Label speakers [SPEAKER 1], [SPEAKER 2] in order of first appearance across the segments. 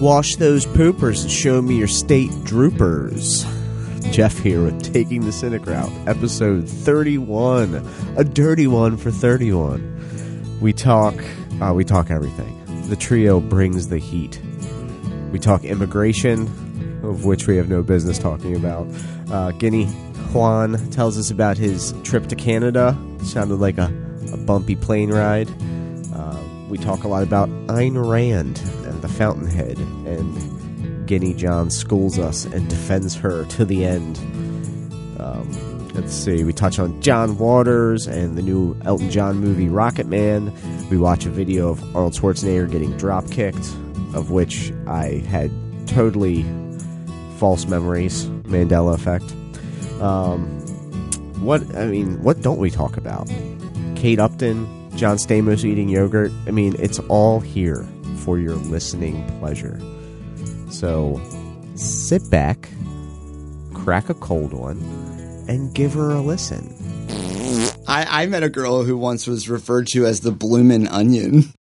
[SPEAKER 1] Wash those poopers and show me your state droopers. Jeff here with Taking the Cynic Route, episode 31. A dirty one for 31. We talk, uh, we talk everything. The trio brings the heat. We talk immigration, of which we have no business talking about. Uh, Guinea Juan tells us about his trip to Canada. Sounded like a, a bumpy plane ride. Uh, we talk a lot about Ayn Rand and the Fountainhead, and Guinea John schools us and defends her to the end. Um, let's see, we touch on John Waters and the new Elton John movie Rocket Man. We watch a video of Arnold Schwarzenegger getting drop kicked, of which I had totally false memories, Mandela effect. Um, what I mean, what don't we talk about? Kate Upton, John Stamos eating yogurt. I mean, it's all here for your listening pleasure. So sit back, crack a cold one, and give her a listen.
[SPEAKER 2] I, I met a girl who once was referred to as the bloomin' onion.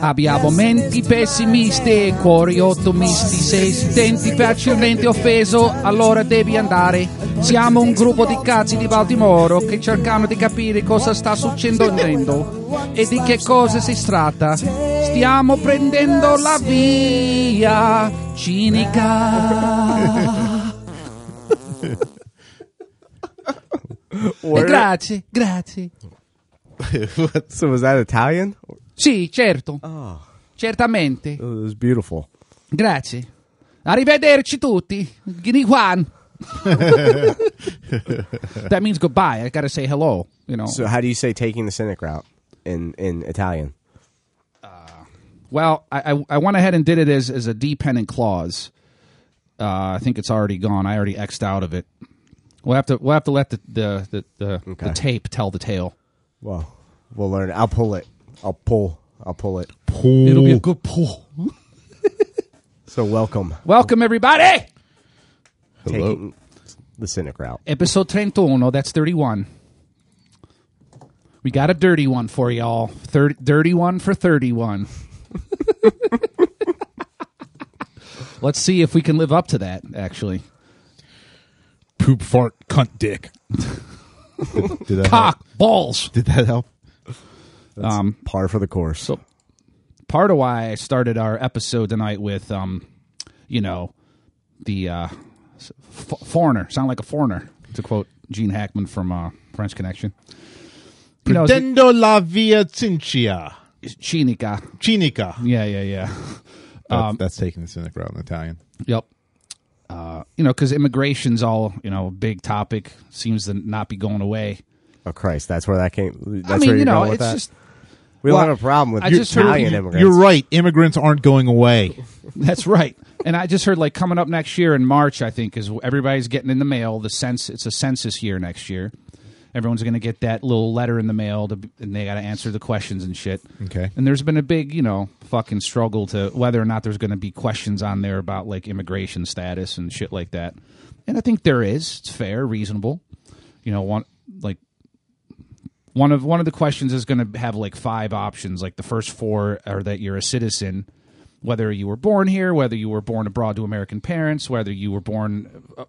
[SPEAKER 3] Abbiamo menti pessimiste, cuori ottomisti, se senti facilmente offeso, allora devi andare. Siamo un gruppo di cazzi di Baltimoro che cercano di capire cosa sta succedendo e di che cosa si tratta. Stiamo prendendo la via cinica. E grazie, grazie.
[SPEAKER 1] so was that Italian?
[SPEAKER 3] Sì, certo, certamente.
[SPEAKER 1] Oh, it was beautiful.
[SPEAKER 3] Grazie. Arrivederci tutti. Guinea Juan. that means goodbye. I gotta say hello. You know.
[SPEAKER 1] So how do you say taking the cynic route in in Italian?
[SPEAKER 3] well, I, I I went ahead and did it as as a dependent clause. Uh, I think it's already gone. I already xed out of it. We'll have to we'll have to let the the the, the,
[SPEAKER 1] Okay.
[SPEAKER 3] the tape tell the tale.
[SPEAKER 1] Well, we'll learn. it. I'll pull it. I'll pull. I'll pull it.
[SPEAKER 3] It'll be a good pull.
[SPEAKER 1] So welcome.
[SPEAKER 3] Welcome everybody.
[SPEAKER 4] Hello.
[SPEAKER 1] Taking the cynic route.
[SPEAKER 3] Episode 31, that's 31. We got a dirty one for y'all. Thir- dirty one for 31. Let's see if we can live up to that, actually.
[SPEAKER 4] poop fart cunt dick. did, did that
[SPEAKER 3] Cock,
[SPEAKER 4] Help?
[SPEAKER 3] balls.
[SPEAKER 4] Did that help?
[SPEAKER 3] Um,
[SPEAKER 1] Par for the course.
[SPEAKER 3] So part of why I started our episode tonight with, um, you know, the uh, s- f- foreigner, sound like a foreigner, to quote Gene Hackman from uh, French Connection. You know, it's-
[SPEAKER 4] Pretendo la via cincia.
[SPEAKER 3] it's Chinica.
[SPEAKER 4] Cinica. Um,
[SPEAKER 3] Yeah, yeah, yeah.
[SPEAKER 4] That's, that's taking the cynic route in Italian.
[SPEAKER 3] Yep. Uh, you know, because immigration's all you know, big topic seems to not be going away.
[SPEAKER 1] Oh Christ, that's where that came. That's
[SPEAKER 3] I mean,
[SPEAKER 1] where
[SPEAKER 3] you
[SPEAKER 1] you're
[SPEAKER 3] know,
[SPEAKER 1] going with
[SPEAKER 3] it's
[SPEAKER 1] that?
[SPEAKER 3] just
[SPEAKER 1] we
[SPEAKER 3] well,
[SPEAKER 1] don't have a problem with
[SPEAKER 3] I
[SPEAKER 1] you
[SPEAKER 3] just heard
[SPEAKER 1] Italian
[SPEAKER 3] you-
[SPEAKER 1] immigrants.
[SPEAKER 4] You're right. Immigrants aren't going away.
[SPEAKER 3] that's right. And I just heard like coming up next year in March, I think is everybody's getting in the mail the sense. It's a census year next year. Everyone's going to get that little letter in the mail, to, and they got to answer the questions and shit.
[SPEAKER 4] Okay.
[SPEAKER 3] And there's been a big, you know, fucking struggle to whether or not there's going to be questions on there about like immigration status and shit like that. And I think there is. It's fair, reasonable. You know, one like one of one of the questions is going to have like five options. Like the first four are that you're a citizen, whether you were born here, whether you were born abroad to American parents, whether you were born uh,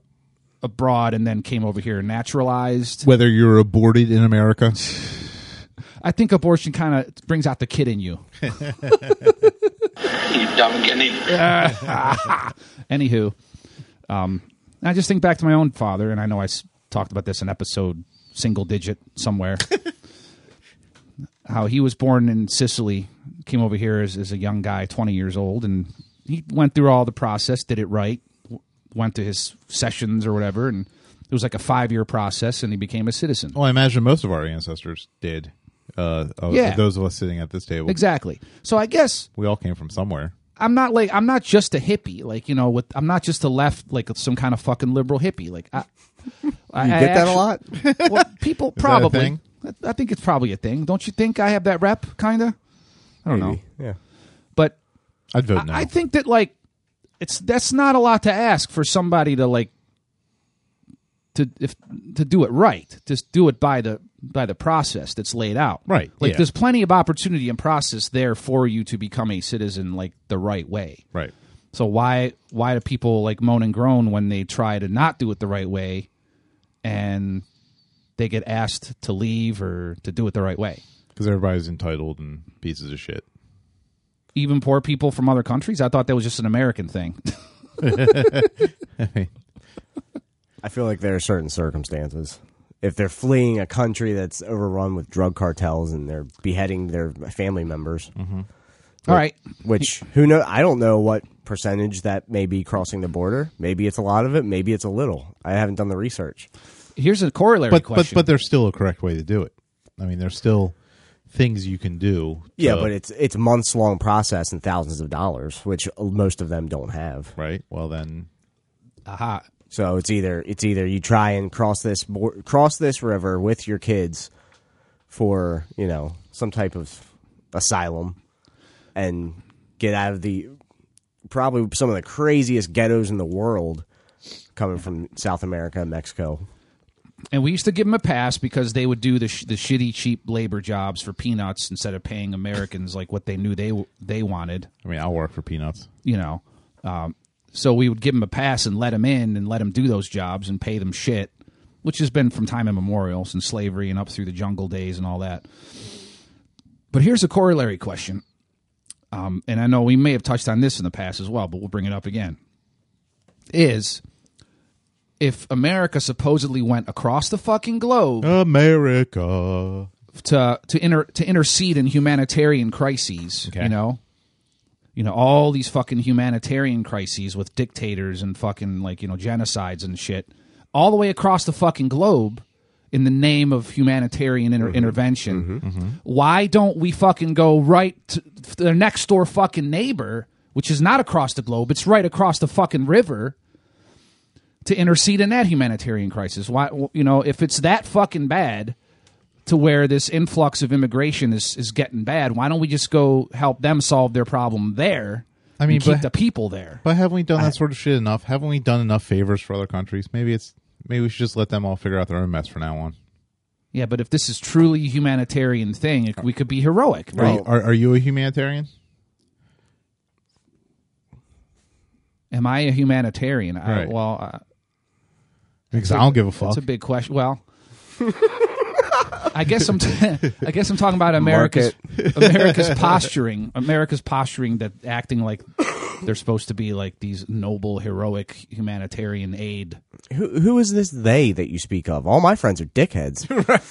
[SPEAKER 3] abroad and then came over here naturalized.
[SPEAKER 4] Whether you're aborted in America.
[SPEAKER 3] I think abortion kind of brings out the kid in you.
[SPEAKER 5] you dumb guinea.
[SPEAKER 3] Anywho, um, I just think back to my own father, and I know I s- talked about this in episode single digit somewhere. how he was born in Sicily, came over here as, as a young guy, 20 years old, and he went through all the process, did it right, w- went to his sessions or whatever, and it was like a five year process, and he became a citizen.
[SPEAKER 1] Oh.
[SPEAKER 4] Well, I imagine most of our ancestors did. Uh, of-
[SPEAKER 3] Yeah.
[SPEAKER 4] Those of us sitting at this table.
[SPEAKER 3] Exactly. So I guess
[SPEAKER 4] We all came from somewhere.
[SPEAKER 3] I'm not like I'm not just a hippie, like you know, with I'm not just a left, like some kind of fucking liberal hippie. Like I, I
[SPEAKER 1] You
[SPEAKER 3] I
[SPEAKER 1] get that a
[SPEAKER 3] actu-
[SPEAKER 1] lot?
[SPEAKER 3] well, people
[SPEAKER 4] that a
[SPEAKER 3] probably.
[SPEAKER 4] thing?
[SPEAKER 3] I- I think it's probably a thing. Don't you think I have that rep? Kinda. I don't know,
[SPEAKER 1] Yeah.
[SPEAKER 3] but
[SPEAKER 4] I'd vote no.
[SPEAKER 3] I think that like it's that's not a lot to ask for somebody to like to if to do it right, just do it by the by the process that's laid out.
[SPEAKER 4] Right,
[SPEAKER 3] Like
[SPEAKER 4] yeah.
[SPEAKER 3] there's plenty of opportunity and process there for you to become a citizen like the right way.
[SPEAKER 4] Right.
[SPEAKER 3] So why why do people like moan and groan when they try to not do it the right way and they get asked to leave or to do it the right way?
[SPEAKER 4] Because everybody's entitled and pieces of shit.
[SPEAKER 3] Even poor people from other countries? I thought that was just an American thing.
[SPEAKER 1] I feel like there are certain circumstances. If they're fleeing a country that's overrun with drug cartels and they're beheading their family members,
[SPEAKER 3] Mm-hmm. All right.
[SPEAKER 1] which who know I don't know what percentage that may be crossing the border. Maybe it's a lot of it, maybe it's a little. I haven't done the research.
[SPEAKER 3] Here's a corollary
[SPEAKER 4] But but
[SPEAKER 3] question.
[SPEAKER 4] but there's still a correct way to do it. I mean, there's still things you can do. to-
[SPEAKER 1] Yeah, but it's it's months long process and thousands of dollars, which most of them don't have.
[SPEAKER 4] right. Well, then
[SPEAKER 3] Aha.
[SPEAKER 1] So it's either it's either you try and cross this bor- cross this river with your kids for you know some type of asylum and get out of the probably some of the craziest ghettos in the world coming from South America and Mexico.
[SPEAKER 3] and we used to give them a pass because they would do the sh- the shitty cheap labor jobs for peanuts instead of paying Americans like what they knew they w- they wanted,
[SPEAKER 4] I mean, I'll work for peanuts.
[SPEAKER 3] you know. Um, so we would give them a pass and let them in and let them do those jobs and pay them shit, which has been from time immemorial since slavery and up through the jungle days and all that. But here's a corollary question, um, and I know we may have touched on this in the past as well, but we'll bring it up again. Is if America supposedly went across the fucking globe
[SPEAKER 4] America.
[SPEAKER 3] to to inter, to intercede in humanitarian crises.
[SPEAKER 4] Okay.
[SPEAKER 3] You know, you know all these fucking humanitarian crises with dictators and fucking like you know genocides and shit, all the way across the fucking globe in the name of humanitarian inter- intervention. Why don't we fucking go right to their next door fucking neighbor, which is not across the globe, it's right across the fucking river? To intercede in that humanitarian crisis, why you know if it's that fucking bad, to where this influx of immigration is, is getting bad. Why don't we just go help them solve their problem there?
[SPEAKER 4] I mean,
[SPEAKER 3] and keep
[SPEAKER 4] but-
[SPEAKER 3] the people there.
[SPEAKER 4] But haven't we done that sort of shit enough? Haven't we done enough favors for other countries? Maybe it's maybe we should just let them all figure out their own mess from now on.
[SPEAKER 3] yeah, but if this is truly a humanitarian thing, it- we could be heroic,
[SPEAKER 4] Are,
[SPEAKER 3] right?
[SPEAKER 4] you, are, are you a humanitarian?
[SPEAKER 3] Am I a humanitarian? I,
[SPEAKER 4] Right.
[SPEAKER 3] well, uh,
[SPEAKER 4] Because I don't give a
[SPEAKER 3] that's
[SPEAKER 4] fuck.
[SPEAKER 3] a big question. Well, I guess I'm. T- I guess I'm talking about America's America's posturing. America's posturing that acting like they're supposed to be like these noble, heroic humanitarian aid
[SPEAKER 1] Who who is this they that you speak of? All my friends are dickheads.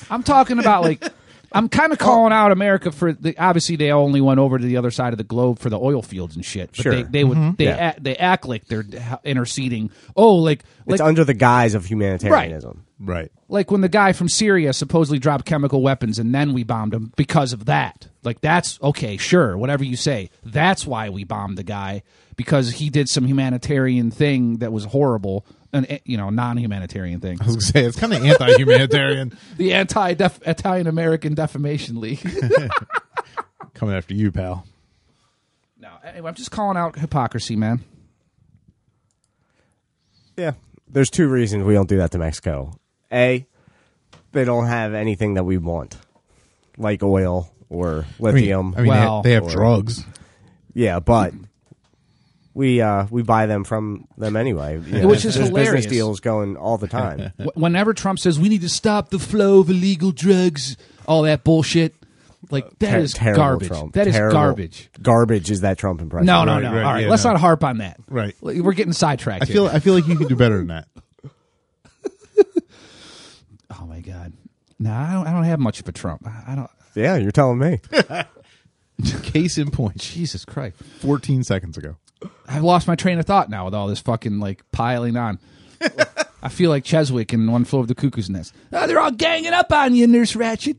[SPEAKER 3] I'm talking about like I'm
[SPEAKER 1] Oh.
[SPEAKER 3] kind of calling out America for the obviously they only went over to the other side of the globe for the oil fields and shit. But
[SPEAKER 1] Sure. Mm-hmm.
[SPEAKER 3] they, they would they
[SPEAKER 1] Yeah.
[SPEAKER 3] act, they act like they're interceding. Oh, like
[SPEAKER 1] it's
[SPEAKER 3] like
[SPEAKER 1] under the guise of humanitarianism.
[SPEAKER 4] right.
[SPEAKER 3] like when the guy from Syria supposedly dropped chemical weapons and then we bombed him because of that. Like that's okay, sure, whatever you say. That's why we bombed the guy because he did some humanitarian thing that was horrible, an eh, you know non-humanitarian thing.
[SPEAKER 4] I was gonna say it's kind of anti-humanitarian
[SPEAKER 3] The anti Italian American Defamation League.
[SPEAKER 4] coming after you, pal.
[SPEAKER 3] No, anyway, I'm just calling out hypocrisy, man.
[SPEAKER 1] Yeah. There's two reasons we don't do that to Mexico. A, they don't have anything that we want, like oil or
[SPEAKER 4] I mean,
[SPEAKER 1] lithium.
[SPEAKER 4] I mean, they-
[SPEAKER 3] Well-
[SPEAKER 4] they, have drugs.
[SPEAKER 1] yeah, but we uh, we buy them from them anyway. You know,
[SPEAKER 3] Which is
[SPEAKER 1] there's
[SPEAKER 3] hilarious.
[SPEAKER 1] business deals going all the time.
[SPEAKER 3] Wh- Whenever Trump says we need to stop the flow of illegal drugs, all that bullshit, like that
[SPEAKER 1] Ter-
[SPEAKER 3] is
[SPEAKER 1] terrible
[SPEAKER 3] garbage.
[SPEAKER 1] Trump.
[SPEAKER 3] That is
[SPEAKER 1] Terrible-
[SPEAKER 3] garbage.
[SPEAKER 1] Garbage is that Trump impression.
[SPEAKER 3] No, no,
[SPEAKER 4] Right,
[SPEAKER 3] no.
[SPEAKER 4] right,
[SPEAKER 3] all right,
[SPEAKER 4] yeah,
[SPEAKER 3] let's
[SPEAKER 4] no.
[SPEAKER 3] not harp on that.
[SPEAKER 4] Right.
[SPEAKER 3] Like, we're getting sidetracked.
[SPEAKER 4] I feel
[SPEAKER 3] Here.
[SPEAKER 4] I feel like you can do better than that.
[SPEAKER 3] oh my god. No, I don't. I don't have much of a Trump. I I don't.
[SPEAKER 1] Yeah, you're telling me.
[SPEAKER 4] Case in point,
[SPEAKER 3] Jesus Christ.
[SPEAKER 4] 14 seconds ago.
[SPEAKER 3] I've lost my train of thought now with all this fucking like piling on. I feel like Cheswick in One Flew Over the Cuckoo's Nest. Oh, they're all ganging up on you, Nurse Ratchet.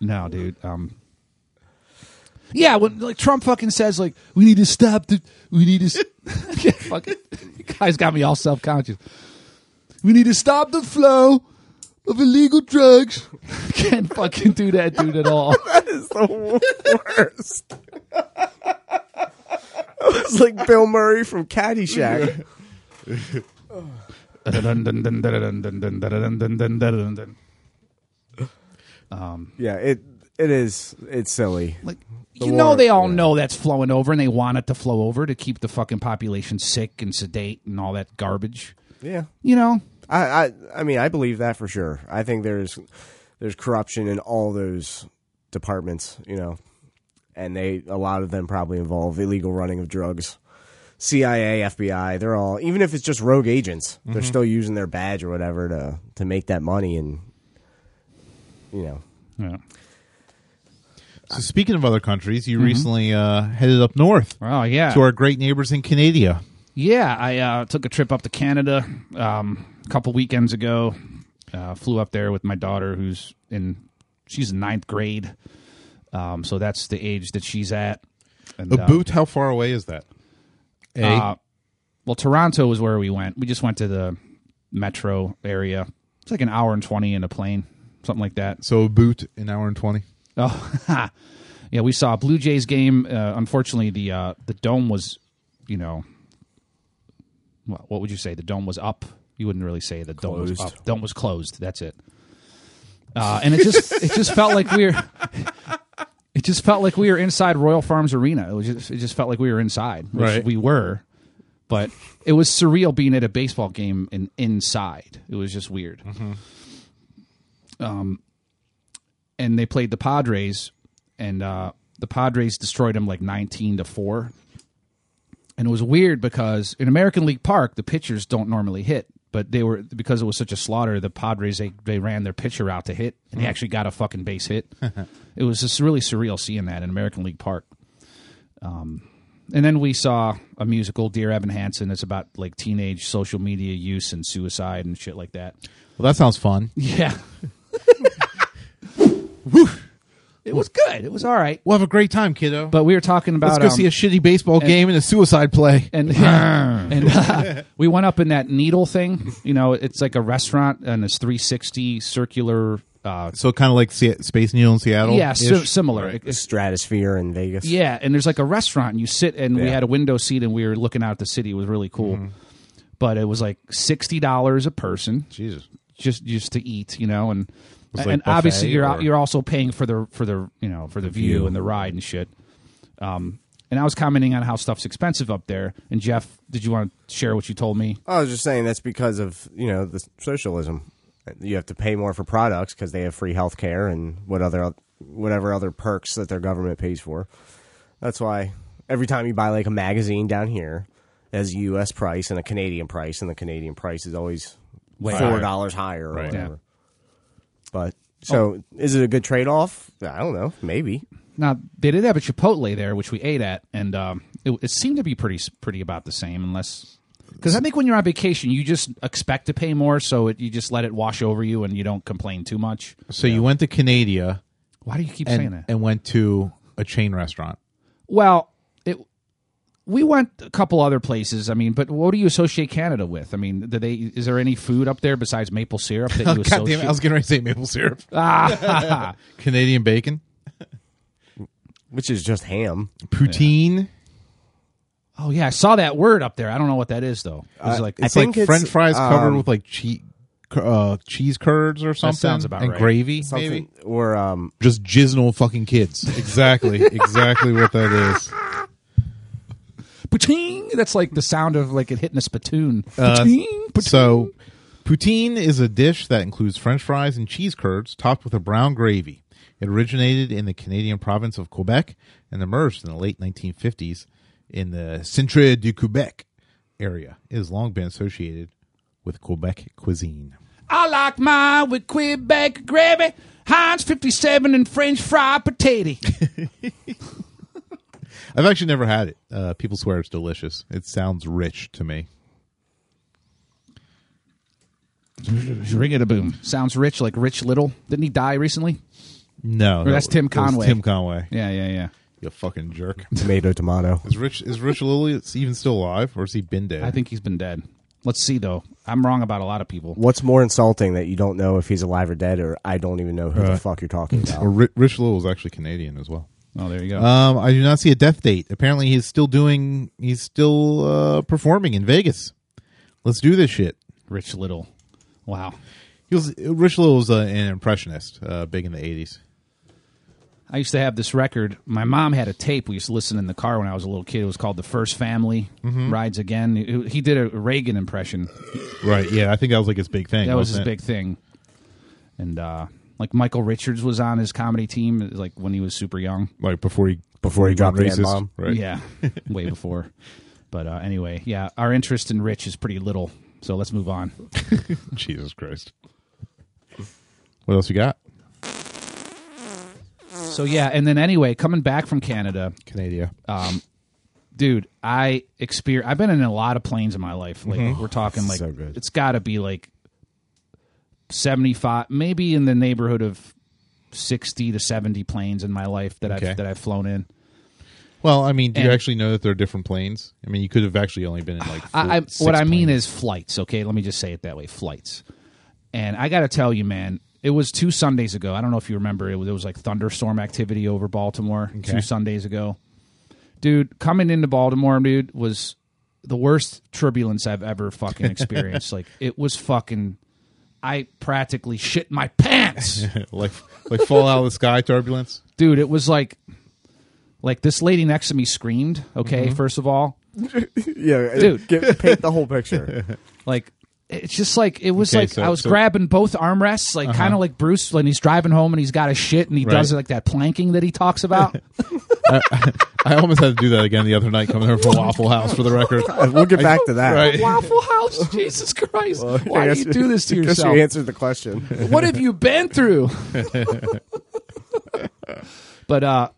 [SPEAKER 3] no, dude. Um, yeah, when like Trump fucking says like we need to stop the we need to s- fucking guy's got me all self conscious. We need to stop the flow of illegal drugs. Can't fucking do that, dude, at all.
[SPEAKER 1] it's like Bill Murray from Caddyshack.
[SPEAKER 3] Like
[SPEAKER 1] Yeah, it it is. It's silly.
[SPEAKER 3] you know
[SPEAKER 1] warrant,
[SPEAKER 3] they all
[SPEAKER 1] yeah.
[SPEAKER 3] know that's flowing over and they want it to flow over to keep the fucking population sick and sedate and all that garbage.
[SPEAKER 1] Yeah,
[SPEAKER 3] You know?
[SPEAKER 1] I, I I mean I believe that for sure. I think there's there's corruption in all those departments, you know, and they a lot of them probably involve illegal running of drugs. CIA, FBI, they're all even if it's just rogue agents, they're still using their badge or whatever to to make that money and you know
[SPEAKER 3] Yeah.
[SPEAKER 4] So speaking of other countries, you recently uh, headed up north
[SPEAKER 3] Oh yeah.
[SPEAKER 4] to our great neighbors in Canada.
[SPEAKER 3] Yeah, I uh, took a trip up to Canada um, a couple weekends ago. Uh, flew up there with my daughter, who's in she's in ninth grade, um, so that's the age that she's at. And,
[SPEAKER 4] A
[SPEAKER 3] uh,
[SPEAKER 4] boot, eh? how far away is that? A.
[SPEAKER 3] uh, well, Toronto is where we went. We just went to the metro area. It's like an hour and twenty in a plane, something like that.
[SPEAKER 4] so a boot, an hour and 20.
[SPEAKER 3] Oh, yeah. We saw a Blue Jays game. Uh, unfortunately, the uh, the dome was, you know, what, what would you say? The dome was up. You wouldn't really say the dome was
[SPEAKER 1] Closed.
[SPEAKER 3] up. Dome was closed. That's it. Uh, and it just it just felt like we were. It just felt like we were inside Royal Farms Arena. It, was just, it just felt like we were inside, which
[SPEAKER 4] Right.
[SPEAKER 3] we were. But it was surreal being at a baseball game and inside. It was just weird Um, and they played the Padres, and uh, the Padres destroyed them like nineteen to four. And it was weird because in American League Park, the pitchers don't normally hit, but they were because it was such a slaughter. The Padres they, they ran their pitcher out to hit, and he actually got a fucking base hit. it was just really surreal seeing that in American League Park. Um, and then we saw a musical, Dear Evan Hansen. It's about like teenage social media use and suicide and shit like that.
[SPEAKER 4] Well, that sounds fun.
[SPEAKER 3] Yeah. It was good. It was all right.
[SPEAKER 4] We'll have a great time, kiddo.
[SPEAKER 3] But we were talking about
[SPEAKER 4] Let's go
[SPEAKER 3] um,
[SPEAKER 4] see a shitty baseball game and a suicide play.
[SPEAKER 3] and and uh, we went up in that needle thing. You know, it's like a restaurant and it's 360 circular. Uh,
[SPEAKER 4] So kind of like Se- Space Needle in Seattle.
[SPEAKER 3] yeah, si- similar. It- it's-
[SPEAKER 1] stratosphere in Vegas.
[SPEAKER 3] yeah, and there's like a restaurant and you sit and we
[SPEAKER 1] Yeah.
[SPEAKER 3] had a window seat and we were looking out at the city. It was really cool.
[SPEAKER 4] Mm-hmm.
[SPEAKER 3] But it was like sixty dollars a person.
[SPEAKER 4] Jesus.
[SPEAKER 3] just just to eat, you know, and
[SPEAKER 4] Was it
[SPEAKER 3] and
[SPEAKER 4] like
[SPEAKER 3] obviously
[SPEAKER 4] buffet
[SPEAKER 3] you're
[SPEAKER 4] or-
[SPEAKER 3] you're also paying for the for the you know for the, view, and the ride and shit. Um, and I was commenting on how stuff's expensive up there. And Jeff, did you want to share what you told me?
[SPEAKER 1] I was just saying that's because of you know the socialism. You have to pay more for products because they have free health care and what other whatever other perks that their government pays for. That's why every time you buy like a magazine down here, it has a U.S. price and a Canadian price, and the Canadian price is always
[SPEAKER 3] Way
[SPEAKER 1] four
[SPEAKER 3] higher.
[SPEAKER 1] dollars higher or
[SPEAKER 4] Right.
[SPEAKER 1] whatever. But so is it a good trade off? I don't know. Maybe
[SPEAKER 3] Now they did have a Chipotle there, which we ate at, and um, it, it seemed to be pretty s- pretty about the same, unless because I think when you're on vacation, you just expect to pay more, so it, you just let it wash over you and you don't complain too much.
[SPEAKER 4] So you went to Canada
[SPEAKER 3] Why do you keep saying that?
[SPEAKER 4] and, and went to a chain restaurant.
[SPEAKER 3] Well, it we went a couple other places. I mean, but what do you associate Canada with? I mean, do they is there any food up there besides maple syrup that you
[SPEAKER 4] Oh, God damn
[SPEAKER 3] associate?
[SPEAKER 4] it, I was getting ready to say maple syrup.
[SPEAKER 3] Ah.
[SPEAKER 4] Canadian bacon,
[SPEAKER 1] which is just ham.
[SPEAKER 4] poutine.
[SPEAKER 3] oh yeah, I saw that word up there. I don't know what that is though. It
[SPEAKER 4] Uh,
[SPEAKER 3] was like
[SPEAKER 1] I
[SPEAKER 4] It's like
[SPEAKER 1] think it's,
[SPEAKER 4] French fries covered
[SPEAKER 1] um,
[SPEAKER 4] with like cheese, uh, cheese curds or something.
[SPEAKER 3] sounds about
[SPEAKER 4] and
[SPEAKER 3] right.
[SPEAKER 4] gravy,
[SPEAKER 1] Something
[SPEAKER 4] maybe.
[SPEAKER 1] or um,
[SPEAKER 4] Just jizzing old fucking kids. Exactly, exactly what that is.
[SPEAKER 3] Pating! That's like the sound of like it hitting a spittoon.
[SPEAKER 4] Uh,
[SPEAKER 3] Pating, pating.
[SPEAKER 4] So, poutine is a dish that includes French fries and cheese curds topped with a brown gravy. It originated in the Canadian province of Quebec and emerged in the late 1950s in the Centre du Quebec area. It has long been associated with Quebec cuisine.
[SPEAKER 3] I like mine with Quebec gravy, Heinz fifty seven, and French fry potato.
[SPEAKER 4] I've actually never had it. Uh, people swear it's delicious. It sounds rich to me.
[SPEAKER 3] Ring it a boom. Sounds rich, like Rich Little. Didn't he die recently?
[SPEAKER 4] No, that
[SPEAKER 3] that's
[SPEAKER 4] was-
[SPEAKER 3] Tim
[SPEAKER 4] that was
[SPEAKER 3] Conway.
[SPEAKER 4] Tim Conway,
[SPEAKER 3] Yeah, yeah, yeah.
[SPEAKER 4] you fucking jerk.
[SPEAKER 1] tomato tomato.
[SPEAKER 4] Is Rich is Rich Lilly even still alive, or has he been dead?
[SPEAKER 3] I think he's been dead. Let's see though. I'm wrong about a lot of people.
[SPEAKER 1] What's more insulting that you don't know if he's alive or dead, or I don't even know who the fuck you're talking
[SPEAKER 4] Or
[SPEAKER 1] about?
[SPEAKER 4] Ri- Rich Little is actually Canadian as well.
[SPEAKER 3] Oh, there you go.
[SPEAKER 4] Um, I do not see a death date. Apparently, he's still doing. He's still uh, performing in uh, Vegas. Let's do this shit.
[SPEAKER 3] Rich Little. Wow.
[SPEAKER 4] He was Rich Little was uh, an impressionist, uh, big in the eighties.
[SPEAKER 3] I used to have this record. My mom had a tape we used to listen in the car when I was a little kid. It was called "The First Family Rides Again." It- he did a Reagan impression.
[SPEAKER 4] Right. Yeah, I think that was like his big thing.
[SPEAKER 3] That was his
[SPEAKER 4] wasn't it?
[SPEAKER 3] big thing. And uh, like Michael Richards was on his comedy team, like when he was super young.
[SPEAKER 4] Like before he
[SPEAKER 1] Before he dropped the
[SPEAKER 4] racist.
[SPEAKER 1] N-bomb.
[SPEAKER 4] Right.
[SPEAKER 3] Yeah, way before. But uh, anyway, yeah, our interest in Rich is pretty little. So let's move on.
[SPEAKER 4] Jesus Christ. What else you got?
[SPEAKER 3] So yeah, and then anyway, coming back from Canada, um,
[SPEAKER 4] Canada.
[SPEAKER 3] dude, I exper I've been in a lot of planes in my life. Like we're talking like
[SPEAKER 1] So good.
[SPEAKER 3] it's got to be like 75 maybe in the neighborhood of 60 to 70 planes in my life that
[SPEAKER 4] Okay.
[SPEAKER 3] I've that I've flown in.
[SPEAKER 4] well, I mean, do you
[SPEAKER 3] and-
[SPEAKER 4] actually know that there are different planes? I mean, you could have actually only been in like. four-
[SPEAKER 3] I, I,
[SPEAKER 4] six
[SPEAKER 3] what I mean
[SPEAKER 4] planes.
[SPEAKER 3] is flights. Okay, let me just say it that way: flights. And I got to tell you, man, it was two Sundays ago. I don't know if you remember. It was, it was like thunderstorm activity over Baltimore two Sundays ago. Dude, coming into Baltimore, dude, was the worst turbulence I've ever fucking experienced. like it was fucking. I practically shit my pants.
[SPEAKER 4] like like fall out of the sky turbulence.
[SPEAKER 3] dude it was like like this lady next to me screamed okay
[SPEAKER 4] Mm-hmm.
[SPEAKER 3] first of all
[SPEAKER 1] Yeah, uh,
[SPEAKER 3] Dude.
[SPEAKER 1] Get, paint the whole picture.
[SPEAKER 3] like it's just like it was
[SPEAKER 4] Okay,
[SPEAKER 3] like
[SPEAKER 4] so-
[SPEAKER 3] i was
[SPEAKER 4] so-
[SPEAKER 3] grabbing both armrests like
[SPEAKER 1] Uh-huh.
[SPEAKER 3] kind of like bruce when he's driving home and he's got a shit and he does
[SPEAKER 4] Right.
[SPEAKER 3] like that planking that he talks about
[SPEAKER 4] I almost had to do that again the other night coming over from Waffle House for the record.
[SPEAKER 1] Uh, we'll get back to that.
[SPEAKER 4] Right.
[SPEAKER 3] waffle house jesus christ
[SPEAKER 1] Okay,
[SPEAKER 3] why
[SPEAKER 1] I
[SPEAKER 3] do you
[SPEAKER 1] guess-
[SPEAKER 3] do this to
[SPEAKER 1] I guess
[SPEAKER 3] yourself
[SPEAKER 1] You answered the question.
[SPEAKER 3] what have you been through? but uh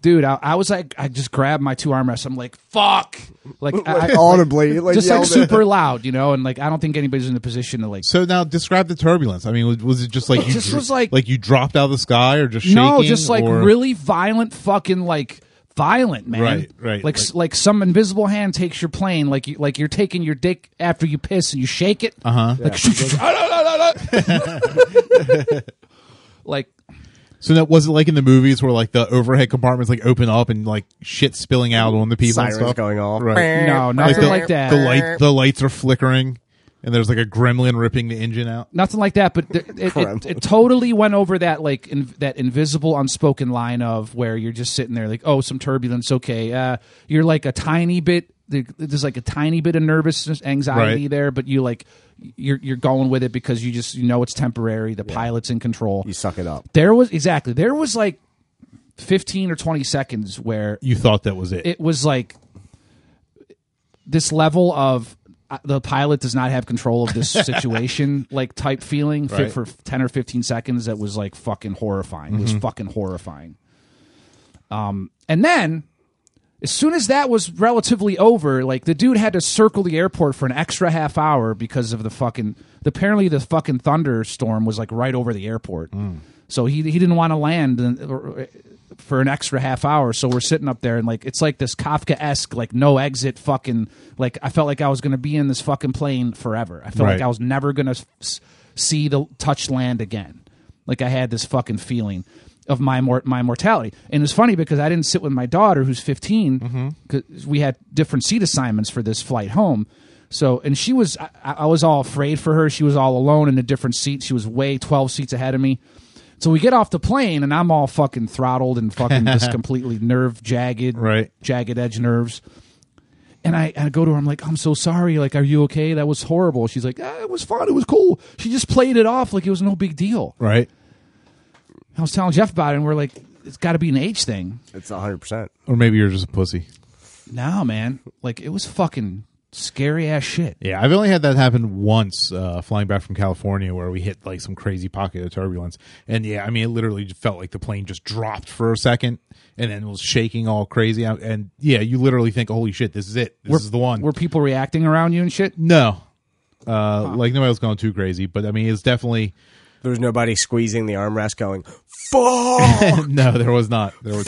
[SPEAKER 3] dude, I, I was like I just grabbed my two armrests. I'm like, fuck. Like, I, I-
[SPEAKER 1] audibly, like,
[SPEAKER 3] just like
[SPEAKER 1] yelled at-
[SPEAKER 3] super loud, you know, and like I don't think anybody's in a position to like
[SPEAKER 4] So now describe the turbulence. I mean, was- was it just like you
[SPEAKER 3] just
[SPEAKER 4] dro-
[SPEAKER 3] was like-
[SPEAKER 4] like you dropped out of the sky or just
[SPEAKER 3] No,
[SPEAKER 4] shaking
[SPEAKER 3] just like
[SPEAKER 4] or-
[SPEAKER 3] really violent fucking like violent man
[SPEAKER 4] Right, right,
[SPEAKER 3] like
[SPEAKER 4] like-
[SPEAKER 3] like, like some invisible hand takes your plane like you like you're taking your dick after you piss and you shake it uh-huh like like
[SPEAKER 4] So that was it like in the movies where like the overhead compartments like open up and like shit spilling out on the people and
[SPEAKER 1] Sirens
[SPEAKER 4] stuff?
[SPEAKER 1] going off.
[SPEAKER 4] Right.
[SPEAKER 3] no nothing
[SPEAKER 4] the,
[SPEAKER 3] like, that
[SPEAKER 4] The light the lights are flickering and there's like a gremlin ripping the engine out.
[SPEAKER 3] nothing like that but th- it, it, it totally went over that like in, that invisible unspoken line of where you're just sitting there like oh some turbulence okay uh, you're like a tiny bit there- there's like a tiny bit of nervousness anxiety
[SPEAKER 4] Right.
[SPEAKER 3] there but you like you're you're going with it because you just you know it's temporary the pilot's in control
[SPEAKER 1] You suck it up.
[SPEAKER 3] there was exactly there was like 15 or 20 seconds where
[SPEAKER 4] You thought that was it.
[SPEAKER 3] it was like this level of uh, the pilot does not have control of this situation like type feeling
[SPEAKER 4] Right.
[SPEAKER 3] for, for 10 or 15 seconds that was like fucking horrifying it was fucking horrifying um and then as soon as that was relatively over like the dude had to circle the airport for an extra half hour because of the fucking apparently the fucking thunderstorm was like right over the airport so he he didn't want to land and- or- for an extra half hour so we're sitting up there and like it's like this kafka-esque like no exit fucking like i felt like i was going to be in this fucking plane forever i felt like
[SPEAKER 4] Right.
[SPEAKER 3] i was never going to see the touch land again like i had this fucking feeling of my mor- my mortality and it's funny because i didn't sit with my daughter who's 15 'cause we had different seat assignments for this flight home so and she was I, I was all afraid for her she was all alone in a different seat she was way 12 seats ahead of me so we get off the plane, and I'm all fucking throttled and fucking just completely nerve jagged,
[SPEAKER 4] Right.
[SPEAKER 3] Jagged edge nerves. And I, I go to her. I'm like, I'm so sorry. Like, are you okay? That was horrible. She's like, ah, it was fun. It was cool. She just played it off like it was no big deal.
[SPEAKER 4] Right.
[SPEAKER 3] I was telling Jeff about it, and we're like, it's got to be an age thing.
[SPEAKER 1] It's 100%.
[SPEAKER 4] Or maybe you're just a pussy.
[SPEAKER 3] No, man. Like, it was fucking scary ass shit.
[SPEAKER 4] Yeah, I've only had that happen once uh, flying back from California where we hit like some crazy pocket of turbulence. And yeah, I mean, it literally just felt like the plane just dropped for a second and then was shaking all crazy. out. And yeah, you literally think, holy shit, this is it. This is the one.
[SPEAKER 3] Were people reacting around you and shit?
[SPEAKER 4] no. Uh, Like, nobody was going too crazy. But I mean, it's definitely.
[SPEAKER 1] There was nobody squeezing the armrest going, fuck!
[SPEAKER 4] no, there was not. There was,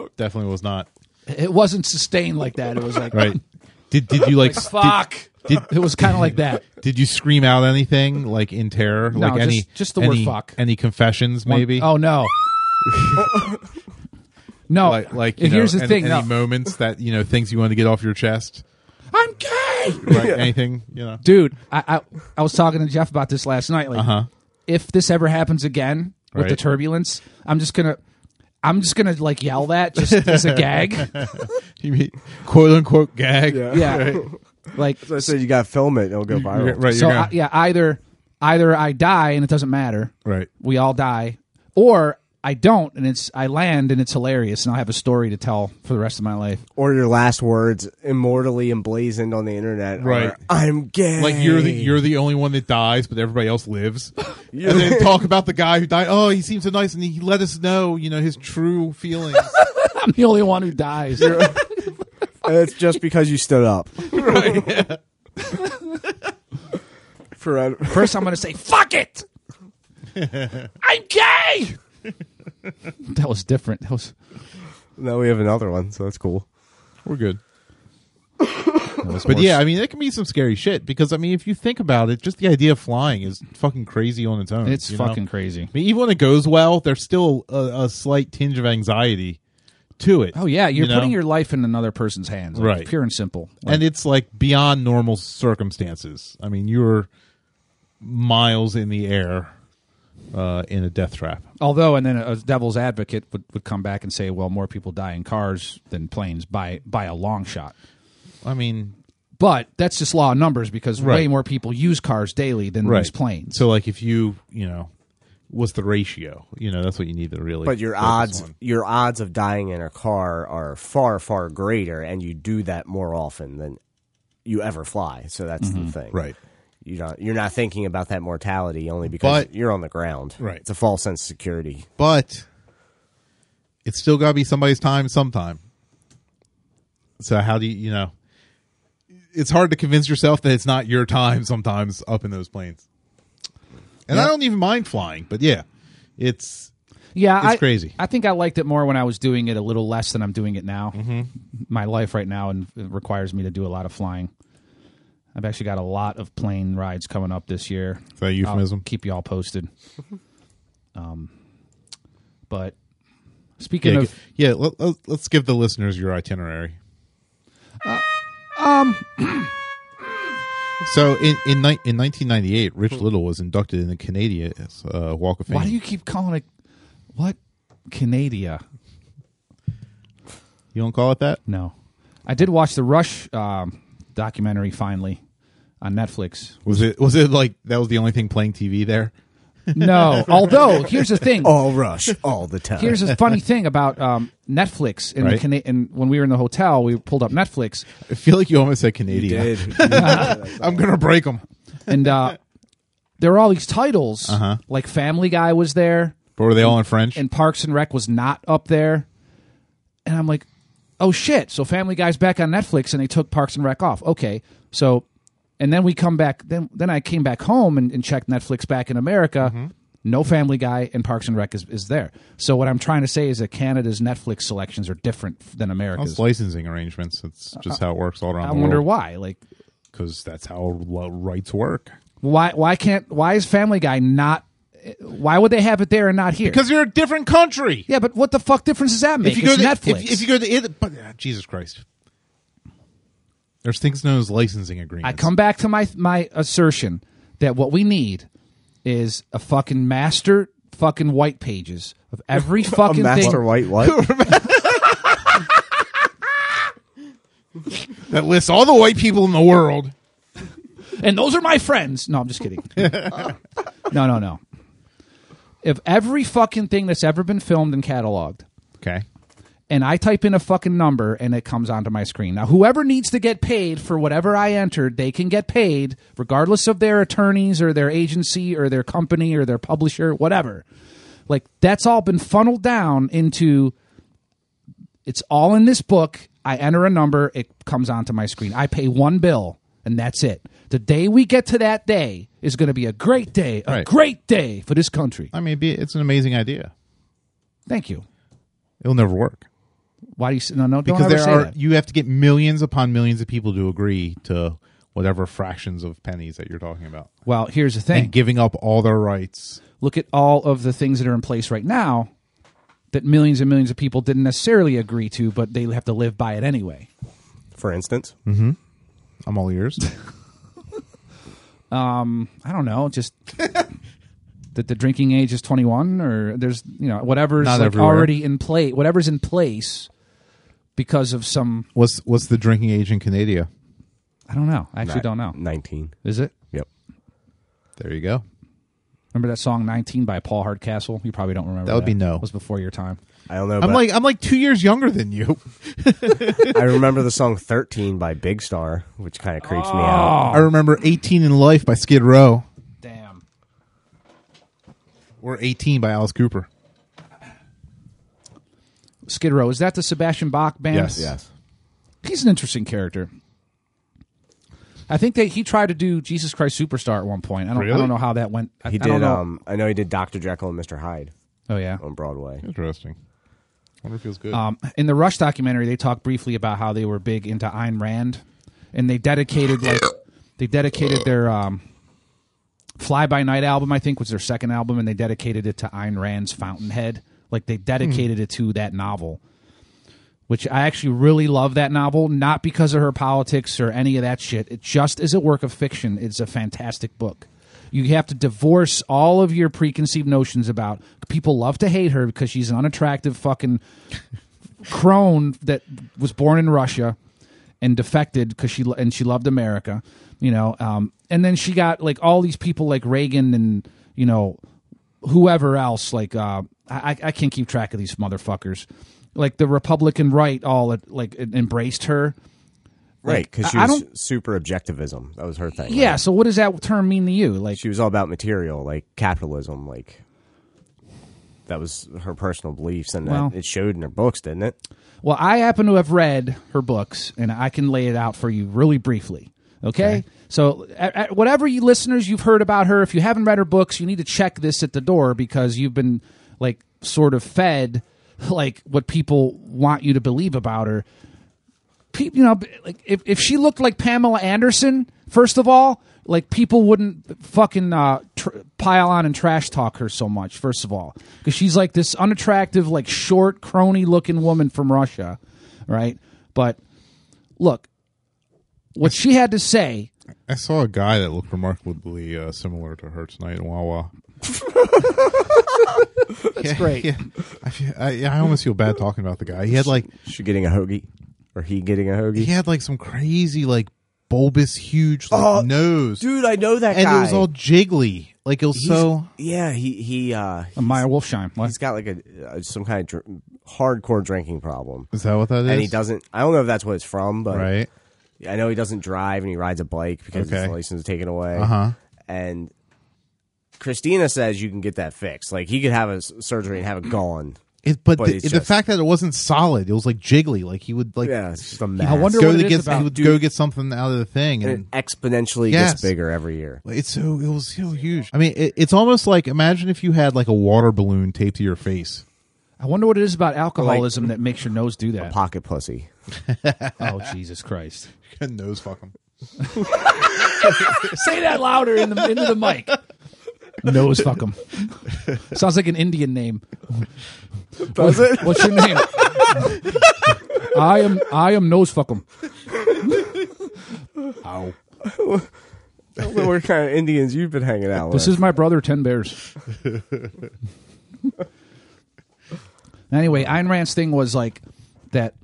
[SPEAKER 1] fuck!
[SPEAKER 4] definitely was not.
[SPEAKER 3] It wasn't sustained like that. It was like,
[SPEAKER 4] Right. Did, did you like.
[SPEAKER 3] fuck.
[SPEAKER 4] Did, did,
[SPEAKER 3] It was kind of like that.
[SPEAKER 4] did you scream out anything like in terror?
[SPEAKER 3] No,
[SPEAKER 4] like any
[SPEAKER 3] just- just the word
[SPEAKER 4] any-
[SPEAKER 3] fuck.
[SPEAKER 4] Any confessions maybe?
[SPEAKER 3] Oh no. no.
[SPEAKER 4] like like you
[SPEAKER 3] and here's
[SPEAKER 4] know,
[SPEAKER 3] the
[SPEAKER 4] any,
[SPEAKER 3] thing.
[SPEAKER 4] any
[SPEAKER 3] no.
[SPEAKER 4] moments that you know things you want to get off your chest
[SPEAKER 3] I'm gay.
[SPEAKER 4] right? Anything, you know?
[SPEAKER 3] dude I, I i was talking to jeff about this last night like
[SPEAKER 4] Uh-huh.
[SPEAKER 3] if this ever happens again with the
[SPEAKER 4] Right.
[SPEAKER 3] turbulence i'm just gonna i'm just gonna like yell that just as a gag
[SPEAKER 4] You mean quote unquote gag?
[SPEAKER 3] yeah like
[SPEAKER 1] So I said you got to film it. It'll go
[SPEAKER 4] You're-
[SPEAKER 1] viral.
[SPEAKER 4] right. You're
[SPEAKER 3] so
[SPEAKER 4] gonna-
[SPEAKER 3] I, yeah either either i die and it doesn't matter
[SPEAKER 4] Right.
[SPEAKER 3] we all die or i don't and it's i land and it's hilarious and i'll have a story to tell for the rest of my life
[SPEAKER 1] Or your last words, immortally emblazoned on the internet. are,
[SPEAKER 4] Right.
[SPEAKER 1] I'm gay.
[SPEAKER 4] Like you're the you're the only one that dies, but everybody else lives. and then talk about the guy who died. Oh, he seems so nice, and he let us know, you know, his true feelings.
[SPEAKER 3] i'm the only one who dies
[SPEAKER 1] And it's just because you stood up. right. For un-
[SPEAKER 3] first i'm gonna say fuck it i'm gay that was different that was
[SPEAKER 1] now we have another one, so that's cool.
[SPEAKER 4] We're good. But yeah, I mean, that can be some scary shit because I mean, if you think about it, just the idea of flying is fucking crazy on its own.
[SPEAKER 3] It's
[SPEAKER 4] Uh, you know?
[SPEAKER 3] fucking crazy.
[SPEAKER 4] I mean, even when it goes well, there's still a, a slight tinge of anxiety to it.
[SPEAKER 3] Oh yeah, you're
[SPEAKER 4] you know?
[SPEAKER 3] putting your life in another person's hands, like,
[SPEAKER 4] Right.
[SPEAKER 3] Pure and simple. Like,
[SPEAKER 4] and it's like beyond normal circumstances. I mean, you're miles in the air uh, in a death trap.
[SPEAKER 3] although, and then a devil's advocate would, would come back and say, "Well, more people die in cars than planes by by a long shot."
[SPEAKER 4] I mean,
[SPEAKER 3] But that's just law of numbers because way
[SPEAKER 4] Right.
[SPEAKER 3] more people use cars daily than use planes.
[SPEAKER 4] So like, if you you know, what's the ratio? You know, that's what you need to really.
[SPEAKER 1] But your
[SPEAKER 4] focus
[SPEAKER 1] odds,
[SPEAKER 4] on.
[SPEAKER 1] your odds of dying in a car are far, far greater, and you do that more often than you ever fly. So that's the thing,
[SPEAKER 4] right?
[SPEAKER 1] You don't, you're not thinking about that mortality only because
[SPEAKER 4] But-
[SPEAKER 1] you're on the ground.
[SPEAKER 4] Right.
[SPEAKER 1] It's a false sense of security.
[SPEAKER 4] But it's still got to be somebody's time sometime. So how do you you know? It's hard to convince yourself that it's not your time sometimes up in those planes. And I don't even mind flying, but yeah, it's
[SPEAKER 3] yeah,
[SPEAKER 4] it's
[SPEAKER 3] I,
[SPEAKER 4] crazy.
[SPEAKER 3] I think I liked it more when I was doing it a little less than I'm doing it now. Mm-hmm. My life right now and it requires me to do a lot of flying. I've actually got a lot of plane rides coming up this year.
[SPEAKER 4] Is that a
[SPEAKER 3] I'll
[SPEAKER 4] euphemism?
[SPEAKER 3] keep y'all posted. Um,
[SPEAKER 4] Mm-hmm.
[SPEAKER 3] but speaking
[SPEAKER 4] Yeah,
[SPEAKER 3] of,
[SPEAKER 4] g- yeah let, let, let's give the listeners your itinerary. Uh, um. so in in, ni- in 1998, Rich Little was inducted in the Canadian uh, Walk of Fame.
[SPEAKER 3] why do you keep calling it what Canada?
[SPEAKER 4] You don't call it that?
[SPEAKER 3] No, I did watch the Rush um, documentary finally on Netflix.
[SPEAKER 4] Was it was it like that was the only thing playing TV there?
[SPEAKER 3] No, although here's the thing.
[SPEAKER 4] Oh.
[SPEAKER 1] All rush, all the time.
[SPEAKER 3] Here's a funny thing about um, Netflix. In
[SPEAKER 4] Right.
[SPEAKER 3] the Cana- and when we were in the hotel, we pulled up Netflix,
[SPEAKER 4] I feel like you almost said Canadian. I'm gonna break them.
[SPEAKER 3] and uh, there were all these titles.
[SPEAKER 4] Uh-huh.
[SPEAKER 3] Like Family Guy was there.
[SPEAKER 4] But were they all in French?
[SPEAKER 3] and Parks and Rec was not up there. And I'm like, oh shit. So Family Guy's back on Netflix and they took Parks and Rec off. Okay. So and then we come back then then I came back home and, and checked Netflix back in America.
[SPEAKER 4] Mm-hmm.
[SPEAKER 3] No Family Guy and Parks and Rec is, is there. So what I'm trying to say is that Canada's Netflix selections are different than America's.
[SPEAKER 4] That's licensing arrangements. That's just how it works all around
[SPEAKER 3] Uh, I
[SPEAKER 4] the
[SPEAKER 3] wonder
[SPEAKER 4] world.
[SPEAKER 3] why. Like
[SPEAKER 4] Because that's how lo- rights work.
[SPEAKER 3] why why can't why is Family Guy not why would they have it there and not here?
[SPEAKER 4] Because you're a different country.
[SPEAKER 3] yeah, but what the fuck difference does that make?
[SPEAKER 4] if you go
[SPEAKER 3] it's
[SPEAKER 4] to
[SPEAKER 3] Netflix.
[SPEAKER 4] If, if you go to it, but ah, Jesus Christ, there's things known as licensing agreements.
[SPEAKER 3] I come back to my my assertion that what we need is a fucking master fucking white pages of every
[SPEAKER 1] a
[SPEAKER 3] fucking
[SPEAKER 1] master
[SPEAKER 3] thing.
[SPEAKER 1] white what?
[SPEAKER 4] that lists all the white people in the world.
[SPEAKER 3] And those are my friends. No, I'm just kidding. no, no, no. If every fucking thing that's ever been filmed and cataloged,
[SPEAKER 4] Okay,
[SPEAKER 3] and I type in a fucking number and it comes onto my screen. Now, whoever needs to get paid for whatever I entered, they can get paid regardless of their attorneys or their agency or their company or their publisher, whatever. Like, that's all been funneled down into it's all in this book. I enter a number, it comes onto my screen. I pay one bill, and that's it. The day we get to that day is going to be a great day, a
[SPEAKER 4] Right.
[SPEAKER 3] great day for this country.
[SPEAKER 4] I mean, it'd be- it's an amazing idea.
[SPEAKER 3] Thank you.
[SPEAKER 4] It'll never work.
[SPEAKER 3] Why do you say no? No, don't
[SPEAKER 4] because
[SPEAKER 3] ever
[SPEAKER 4] there
[SPEAKER 3] say
[SPEAKER 4] are
[SPEAKER 3] that.
[SPEAKER 4] you have to get millions upon millions of people to agree to whatever fractions of pennies that you're talking about
[SPEAKER 3] Well, here's the thing.
[SPEAKER 4] and giving up all their rights
[SPEAKER 3] look at all of the things that are in place right now that millions and millions of people didn't necessarily agree to, but they have to live by it anyway.
[SPEAKER 1] For instance,
[SPEAKER 4] I'm all ears.
[SPEAKER 3] I don't know, just that the drinking age is 21 or there's, you know, whatever's
[SPEAKER 4] Not
[SPEAKER 3] like
[SPEAKER 4] everywhere.
[SPEAKER 3] already in play, whatever's in place because of some,
[SPEAKER 4] what's what's the drinking age in Canada?
[SPEAKER 3] I don't know. I actually don't know.
[SPEAKER 1] 19.
[SPEAKER 3] Is it?
[SPEAKER 1] Yep.
[SPEAKER 4] There you go.
[SPEAKER 3] Remember that song 19 by Paul Hardcastle? You probably don't remember.
[SPEAKER 4] That would be no.
[SPEAKER 3] It was before your time.
[SPEAKER 1] I don't know.
[SPEAKER 4] I'm
[SPEAKER 1] but
[SPEAKER 4] like I'm like two years younger than you.
[SPEAKER 1] I remember the song 13 by Big Star, which kind of creeps me
[SPEAKER 3] Oh.
[SPEAKER 1] out.
[SPEAKER 4] I remember 18 in Life by Skid Row
[SPEAKER 3] Damn.
[SPEAKER 4] or 18 by Alice Cooper.
[SPEAKER 3] Skid Row. Is that the Sebastian Bach band?
[SPEAKER 4] Yes.
[SPEAKER 1] Yes.
[SPEAKER 3] He's an interesting character. I think that he tried to do Jesus Christ Superstar at one point. I don't, I
[SPEAKER 4] Really?
[SPEAKER 3] don't know how that went. I,
[SPEAKER 1] He
[SPEAKER 3] I don't
[SPEAKER 1] did.
[SPEAKER 3] know.
[SPEAKER 1] um, I know he did Dr. Jekyll and Mr. Hyde
[SPEAKER 3] oh, yeah.
[SPEAKER 1] on Broadway.
[SPEAKER 4] Interesting. Wonder if feels good.
[SPEAKER 3] Um, in the Rush documentary, they talk briefly about how they were big into Ayn Rand, and they dedicated like they dedicated their um, Fly By Night album, I think, was their second album, and they dedicated it to Ayn Rand's Fountainhead. Like they dedicated it to that novel, which I actually really love that novel, not because of her politics or any of that shit. It just is a work of fiction. It's a fantastic book. You have to divorce all of your preconceived notions about people love to hate her because she's an unattractive fucking crone that was born in Russia and defected because she lo- and she loved America, you know. Um, and then she got like all these people like Reagan and you know whoever else. Like uh, I, I can't keep track of these motherfuckers. Like the Republican right all like embraced her.
[SPEAKER 1] Right, because she
[SPEAKER 3] I- I
[SPEAKER 1] was
[SPEAKER 3] don't-
[SPEAKER 1] super objectivism. That was her thing.
[SPEAKER 3] Yeah.
[SPEAKER 1] right?
[SPEAKER 3] So what does that term mean to you? Like
[SPEAKER 1] She was all about material, like capitalism, like that was her personal beliefs, and that-
[SPEAKER 3] Well-
[SPEAKER 1] it showed in her books, didn't it?
[SPEAKER 3] Well, I happen to have read her books, and I can lay it out for you really briefly. Okay, so at, at- whatever you listeners you've heard about her, if you haven't read her books, you need to check this at the door because you've been like sort of fed like what people want you to believe about her. People, you know, like if if she looked like Pamela Anderson, first of all, like people wouldn't fucking uh, tr- pile on and trash talk her so much. First of all, because she's like this unattractive, like short, crony looking woman from Russia, right? But look, what she had to say.
[SPEAKER 4] I saw a guy that looked remarkably uh, similar to her tonight in Wawa. That's
[SPEAKER 3] great.
[SPEAKER 4] Yeah, I, feel, I, yeah, I almost feel bad talking about the guy. He had like
[SPEAKER 1] She getting a hoagie, or he getting a hoagie.
[SPEAKER 4] he had like some crazy like bulbous huge like,
[SPEAKER 1] Oh,
[SPEAKER 4] nose,
[SPEAKER 1] dude, I know that
[SPEAKER 4] and
[SPEAKER 1] guy.
[SPEAKER 4] it was all jiggly. Like it was
[SPEAKER 1] He's-
[SPEAKER 4] so.
[SPEAKER 1] yeah, he he uh,
[SPEAKER 3] Maya Wolfsheim. What?
[SPEAKER 1] he's got like a uh, some kind of dr- hardcore drinking problem,
[SPEAKER 4] Is that what that is?
[SPEAKER 1] and he doesn't. I don't know if that's what it's from, but
[SPEAKER 4] right.
[SPEAKER 1] I know he doesn't drive and he rides a bike because
[SPEAKER 4] Okay.
[SPEAKER 1] his license is taken away.
[SPEAKER 4] Uh-huh.
[SPEAKER 1] And Christina says you can get that fixed. Like he could have a s- surgery and have it gone.
[SPEAKER 4] It, but
[SPEAKER 1] But
[SPEAKER 4] the,
[SPEAKER 1] it's
[SPEAKER 4] the
[SPEAKER 1] just-
[SPEAKER 4] fact that it wasn't solid, it was like jiggly. Like he would like
[SPEAKER 1] Yeah, it's just a mess.
[SPEAKER 3] I wonder
[SPEAKER 4] go
[SPEAKER 3] what
[SPEAKER 4] to
[SPEAKER 3] it is
[SPEAKER 4] get
[SPEAKER 3] about.
[SPEAKER 4] he would go get something out of the thing, and,
[SPEAKER 1] And it exponentially
[SPEAKER 4] Yes.
[SPEAKER 1] gets bigger every year.
[SPEAKER 4] it's so it was so huge. I mean, it, it's almost like imagine if you had like a water balloon taped to your face.
[SPEAKER 3] I wonder what it is about alcoholism that makes your nose do that.
[SPEAKER 1] Pocket pussy.
[SPEAKER 3] Oh Jesus Christ!
[SPEAKER 4] Nose fuck him.
[SPEAKER 3] Say that louder in the, into the mic. Nose fuck 'em. Sounds like an Indian name.
[SPEAKER 1] Does
[SPEAKER 3] What- What's your name? I am I am nose fuckum.
[SPEAKER 1] what kind of Indians you've been hanging out
[SPEAKER 3] This
[SPEAKER 1] with?
[SPEAKER 3] is my brother Ten Bears. anyway, Ayn Rand's thing was like that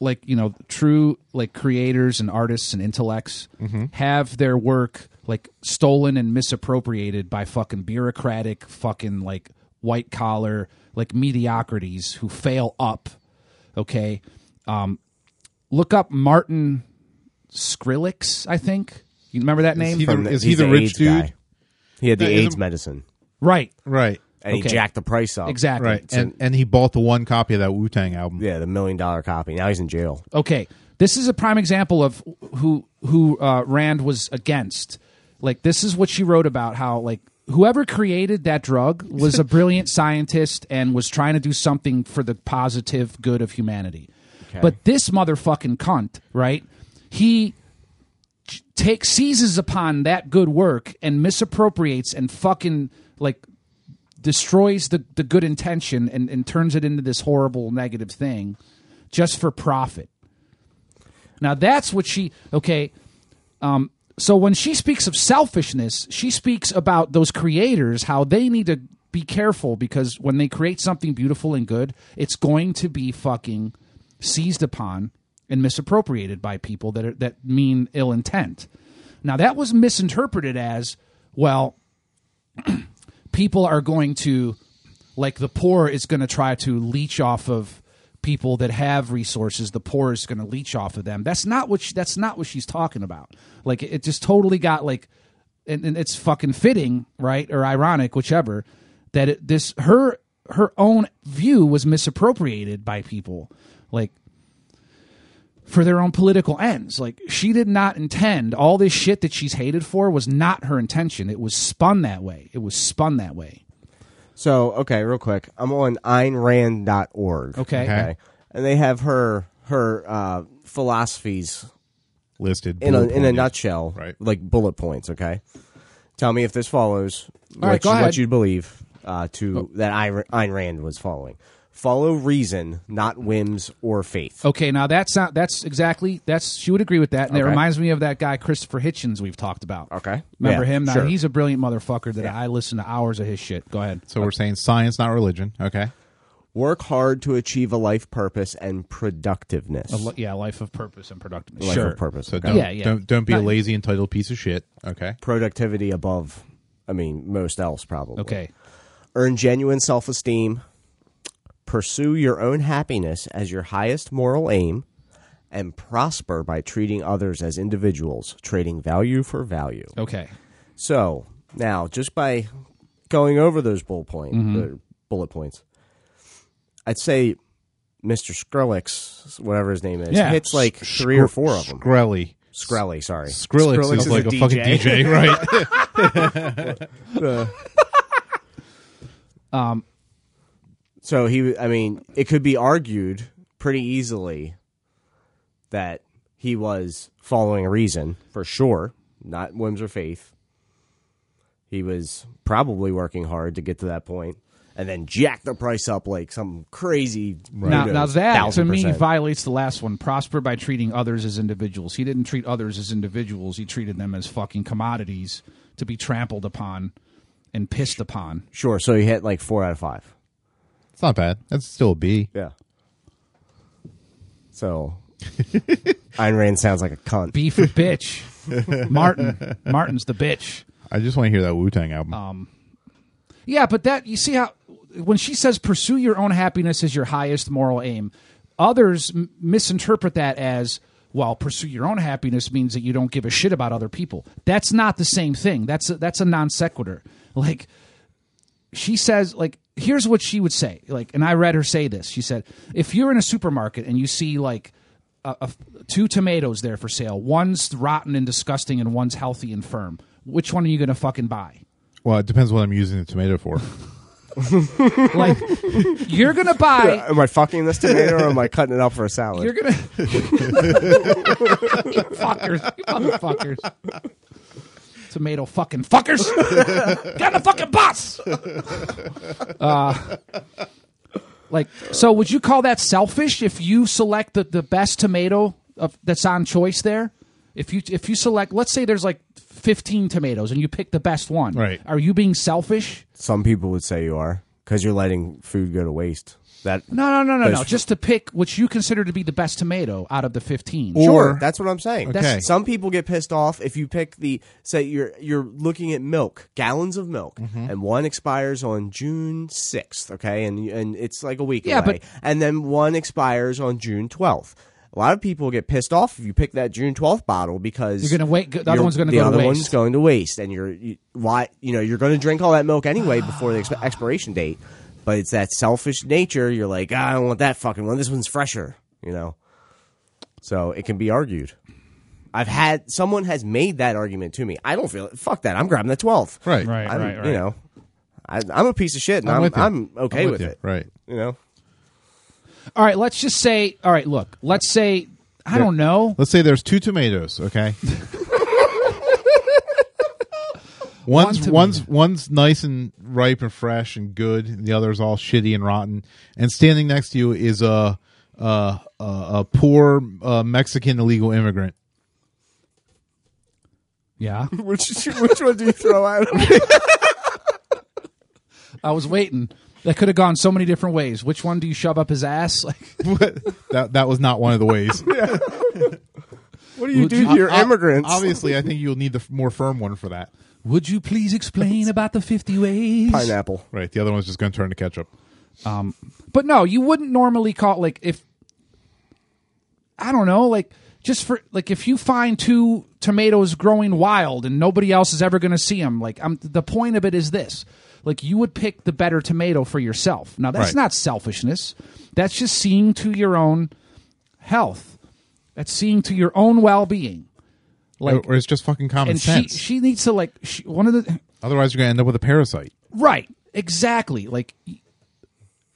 [SPEAKER 3] like, you know, true like creators and artists and intellects
[SPEAKER 4] Mm-hmm.
[SPEAKER 3] have their work like stolen and misappropriated by fucking bureaucratic fucking like white collar like mediocrities who fail up. Okay. Um look up Martin Skrillex, I think. You remember that name?
[SPEAKER 4] he the-
[SPEAKER 1] From
[SPEAKER 4] is
[SPEAKER 1] he's
[SPEAKER 4] he the rich
[SPEAKER 1] AIDS
[SPEAKER 4] dude?
[SPEAKER 1] Guy. He had the
[SPEAKER 4] That is
[SPEAKER 1] AIDS
[SPEAKER 4] a-
[SPEAKER 1] medicine,
[SPEAKER 3] right.
[SPEAKER 4] Right,
[SPEAKER 1] and
[SPEAKER 3] Okay.
[SPEAKER 1] he jacked the price up.
[SPEAKER 3] Exactly.
[SPEAKER 4] right, and and he bought the one copy of that Wu Tang album.
[SPEAKER 1] Yeah, the million dollar copy. Now he's in jail.
[SPEAKER 3] Okay. This is a prime example of who who uh, Rand was against. Like this is what she wrote about how like whoever created that drug was a brilliant scientist and was trying to do something for the positive good of humanity. But this motherfucking cunt, right? He takes seizes upon that good work and misappropriates and fucking like destroys the, the good intention and, and turns it into this horrible negative thing just for profit. Now that's what she okay. Um, so when she speaks of selfishness, she speaks about those creators how they need to be careful because when they create something beautiful and good, it's going to be fucking seized upon and misappropriated by people that are, that mean ill intent. Now that was misinterpreted as well people are going to like the poor is going to try to leech off of people that have resources the poor is going to leech off of them that's not what she, that's not what she's talking about like it, it just totally got like and, and it's fucking fitting right or ironic whichever that it, this her her own view was misappropriated by people like for their own political ends. Like she did not intend all this shit that she's hated for was not her intention. It was spun that way. It was spun that way.
[SPEAKER 1] So, okay, real quick. I'm on AynRand.org.
[SPEAKER 3] Okay.
[SPEAKER 1] Okay. And they have her her uh, philosophies
[SPEAKER 4] listed
[SPEAKER 1] in a,
[SPEAKER 4] bullet
[SPEAKER 1] in a
[SPEAKER 4] pointed.
[SPEAKER 1] nutshell,
[SPEAKER 4] Right.
[SPEAKER 1] like bullet points, okay? Tell me if this follows
[SPEAKER 3] All
[SPEAKER 1] what,
[SPEAKER 3] right, go
[SPEAKER 1] you, what
[SPEAKER 3] ahead. Oh.
[SPEAKER 1] you believe uh, to that Ayn Ayn Rand was following. Follow reason, not whims or faith.
[SPEAKER 3] Okay, now that's not that's exactly that's she would agree with that. And it
[SPEAKER 1] Okay.
[SPEAKER 3] reminds me of that guy Christopher Hitchens we've talked about.
[SPEAKER 1] Okay.
[SPEAKER 3] Remember
[SPEAKER 1] Yeah,
[SPEAKER 3] him? Now
[SPEAKER 1] sure.
[SPEAKER 3] he's a brilliant motherfucker that I listen to hours of his shit. Go ahead.
[SPEAKER 4] So we're saying science, not religion. Okay.
[SPEAKER 1] Work hard to achieve a life purpose and productiveness.
[SPEAKER 3] Li- Yeah, life of purpose and productiveness.
[SPEAKER 1] life
[SPEAKER 3] sure.
[SPEAKER 1] of purpose.
[SPEAKER 4] So
[SPEAKER 1] okay?
[SPEAKER 4] don't
[SPEAKER 3] Yeah, yeah.
[SPEAKER 4] don't don't be a
[SPEAKER 3] Not-
[SPEAKER 4] lazy entitled piece of shit. Okay.
[SPEAKER 1] Productivity above, I mean, most else probably.
[SPEAKER 3] Okay.
[SPEAKER 1] Earn genuine self esteem. Pursue your own happiness as your highest moral aim. And prosper by treating others as individuals, trading value for value.
[SPEAKER 3] Okay.
[SPEAKER 1] So now, just by going over those bullet point uh, bullet points, I'd say Mr. Skrillex, whatever his name is,
[SPEAKER 3] Yeah.
[SPEAKER 1] hits like three or four of them.
[SPEAKER 4] Skrelly.
[SPEAKER 1] Skrelly, sorry,
[SPEAKER 4] Skrillex, is, like a, fucking DJ, right?
[SPEAKER 1] So he, I mean, it could be argued pretty easily that he was following a reason for sure, not whims or faith. He was probably working hard to get to that point, and then jack the price up like some crazy.
[SPEAKER 3] Now,
[SPEAKER 1] who
[SPEAKER 3] now
[SPEAKER 1] knows,
[SPEAKER 3] that to
[SPEAKER 1] thousand
[SPEAKER 3] me
[SPEAKER 1] percent.
[SPEAKER 3] violates the last one. Prosper by treating others as individuals. He didn't treat others as individuals. He treated them as fucking commodities to be trampled upon and pissed upon.
[SPEAKER 1] Sure. So he hit like four out of five.
[SPEAKER 4] it's not bad. That's still a B.
[SPEAKER 1] Yeah. So Ayn Rand sounds like a cunt.
[SPEAKER 3] B for bitch. Martin. Martin's the bitch.
[SPEAKER 4] I just want to hear that Wu Tang album.
[SPEAKER 3] Yeah, but that you see how when she says pursue your own happiness as your highest moral aim, others m- misinterpret that as well. Pursue your own happiness means that you don't give a shit about other people. That's not the same thing. That's a, that's a non sequitur. Like she says, like here's what she would say. Like, and I read her say this. She said, if you're in a supermarket and you see like a, a f- two tomatoes there for sale, one's rotten and disgusting, and one's healthy and firm. Which one are you going to fucking buy?
[SPEAKER 4] well, it depends what I'm using the tomato for.
[SPEAKER 3] Like you're gonna buy
[SPEAKER 1] Am I fucking this tomato or am I cutting it up for a salad?
[SPEAKER 3] you're gonna You fuckers, you motherfuckers. Tomato fucking fuckers. Got the fucking bus. Uh, like so would you call that selfish if you select the, the best tomato of, that's on choice there? If you if you select let's say there's like 15 tomatoes and you pick the best one.
[SPEAKER 4] Right.
[SPEAKER 3] Are you being selfish?
[SPEAKER 1] Some people would say you are because you're letting food go to waste. That
[SPEAKER 3] No, no, no, no, no.
[SPEAKER 1] Those-
[SPEAKER 3] Just to pick what you consider to be the best tomato out of the 15.
[SPEAKER 1] sure.
[SPEAKER 4] Or-
[SPEAKER 1] That's what I'm saying.
[SPEAKER 4] Okay.
[SPEAKER 1] Some people get pissed off if you pick the say you're you're looking at milk gallons of milk
[SPEAKER 4] Mm-hmm.
[SPEAKER 1] and one expires on June 6th. Okay, and and it's like a week
[SPEAKER 3] Yeah,
[SPEAKER 1] away,
[SPEAKER 3] but-
[SPEAKER 1] and then one expires on June 12th. A lot of people get pissed off if you pick that June 12th bottle because
[SPEAKER 3] You're gonna wait- the other
[SPEAKER 1] you're-
[SPEAKER 3] one's gonna
[SPEAKER 1] the
[SPEAKER 3] go to
[SPEAKER 1] other
[SPEAKER 3] waste.
[SPEAKER 1] one's going to waste, and you're you, why you know you're going to drink all that milk anyway before the exp- expiration date. But it's that selfish nature. You're like, "Ah, I don't want that fucking one. This one's fresher, you know. So it can be argued. I've had someone has made that argument to me. I don't feel it. Fuck that. I'm grabbing the 12.
[SPEAKER 4] Right.
[SPEAKER 3] Right,
[SPEAKER 1] I'm,
[SPEAKER 3] right, right.
[SPEAKER 1] You know, I, I'm a piece of shit, and
[SPEAKER 4] I'm
[SPEAKER 1] I'm
[SPEAKER 4] with you.
[SPEAKER 1] I'm, okay
[SPEAKER 4] I'm
[SPEAKER 1] with,
[SPEAKER 4] you.
[SPEAKER 1] it.
[SPEAKER 4] Right.
[SPEAKER 1] You know.
[SPEAKER 3] All right, let's just say, all right, look, let's say, I don't know.
[SPEAKER 4] Let's say there's two tomatoes, okay? one's
[SPEAKER 3] tomato.
[SPEAKER 4] one's one's nice and ripe and fresh and good, and the other's all shitty and rotten. And standing next to you is a uh, uh, a poor uh, Mexican illegal immigrant.
[SPEAKER 3] Yeah,
[SPEAKER 1] Which which one do you throw out?
[SPEAKER 3] I was waiting. That could have gone so many different ways. Which one do you shove up his ass? Like,
[SPEAKER 4] That that was not one of the ways.
[SPEAKER 1] What do you do to
[SPEAKER 4] Ob-
[SPEAKER 1] your
[SPEAKER 4] ob-
[SPEAKER 1] immigrants?
[SPEAKER 4] Obviously, I think you'll need the f- more firm one for that.
[SPEAKER 3] would you please explain about the fifty ways?
[SPEAKER 1] Pineapple.
[SPEAKER 4] Right. The other one's just going to turn to ketchup.
[SPEAKER 3] But no, you wouldn't normally call like if I don't know, like just for like if you find two tomatoes growing wild and nobody else is ever going to see them, like I'm the point of it is this. Like you would pick the better tomato for yourself. Now that's
[SPEAKER 4] Right.
[SPEAKER 3] not selfishness. That's just seeing to your own health. That's seeing to your own well-being. Like
[SPEAKER 4] or, or it's just fucking common
[SPEAKER 3] and she
[SPEAKER 4] sense.
[SPEAKER 3] she needs to like she, one of the
[SPEAKER 4] Otherwise, you're going to end up with a parasite.
[SPEAKER 3] Right. Exactly. Like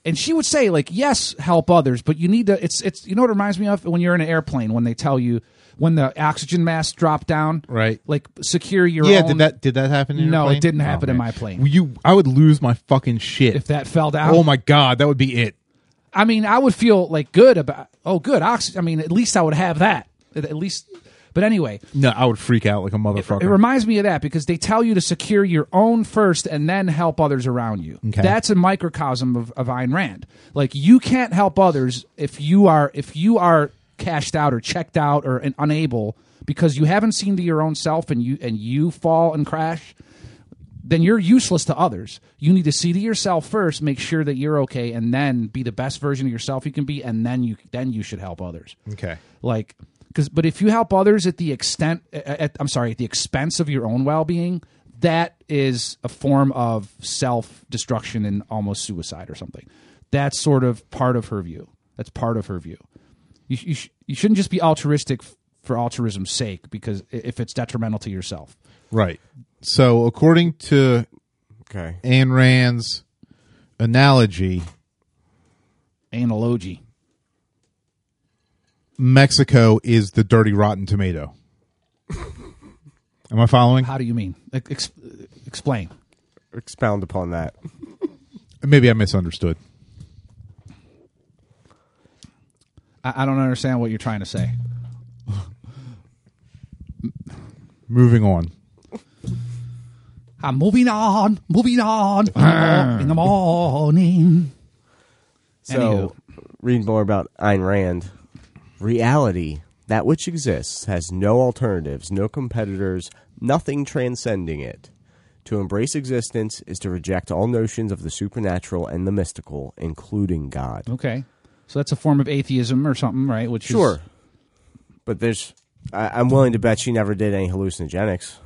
[SPEAKER 3] and she would say like yes help others but you need to it's it's you know what it reminds me of when you're in an airplane when they tell you when the oxygen mask drop down
[SPEAKER 4] Right.
[SPEAKER 3] like secure your
[SPEAKER 4] yeah.
[SPEAKER 3] own
[SPEAKER 4] Did that did that happen? In your
[SPEAKER 3] No, it
[SPEAKER 4] plane?
[SPEAKER 3] didn't
[SPEAKER 4] Oh,
[SPEAKER 3] happen in
[SPEAKER 4] man.
[SPEAKER 3] my plane.
[SPEAKER 4] Well, You, I would lose my fucking shit
[SPEAKER 3] if that fell down
[SPEAKER 4] Oh my god, that would be it.
[SPEAKER 3] I mean, I would feel like good about. Oh, good. Ox- I mean, at least I would have that. At at least, but anyway,
[SPEAKER 4] No, I would freak out like a motherfucker.
[SPEAKER 3] it reminds me of that because they tell you to secure your own first and then help others around you.
[SPEAKER 4] Okay.
[SPEAKER 3] That's a microcosm of, of Ayn Rand. Like you can't help others if you are if you are cashed out or checked out or and unable because you haven't seen to your own self and you and you fall and crash then you're useless to others. You need to see to yourself first, make sure that you're okay, and then be the best version of yourself you can be, and then you then you should help others.
[SPEAKER 4] Okay.
[SPEAKER 3] Like, because but if you help others at the extent, at, at- I'm sorry, at the expense of your own well being, that is a form of self destruction and almost suicide or something. That's sort of part of her view. That's part of her view. You sh- you, sh- you shouldn't just be altruistic f- for altruism's sake because i- if it's detrimental to yourself.
[SPEAKER 4] Right. So according to
[SPEAKER 1] Okay.
[SPEAKER 4] Ayn Rand's analogy,
[SPEAKER 3] Analogy.
[SPEAKER 4] Mexico is the dirty rotten tomato. Am I following?
[SPEAKER 3] How do you mean? E, Ex- explain.
[SPEAKER 1] Expound upon that.
[SPEAKER 4] Maybe I misunderstood.
[SPEAKER 3] I, I don't understand what you're trying to say.
[SPEAKER 4] Moving on.
[SPEAKER 3] I'm moving on, moving on in the mor- in the morning.
[SPEAKER 1] So, read more about Ayn Rand. Reality, that which exists, has no alternatives, no competitors, nothing transcending it. To embrace existence is to reject all notions of the supernatural and the mystical, including God.
[SPEAKER 3] Okay. So that's a form of atheism or something, right? Which
[SPEAKER 1] Sure. But there's, I, I'm willing to bet she never did any hallucinogenics.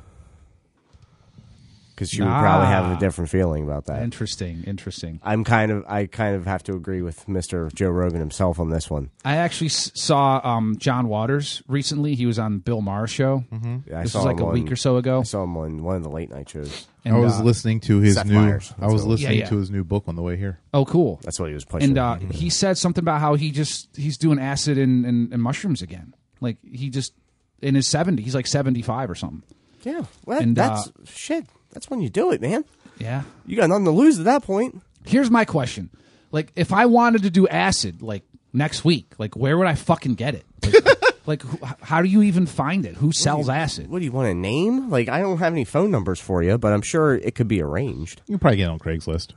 [SPEAKER 1] Because she would probably have
[SPEAKER 3] Ah.
[SPEAKER 1] a different feeling about that.
[SPEAKER 3] is interesting, interesting.
[SPEAKER 1] I'm kind of, I kind of have to agree with Mr. Joe Rogan himself on this one.
[SPEAKER 3] I actually s- saw um, John Waters recently. He was on Bill Maher's show. Mm-hmm.
[SPEAKER 1] Yeah, I
[SPEAKER 3] this
[SPEAKER 1] saw
[SPEAKER 3] was like
[SPEAKER 1] him
[SPEAKER 3] a
[SPEAKER 1] on-
[SPEAKER 3] week or so ago.
[SPEAKER 1] I saw him on one of the late night shows.
[SPEAKER 3] And,
[SPEAKER 4] I was
[SPEAKER 3] uh,
[SPEAKER 4] listening to his
[SPEAKER 1] Seth
[SPEAKER 4] new.
[SPEAKER 1] Meyers.
[SPEAKER 4] I was
[SPEAKER 1] So-
[SPEAKER 4] listening
[SPEAKER 3] Yeah, yeah.
[SPEAKER 4] to his new book on the way here.
[SPEAKER 3] Oh, cool.
[SPEAKER 1] That's Mm-hmm. what he was pushing.
[SPEAKER 3] and uh, he said something about how he just he's doing acid and, and, and mushrooms again. Like he just in his 70s, he's like 75 or something.
[SPEAKER 1] yeah, well,
[SPEAKER 3] and,
[SPEAKER 1] that's
[SPEAKER 3] uh,
[SPEAKER 1] shit. That's when you do it, man.
[SPEAKER 3] Yeah.
[SPEAKER 1] You got nothing to lose at that point.
[SPEAKER 3] Here's my question. Like, if I wanted to do acid, like, next week, like, where would I fucking get it? Like, like who, h- how do you even find it? Who sells acid?
[SPEAKER 1] What do you want a name? Like, I don't have any phone numbers for you, but I'm sure it could be arranged.
[SPEAKER 4] You can probably get it on Craigslist.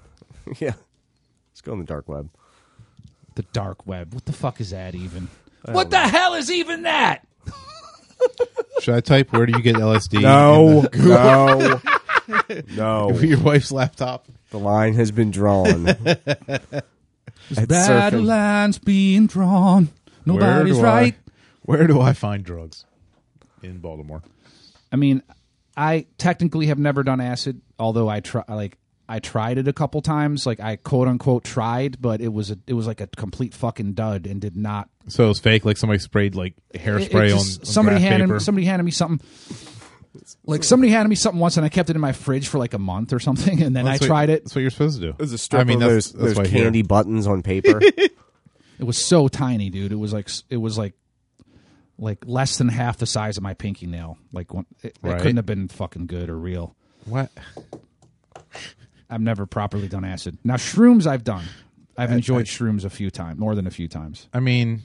[SPEAKER 1] yeah, let's go on the dark web.
[SPEAKER 3] The dark web. What the fuck is that even? What the hell is even that?
[SPEAKER 4] Should I type where do you get LSD? in the-
[SPEAKER 1] no, no.
[SPEAKER 4] your wife's laptop.
[SPEAKER 1] The line has been drawn. It's
[SPEAKER 3] Bad
[SPEAKER 1] surfing.
[SPEAKER 3] lines being drawn. Nobody's right.
[SPEAKER 4] I, where do I find drugs in Baltimore?
[SPEAKER 3] I mean, I technically have never done acid, although I try like I tried it a couple times. Like I quote unquote tried, but it was a it was like a complete fucking dud and did not
[SPEAKER 4] So it was fake, like somebody sprayed like
[SPEAKER 3] It- it
[SPEAKER 4] hairspray on,
[SPEAKER 3] just-
[SPEAKER 4] on
[SPEAKER 3] somebody
[SPEAKER 4] graph
[SPEAKER 3] handed
[SPEAKER 4] paper.
[SPEAKER 3] me, somebody handed me something. Like somebody handed me something once, and I kept it in my fridge for like a month or something, and then
[SPEAKER 4] That's
[SPEAKER 3] I
[SPEAKER 4] what-
[SPEAKER 3] tried it.
[SPEAKER 4] That's what you're supposed to do.
[SPEAKER 1] There's a strip of those, those
[SPEAKER 4] why I hear.
[SPEAKER 1] candy buttons on paper.
[SPEAKER 3] It was so tiny, dude. It was like s- it was like like less than half the size of my pinky nail. Like one, it, it
[SPEAKER 4] Right.
[SPEAKER 3] couldn't have been fucking good or real.
[SPEAKER 4] What?
[SPEAKER 3] I've never properly done acid. Now shrooms, I've done. I've enjoyed shrooms a few times, more than a few times.
[SPEAKER 4] I mean,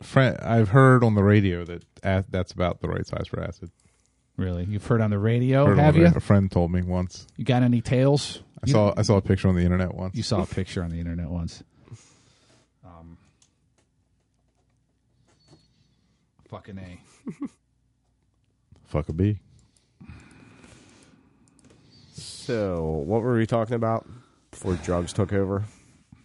[SPEAKER 4] fr- I've heard on the radio that a- that's about the right size for acid.
[SPEAKER 3] Really, you've heard on the radio,
[SPEAKER 4] Heard on
[SPEAKER 3] Oh, have
[SPEAKER 4] the
[SPEAKER 3] you?
[SPEAKER 4] radio- A friend told me once.
[SPEAKER 3] You got any tales?
[SPEAKER 4] I saw I saw a picture on the internet once.
[SPEAKER 3] You saw a picture on the internet once. Um, fucking a.
[SPEAKER 4] Fuck a bee.
[SPEAKER 1] So, what were we talking about before drugs took over?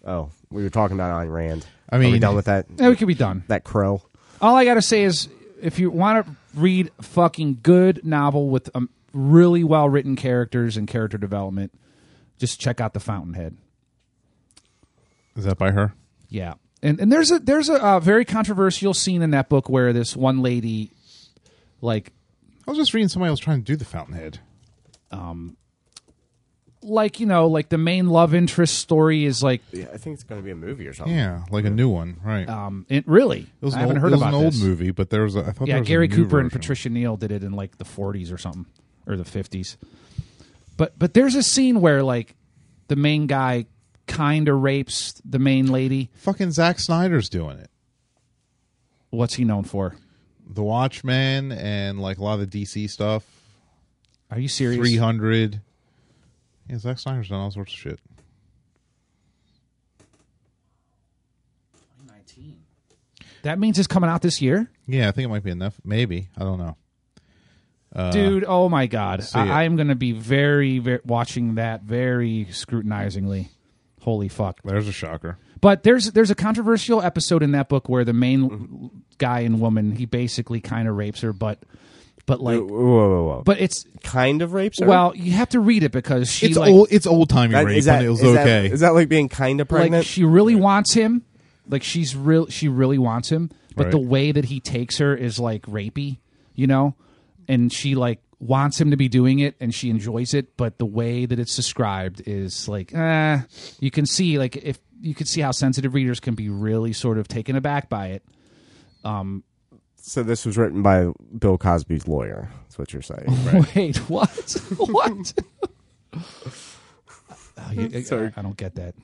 [SPEAKER 1] Oh, we were talking about Ayn Rand.
[SPEAKER 4] I
[SPEAKER 1] Are we
[SPEAKER 4] mean-
[SPEAKER 1] done with that
[SPEAKER 3] Yeah, we could be done.
[SPEAKER 1] that crow.
[SPEAKER 3] All I gotta say is, if you want to read a fucking good novel with um, really well written characters and character development, just check out The Fountainhead.
[SPEAKER 4] Is that by her?
[SPEAKER 3] Yeah, and and there's a there's a uh, very controversial scene in that book where this one lady, like
[SPEAKER 4] I was just reading somebody else trying to do the Fountainhead.
[SPEAKER 3] like you know like the main love interest story is like
[SPEAKER 1] Yeah, I think it's going to be a movie or
[SPEAKER 3] Oh.
[SPEAKER 1] something.
[SPEAKER 4] Yeah, like a new one, right?
[SPEAKER 3] um it really
[SPEAKER 4] it was an
[SPEAKER 3] I haven't
[SPEAKER 4] old,
[SPEAKER 3] heard
[SPEAKER 4] it was
[SPEAKER 3] about
[SPEAKER 4] an old
[SPEAKER 3] this.
[SPEAKER 4] movie, but there was a, I thought
[SPEAKER 3] Yeah,
[SPEAKER 4] there was a
[SPEAKER 3] Gary
[SPEAKER 4] new
[SPEAKER 3] Cooper and
[SPEAKER 4] version.
[SPEAKER 3] Patricia Neal did it in like the 40s or something or the 50s. But but there's a scene where like the main guy kind of rapes the main lady.
[SPEAKER 4] Fucking Zack Snyder's doing it.
[SPEAKER 3] What's he known for?
[SPEAKER 4] The Watchmen and like a lot of the DC stuff.
[SPEAKER 3] Are you serious?
[SPEAKER 4] Three hundred. Yeah, Zack Snyder's done all sorts of shit.
[SPEAKER 3] 19. That means it's coming out this year?
[SPEAKER 4] Yeah, I think it might be enough. Maybe I don't know.
[SPEAKER 3] Dude, oh my god.
[SPEAKER 4] Uh, it.
[SPEAKER 3] I, I am going to be very, very watching that very scrutinizingly. Holy fuck.
[SPEAKER 4] There's a shocker.
[SPEAKER 3] But there's there's a controversial episode in that book where the
[SPEAKER 4] Mm-hmm.
[SPEAKER 3] main guy and woman, he basically kind of rapes her, but but like
[SPEAKER 1] Whoa, whoa, whoa, whoa.
[SPEAKER 3] but it's
[SPEAKER 1] kind of rapes her?
[SPEAKER 3] Well, you have to read it because she
[SPEAKER 4] It's
[SPEAKER 3] like,
[SPEAKER 4] old. It's old timey
[SPEAKER 1] That-
[SPEAKER 4] rape,
[SPEAKER 1] is that,
[SPEAKER 4] and it was
[SPEAKER 1] is that-
[SPEAKER 4] okay.
[SPEAKER 1] is that like being kind of
[SPEAKER 3] like
[SPEAKER 1] pregnant?
[SPEAKER 3] she really wants him. Like she's real she really wants him, but
[SPEAKER 4] Right.
[SPEAKER 3] the way that he takes her is like rapey, you know? And she like wants him to be doing it and she enjoys it, but the way that it's described is like eh, you can see like if you can see how sensitive readers can be really sort of taken aback by it.
[SPEAKER 1] so this was written by Bill Cosby's lawyer. That's what you're saying, right?
[SPEAKER 3] Wait, what? what? Oh, you- I don't get that.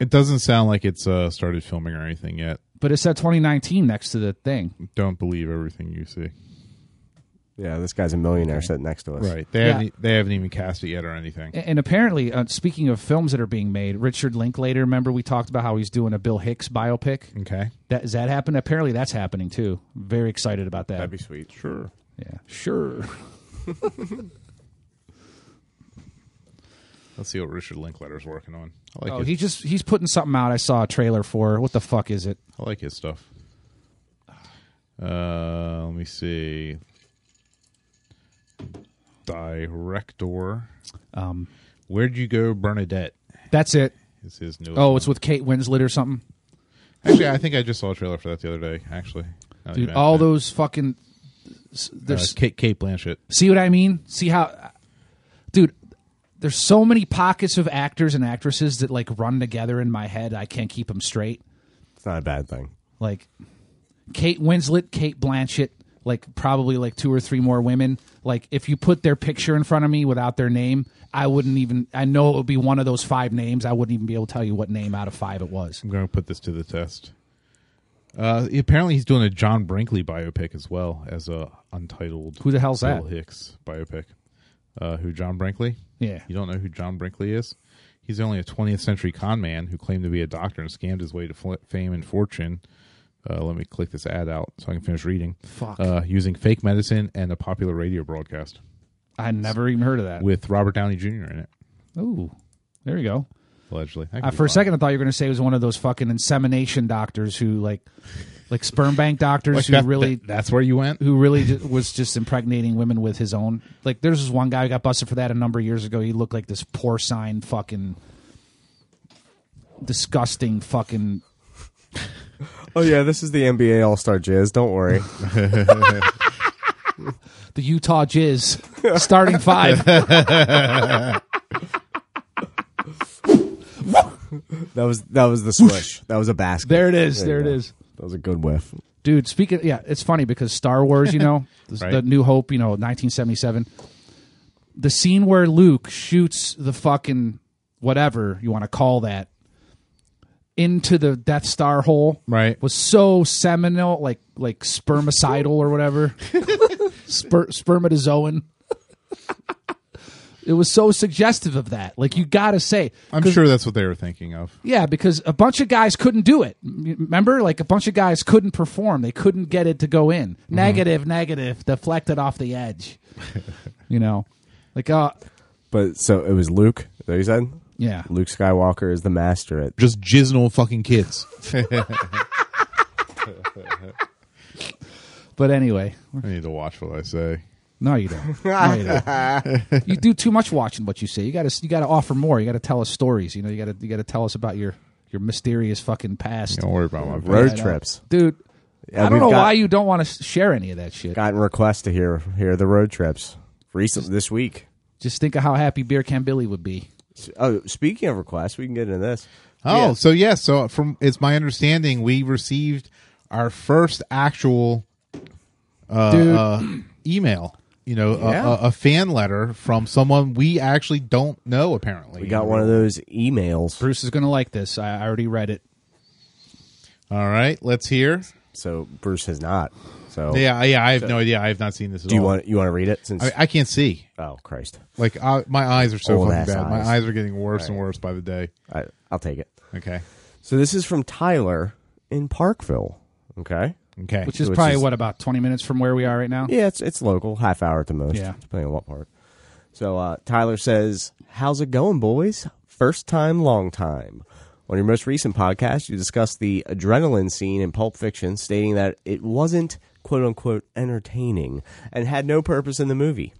[SPEAKER 4] it doesn't sound like it's uh, started filming or anything yet.
[SPEAKER 3] But it said 2019 next to the thing.
[SPEAKER 4] Don't believe everything you see.
[SPEAKER 1] yeah, this guy's a millionaire sitting next to us.
[SPEAKER 4] Right? They
[SPEAKER 3] Yeah.
[SPEAKER 4] haven't. e, They haven't even cast it yet or anything.
[SPEAKER 3] A- And apparently, uh, speaking of films that are being made, Richard Linklater. Remember we talked about how he's doing a Bill Hicks biopic.
[SPEAKER 4] Okay.
[SPEAKER 3] That is that happened? Apparently, that's happening too. Very excited about that.
[SPEAKER 1] That'd be sweet.
[SPEAKER 4] Sure.
[SPEAKER 3] yeah, sure.
[SPEAKER 4] Let's see what Richard Linklater's working on. I like
[SPEAKER 3] Oh,
[SPEAKER 4] his,
[SPEAKER 3] he just he's putting something out. I saw a trailer for. What the fuck is it?
[SPEAKER 4] I like his stuff.
[SPEAKER 3] Ah.
[SPEAKER 4] Uh, let me see. Director.
[SPEAKER 3] Um,
[SPEAKER 4] Where'd you go, Bernadette?
[SPEAKER 3] that's it.
[SPEAKER 4] Is his new?
[SPEAKER 3] Oh, it's with Kate Winslet or something.
[SPEAKER 4] actually, I think I just saw a trailer for that the other day. Actually, Now that
[SPEAKER 3] Dude,
[SPEAKER 4] you mention
[SPEAKER 3] all
[SPEAKER 4] it.
[SPEAKER 3] those fucking. s-
[SPEAKER 4] Uh,
[SPEAKER 3] There's
[SPEAKER 4] Kate, Kate Blanchett.
[SPEAKER 3] See what I mean? See how, dude? There's so many pockets of actors and actresses that like run together in my head. I can't keep them straight.
[SPEAKER 1] It's not a bad thing.
[SPEAKER 3] Like Kate Winslet, Kate Blanchett, like probably like two or three more women. Like if you put their picture in front of me without their name, I wouldn't even. I know it would be one of those five names. I wouldn't even be able to tell you what name out of five it was.
[SPEAKER 4] I'm going to put this to the test. Uh, apparently, he's doing a John Brinkley biopic as well as a untitled
[SPEAKER 3] Who the hell's
[SPEAKER 4] Bill
[SPEAKER 3] that?
[SPEAKER 4] Hicks biopic. Uh, who John Brinkley?
[SPEAKER 3] Yeah.
[SPEAKER 4] you don't know who John Brinkley is? He's only a 20th century con man who claimed to be a doctor and scammed his way to fl- fame and fortune. Uh, let me click this ad out so I can finish reading.
[SPEAKER 3] Fuck.
[SPEAKER 4] Uh, using fake medicine and a popular radio broadcast
[SPEAKER 3] I never even heard of that.
[SPEAKER 4] with Robert Downey Jr. in it,
[SPEAKER 3] Ooh, there you go.
[SPEAKER 4] allegedly. That could
[SPEAKER 3] Uh,
[SPEAKER 4] be
[SPEAKER 3] for a
[SPEAKER 4] fun.
[SPEAKER 3] second, I thought you were going to say it was one of those fucking insemination doctors who like, like sperm bank doctors
[SPEAKER 4] Like
[SPEAKER 3] who
[SPEAKER 4] that-
[SPEAKER 3] really,
[SPEAKER 4] that- that's where you went?
[SPEAKER 3] who really ju- was just impregnating women with his own. Like, there's this one guy who got busted for that a number of years ago. He looked like this porcine fucking, disgusting fucking.
[SPEAKER 1] Oh yeah, this is the NBA All Star Jizz. Don't worry.
[SPEAKER 3] The Utah Jizz starting five.
[SPEAKER 1] that was that was the swish. that was a basket.
[SPEAKER 3] There it is. There
[SPEAKER 1] you
[SPEAKER 3] it
[SPEAKER 1] go.
[SPEAKER 3] is.
[SPEAKER 1] That was a good whiff.
[SPEAKER 3] dude speaking yeah it's funny because star wars you know the,
[SPEAKER 4] Right.
[SPEAKER 3] the new hope you know 1977 the scene where luke shoots the fucking whatever you want to call that into the Death Star hole
[SPEAKER 4] Right.
[SPEAKER 3] was so seminal, like like spermicidal or whatever, Sper- spermatozoan. it was so suggestive of that. Like you got to say,
[SPEAKER 4] I'm sure that's what they were thinking of.
[SPEAKER 3] yeah, because a bunch of guys couldn't do it. M- Remember, like a bunch of guys couldn't perform. They couldn't get it to go in. Negative, negative, deflected off the edge. you know, like uh,
[SPEAKER 1] But so it was Luke. Is that what you said?
[SPEAKER 3] yeah,
[SPEAKER 1] Luke Skywalker is the master at
[SPEAKER 4] Just jizzing old fucking kids.
[SPEAKER 3] but anyway,
[SPEAKER 4] I need to watch what I say.
[SPEAKER 3] No, you don't. No, you, don't. You do too much watching what you say. You got to you got to offer more. You got to tell us stories. You know, you got to you got to tell us about your your mysterious fucking past.
[SPEAKER 4] Don't worry about my voice.
[SPEAKER 1] road
[SPEAKER 3] I know.
[SPEAKER 1] trips.
[SPEAKER 3] dude.
[SPEAKER 1] Yeah,
[SPEAKER 3] I don't
[SPEAKER 1] we've
[SPEAKER 3] know
[SPEAKER 1] got-
[SPEAKER 3] why you don't want to share any of that shit.
[SPEAKER 1] Gotten requests to hear hear the road trips recently this week.
[SPEAKER 3] Just think of how happy Beer Can Billy would be.
[SPEAKER 1] Oh, speaking of requests, we can get into this.
[SPEAKER 4] Oh,
[SPEAKER 1] Yeah.
[SPEAKER 4] so yeah, so from it's my understanding we received our first actual uh,
[SPEAKER 3] Dude.
[SPEAKER 4] uh email. You know, a-
[SPEAKER 1] Yeah.
[SPEAKER 4] a, a fan letter from someone we actually don't know. Apparently,
[SPEAKER 1] We got one of those emails.
[SPEAKER 3] Bruce is gonna like this. I, I already read it.
[SPEAKER 4] All right, let's hear.
[SPEAKER 1] So Bruce has not. Oh. So
[SPEAKER 4] Yeah, yeah, I have no idea. I have not seen this. At
[SPEAKER 1] do you
[SPEAKER 4] all.
[SPEAKER 1] want you want to read it? Since
[SPEAKER 4] I, I can't see.
[SPEAKER 1] oh Christ,
[SPEAKER 4] Like I, my eyes are so
[SPEAKER 1] Old
[SPEAKER 4] fucking
[SPEAKER 1] ass
[SPEAKER 4] bad. My
[SPEAKER 1] eyes.
[SPEAKER 4] eyes are getting worse and worse by the day.
[SPEAKER 1] I, I'll take it.
[SPEAKER 4] Okay,
[SPEAKER 1] So this is from Tyler in Parkville. Okay.
[SPEAKER 4] okay.
[SPEAKER 3] Which is
[SPEAKER 1] So it's
[SPEAKER 3] probably
[SPEAKER 1] just-
[SPEAKER 3] what about twenty minutes from where we are right now.
[SPEAKER 1] Yeah, it's it's local, half hour at the most,
[SPEAKER 3] Yeah.
[SPEAKER 1] depending on what part. So uh, Tyler says, "How's it going, boys? First time, long time." On your most recent podcast, you discussed the adrenaline scene in Pulp Fiction, stating that it wasn't "quote unquote" entertaining and had no purpose in the movie.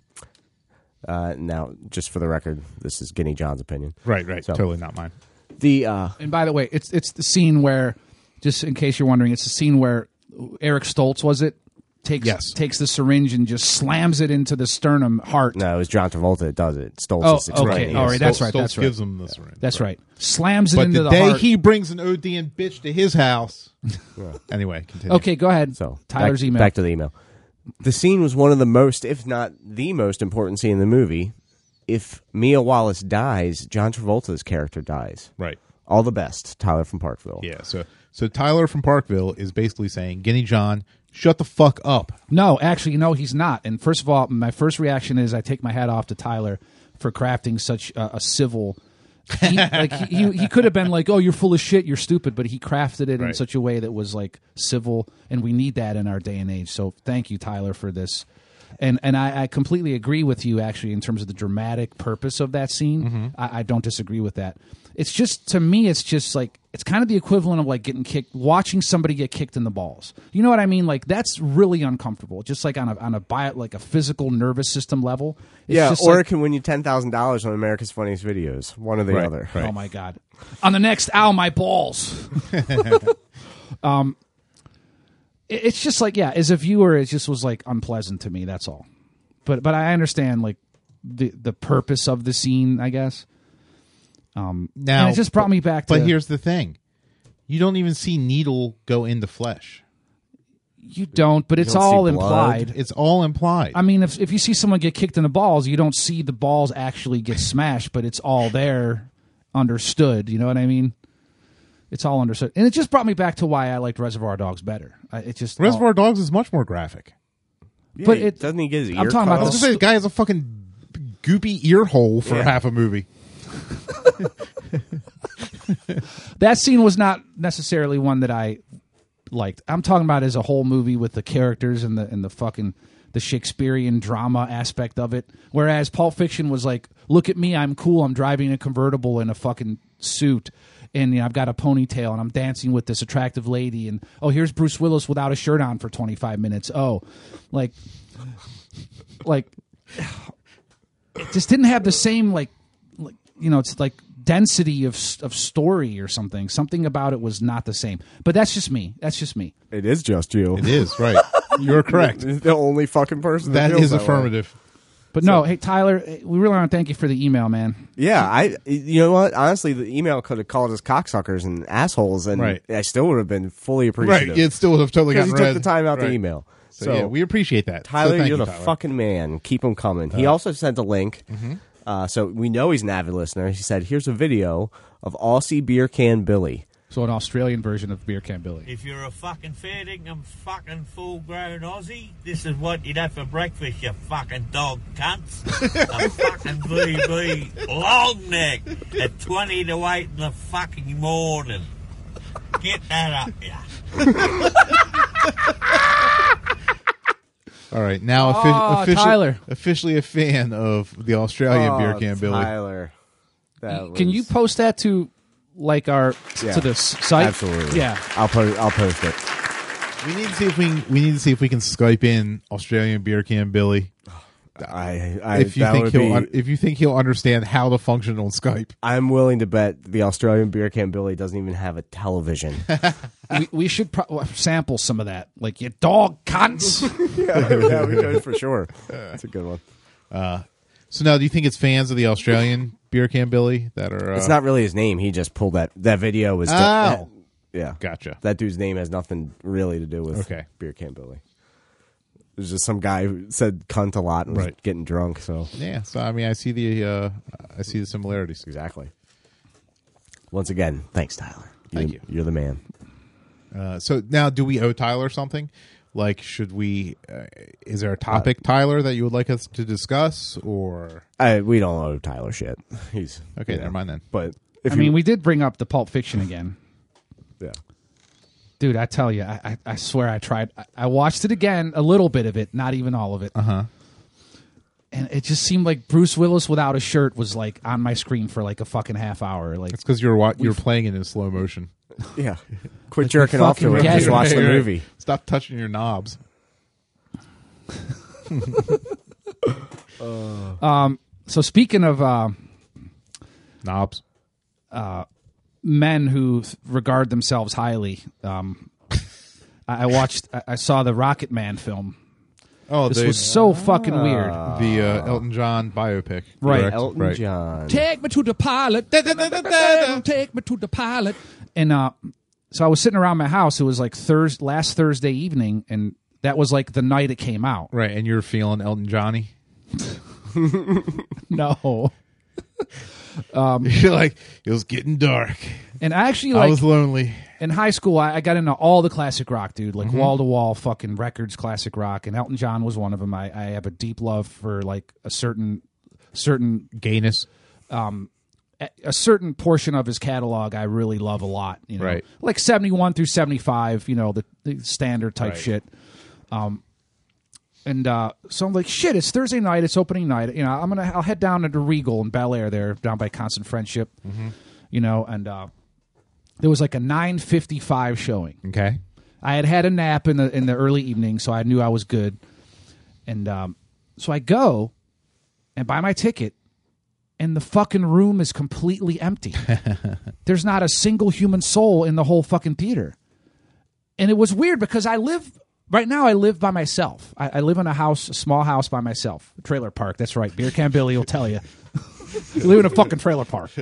[SPEAKER 1] Uh, now, just for the record, this is Guinea John's opinion.
[SPEAKER 4] right, right.
[SPEAKER 1] So-
[SPEAKER 4] Totally not mine.
[SPEAKER 1] The uh,
[SPEAKER 3] And by the way, it's it's the scene where, just in case you're wondering, it's the scene where Eric Stoltz was it takes
[SPEAKER 4] Yes.
[SPEAKER 3] takes the syringe and just slams it into the sternum heart.
[SPEAKER 1] no, it was John Travolta that does it. Stoltz
[SPEAKER 3] Oh,
[SPEAKER 1] is explaining.
[SPEAKER 3] okay.
[SPEAKER 1] it.
[SPEAKER 3] All right, that's
[SPEAKER 4] Stoltz-
[SPEAKER 3] right,
[SPEAKER 4] Stoltz
[SPEAKER 3] that's right.
[SPEAKER 4] gives him this ring.
[SPEAKER 3] That's right. Slams it
[SPEAKER 4] But
[SPEAKER 3] into the,
[SPEAKER 4] the, day
[SPEAKER 3] heart.
[SPEAKER 4] he brings an ODN bitch to his house. anyway, continue.
[SPEAKER 3] okay, go ahead.
[SPEAKER 1] So
[SPEAKER 3] Tyler's
[SPEAKER 1] back,
[SPEAKER 3] email.
[SPEAKER 1] Back to the email. The scene was one of the most, if not the most important scene in the movie. If Mia Wallace dies, John Travolta's character dies.
[SPEAKER 4] Right.
[SPEAKER 1] All the best, Tyler from Parkville.
[SPEAKER 4] Yeah. So so Tyler from Parkville is basically saying, Guinea John, shut the fuck up.
[SPEAKER 3] no, actually, no, he's not. And first of all, my first reaction is I take my hat off to Tyler for crafting such a, a civil. he, like he, he, he could have been like, "Oh, you're full of shit. You're stupid," but he crafted it in
[SPEAKER 4] Right.
[SPEAKER 3] such a way that was like civil, and we need that in our day and age. So thank you, Tyler, for this. And and I, I completely agree with you actually in terms of the dramatic purpose of that scene. I, I don't disagree with that. It's just to me, it's just like it's kind of the equivalent of like getting kicked, watching somebody get kicked in the balls. You know what I mean? Like that's really uncomfortable. Just like on a on a bio, like a physical nervous system level. It's
[SPEAKER 1] Yeah,
[SPEAKER 3] just
[SPEAKER 1] or
[SPEAKER 3] like-
[SPEAKER 1] it can win you ten thousand dollars on America's Funniest Videos. One or the
[SPEAKER 4] Right,
[SPEAKER 1] other.
[SPEAKER 4] right.
[SPEAKER 3] Oh my god! On the next, ow, my balls. um, it- it's just like yeah, as a viewer, it just was like unpleasant to me. That's all. But but I understand like the the purpose of the scene, I guess.
[SPEAKER 4] Now
[SPEAKER 3] and it just brought me back. to
[SPEAKER 4] But here's the thing. You don't even see needle go into flesh.
[SPEAKER 3] you don't, but it's
[SPEAKER 1] don't see
[SPEAKER 3] all
[SPEAKER 1] blood.
[SPEAKER 3] implied.
[SPEAKER 4] It's all implied.
[SPEAKER 3] I mean, if if you see someone get kicked in the balls, you don't see the balls actually get smashed, but it's all there, understood. You know what I mean? It's all understood, and it just brought me back to why I liked Reservoir Dogs better. I, it just
[SPEAKER 4] Reservoir Dogs is much more graphic.
[SPEAKER 1] Yeah,
[SPEAKER 3] But
[SPEAKER 1] he-
[SPEAKER 3] it-
[SPEAKER 1] doesn't he get his ear
[SPEAKER 3] I'm talking about
[SPEAKER 1] cut
[SPEAKER 4] I
[SPEAKER 1] off?
[SPEAKER 4] was gonna say the guy has a fucking goopy ear hole for
[SPEAKER 1] Yeah.
[SPEAKER 4] half a movie.
[SPEAKER 3] that scene was not necessarily one that I liked. I'm talking about as a whole movie with the characters and the and the fucking the Shakespearean drama aspect of it. Whereas Pulp Fiction was like, look at me, I'm cool, I'm driving a convertible in a fucking suit. And you know, I've got a ponytail, and I'm dancing with this attractive lady. And oh, here's Bruce Willis without a shirt on for 25 minutes. Oh, like, like, it just didn't have the same like like you know it's like density of s- of story or something something about it was not the same but that's just me that's just me
[SPEAKER 1] It is just you.
[SPEAKER 4] It is, right. You're correct.
[SPEAKER 1] It's the only fucking person that,
[SPEAKER 4] That
[SPEAKER 1] feels
[SPEAKER 4] is
[SPEAKER 1] way.
[SPEAKER 4] affirmative.
[SPEAKER 3] but no hey tyler eh, we really want to thank you for the email man
[SPEAKER 1] Yeah, I. You know what? Honestly, the email could have called us cocksuckers and assholes, and
[SPEAKER 4] Right.
[SPEAKER 1] I still would have been fully
[SPEAKER 4] Right.
[SPEAKER 1] appreciative.
[SPEAKER 4] It still would have totally
[SPEAKER 1] because
[SPEAKER 4] gotten
[SPEAKER 1] he took
[SPEAKER 4] read.
[SPEAKER 1] the time out to
[SPEAKER 4] Right.
[SPEAKER 1] email.
[SPEAKER 4] So, yeah, we appreciate that. So
[SPEAKER 1] Tyler,
[SPEAKER 4] thank
[SPEAKER 1] you're the
[SPEAKER 4] you, Tyler. Uh-huh. Mm-hmm.
[SPEAKER 1] fucking man. Keep him coming. he also sent a link. Uh, so we know he's an avid listener. He said, Here's a video of Aussie Beer Can Billy.
[SPEAKER 3] So an Australian version of beer can Billy.
[SPEAKER 5] If you're a fucking fair dinkum fucking full grown Aussie, this is what you'd have for breakfast, you fucking dog cunts. a fucking VB long neck at 20 to 8 in the fucking morning. Get that up, ya.
[SPEAKER 4] All right, now offi-
[SPEAKER 3] Aw,
[SPEAKER 4] offici-
[SPEAKER 3] Tyler.
[SPEAKER 4] officially a fan of the Australian beer can Billy.
[SPEAKER 1] Oh, Tyler.
[SPEAKER 3] Can you post that to like our
[SPEAKER 1] Yeah.
[SPEAKER 3] to the s- site?
[SPEAKER 1] Absolutely.
[SPEAKER 3] Yeah.
[SPEAKER 1] I'll post. I'll post it.
[SPEAKER 4] We need to see if we can, we need to see if we can Skype in Australian beer can Billy.
[SPEAKER 1] I. I
[SPEAKER 4] if you
[SPEAKER 1] that
[SPEAKER 4] think
[SPEAKER 1] would
[SPEAKER 4] he'll
[SPEAKER 1] be-
[SPEAKER 4] un- if you think he'll understand how to function on Skype.
[SPEAKER 1] I'm willing to bet the Australian beer can Billy doesn't even have a television.
[SPEAKER 3] we, we should pro- sample some of that. Like you dog cunts.
[SPEAKER 1] yeah, we could for sure. That's a good one.
[SPEAKER 4] So now, do you think it's fans of the Australian beer can Billy that are? Uh,
[SPEAKER 1] It's not really his name. He just pulled that. That video was.
[SPEAKER 4] Oh.
[SPEAKER 1] that- yeah.
[SPEAKER 4] Gotcha.
[SPEAKER 1] That dude's name has nothing really to do with
[SPEAKER 4] Okay.
[SPEAKER 1] beer can Billy. It was just some guy who said cunt a lot and was
[SPEAKER 4] Right.
[SPEAKER 1] getting drunk. So
[SPEAKER 4] yeah. So I mean, I see the uh, I see the similarities.
[SPEAKER 1] exactly. Once again, thanks, Tyler.
[SPEAKER 4] Thank you.
[SPEAKER 1] You're the man.
[SPEAKER 4] Uh, so now, do we owe Tyler something? Like, should we? Uh, is there a topic, Tyler, that you would like us to discuss? Or
[SPEAKER 1] I, we don't owe Tyler shit. He's
[SPEAKER 4] okay,
[SPEAKER 1] you know,
[SPEAKER 4] never mind then.
[SPEAKER 1] But if
[SPEAKER 3] I
[SPEAKER 1] you,
[SPEAKER 3] mean, we did bring up the Pulp Fiction again.
[SPEAKER 1] yeah.
[SPEAKER 3] Dude, I tell you, I, I, I swear I tried. I, I watched it again, a little bit of it, not even all of it. Uh huh. And it just seemed like Bruce Willis without a shirt was like on my screen for like a fucking half hour. Like,
[SPEAKER 4] It's because you're wa- you're playing it in slow motion.
[SPEAKER 1] Yeah. Quit jerking off to
[SPEAKER 3] fucking
[SPEAKER 1] it.
[SPEAKER 3] get
[SPEAKER 1] Just
[SPEAKER 3] it.
[SPEAKER 1] watch the
[SPEAKER 4] Right, right.
[SPEAKER 1] movie.
[SPEAKER 4] Stop touching your knobs.
[SPEAKER 3] so speaking of uh,
[SPEAKER 4] Knobs.
[SPEAKER 3] men who regard themselves highly, um, I, I watched, I, I saw the Rocket Man film.
[SPEAKER 4] Oh,
[SPEAKER 3] This
[SPEAKER 4] the,
[SPEAKER 3] was so fucking weird.
[SPEAKER 4] the uh, Elton John biopic.
[SPEAKER 3] Right,
[SPEAKER 4] correct?
[SPEAKER 1] Elton John.
[SPEAKER 3] Take me to the pilot. Take me to the pilot. And uh, so I was sitting around my house. It was like Thursday, last Thursday evening, and that was like the night it came out.
[SPEAKER 4] Right, and you're feeling Elton Johnny.
[SPEAKER 3] No,
[SPEAKER 1] Um,
[SPEAKER 4] You're like, it was getting dark.
[SPEAKER 3] and I actually
[SPEAKER 4] I
[SPEAKER 3] like
[SPEAKER 4] was lonely.
[SPEAKER 3] in high school. I, I got into all the classic rock, dude.
[SPEAKER 4] Mm-hmm.
[SPEAKER 3] Like wall to wall fucking records, classic rock, and Elton John was one of them. I, I have a deep love for like a certain certain
[SPEAKER 4] Gayness.
[SPEAKER 3] a certain portion of his catalog I really love a lot. You know?
[SPEAKER 4] Right.
[SPEAKER 3] Like 71 through 75, you know, the, the standard type shit. Um, and uh, so I'm like, shit, it's Thursday night. It's opening night. You know, I'm going to, I'll head down to Regal in Bel Air there, down by Constant Friendship, you know, and uh, there was like a 955 showing.
[SPEAKER 4] Okay.
[SPEAKER 3] I had had a nap in the in the early evening, so I knew I was good. And um, so I go and buy my ticket, and the fucking room is completely empty. There's not a single human soul in the whole fucking theater. And it was weird because I live right now. I live by myself. I, I live in a house, a small house by myself, trailer park. That's right. Beer Can Billy will tell you. you live in a fucking trailer park.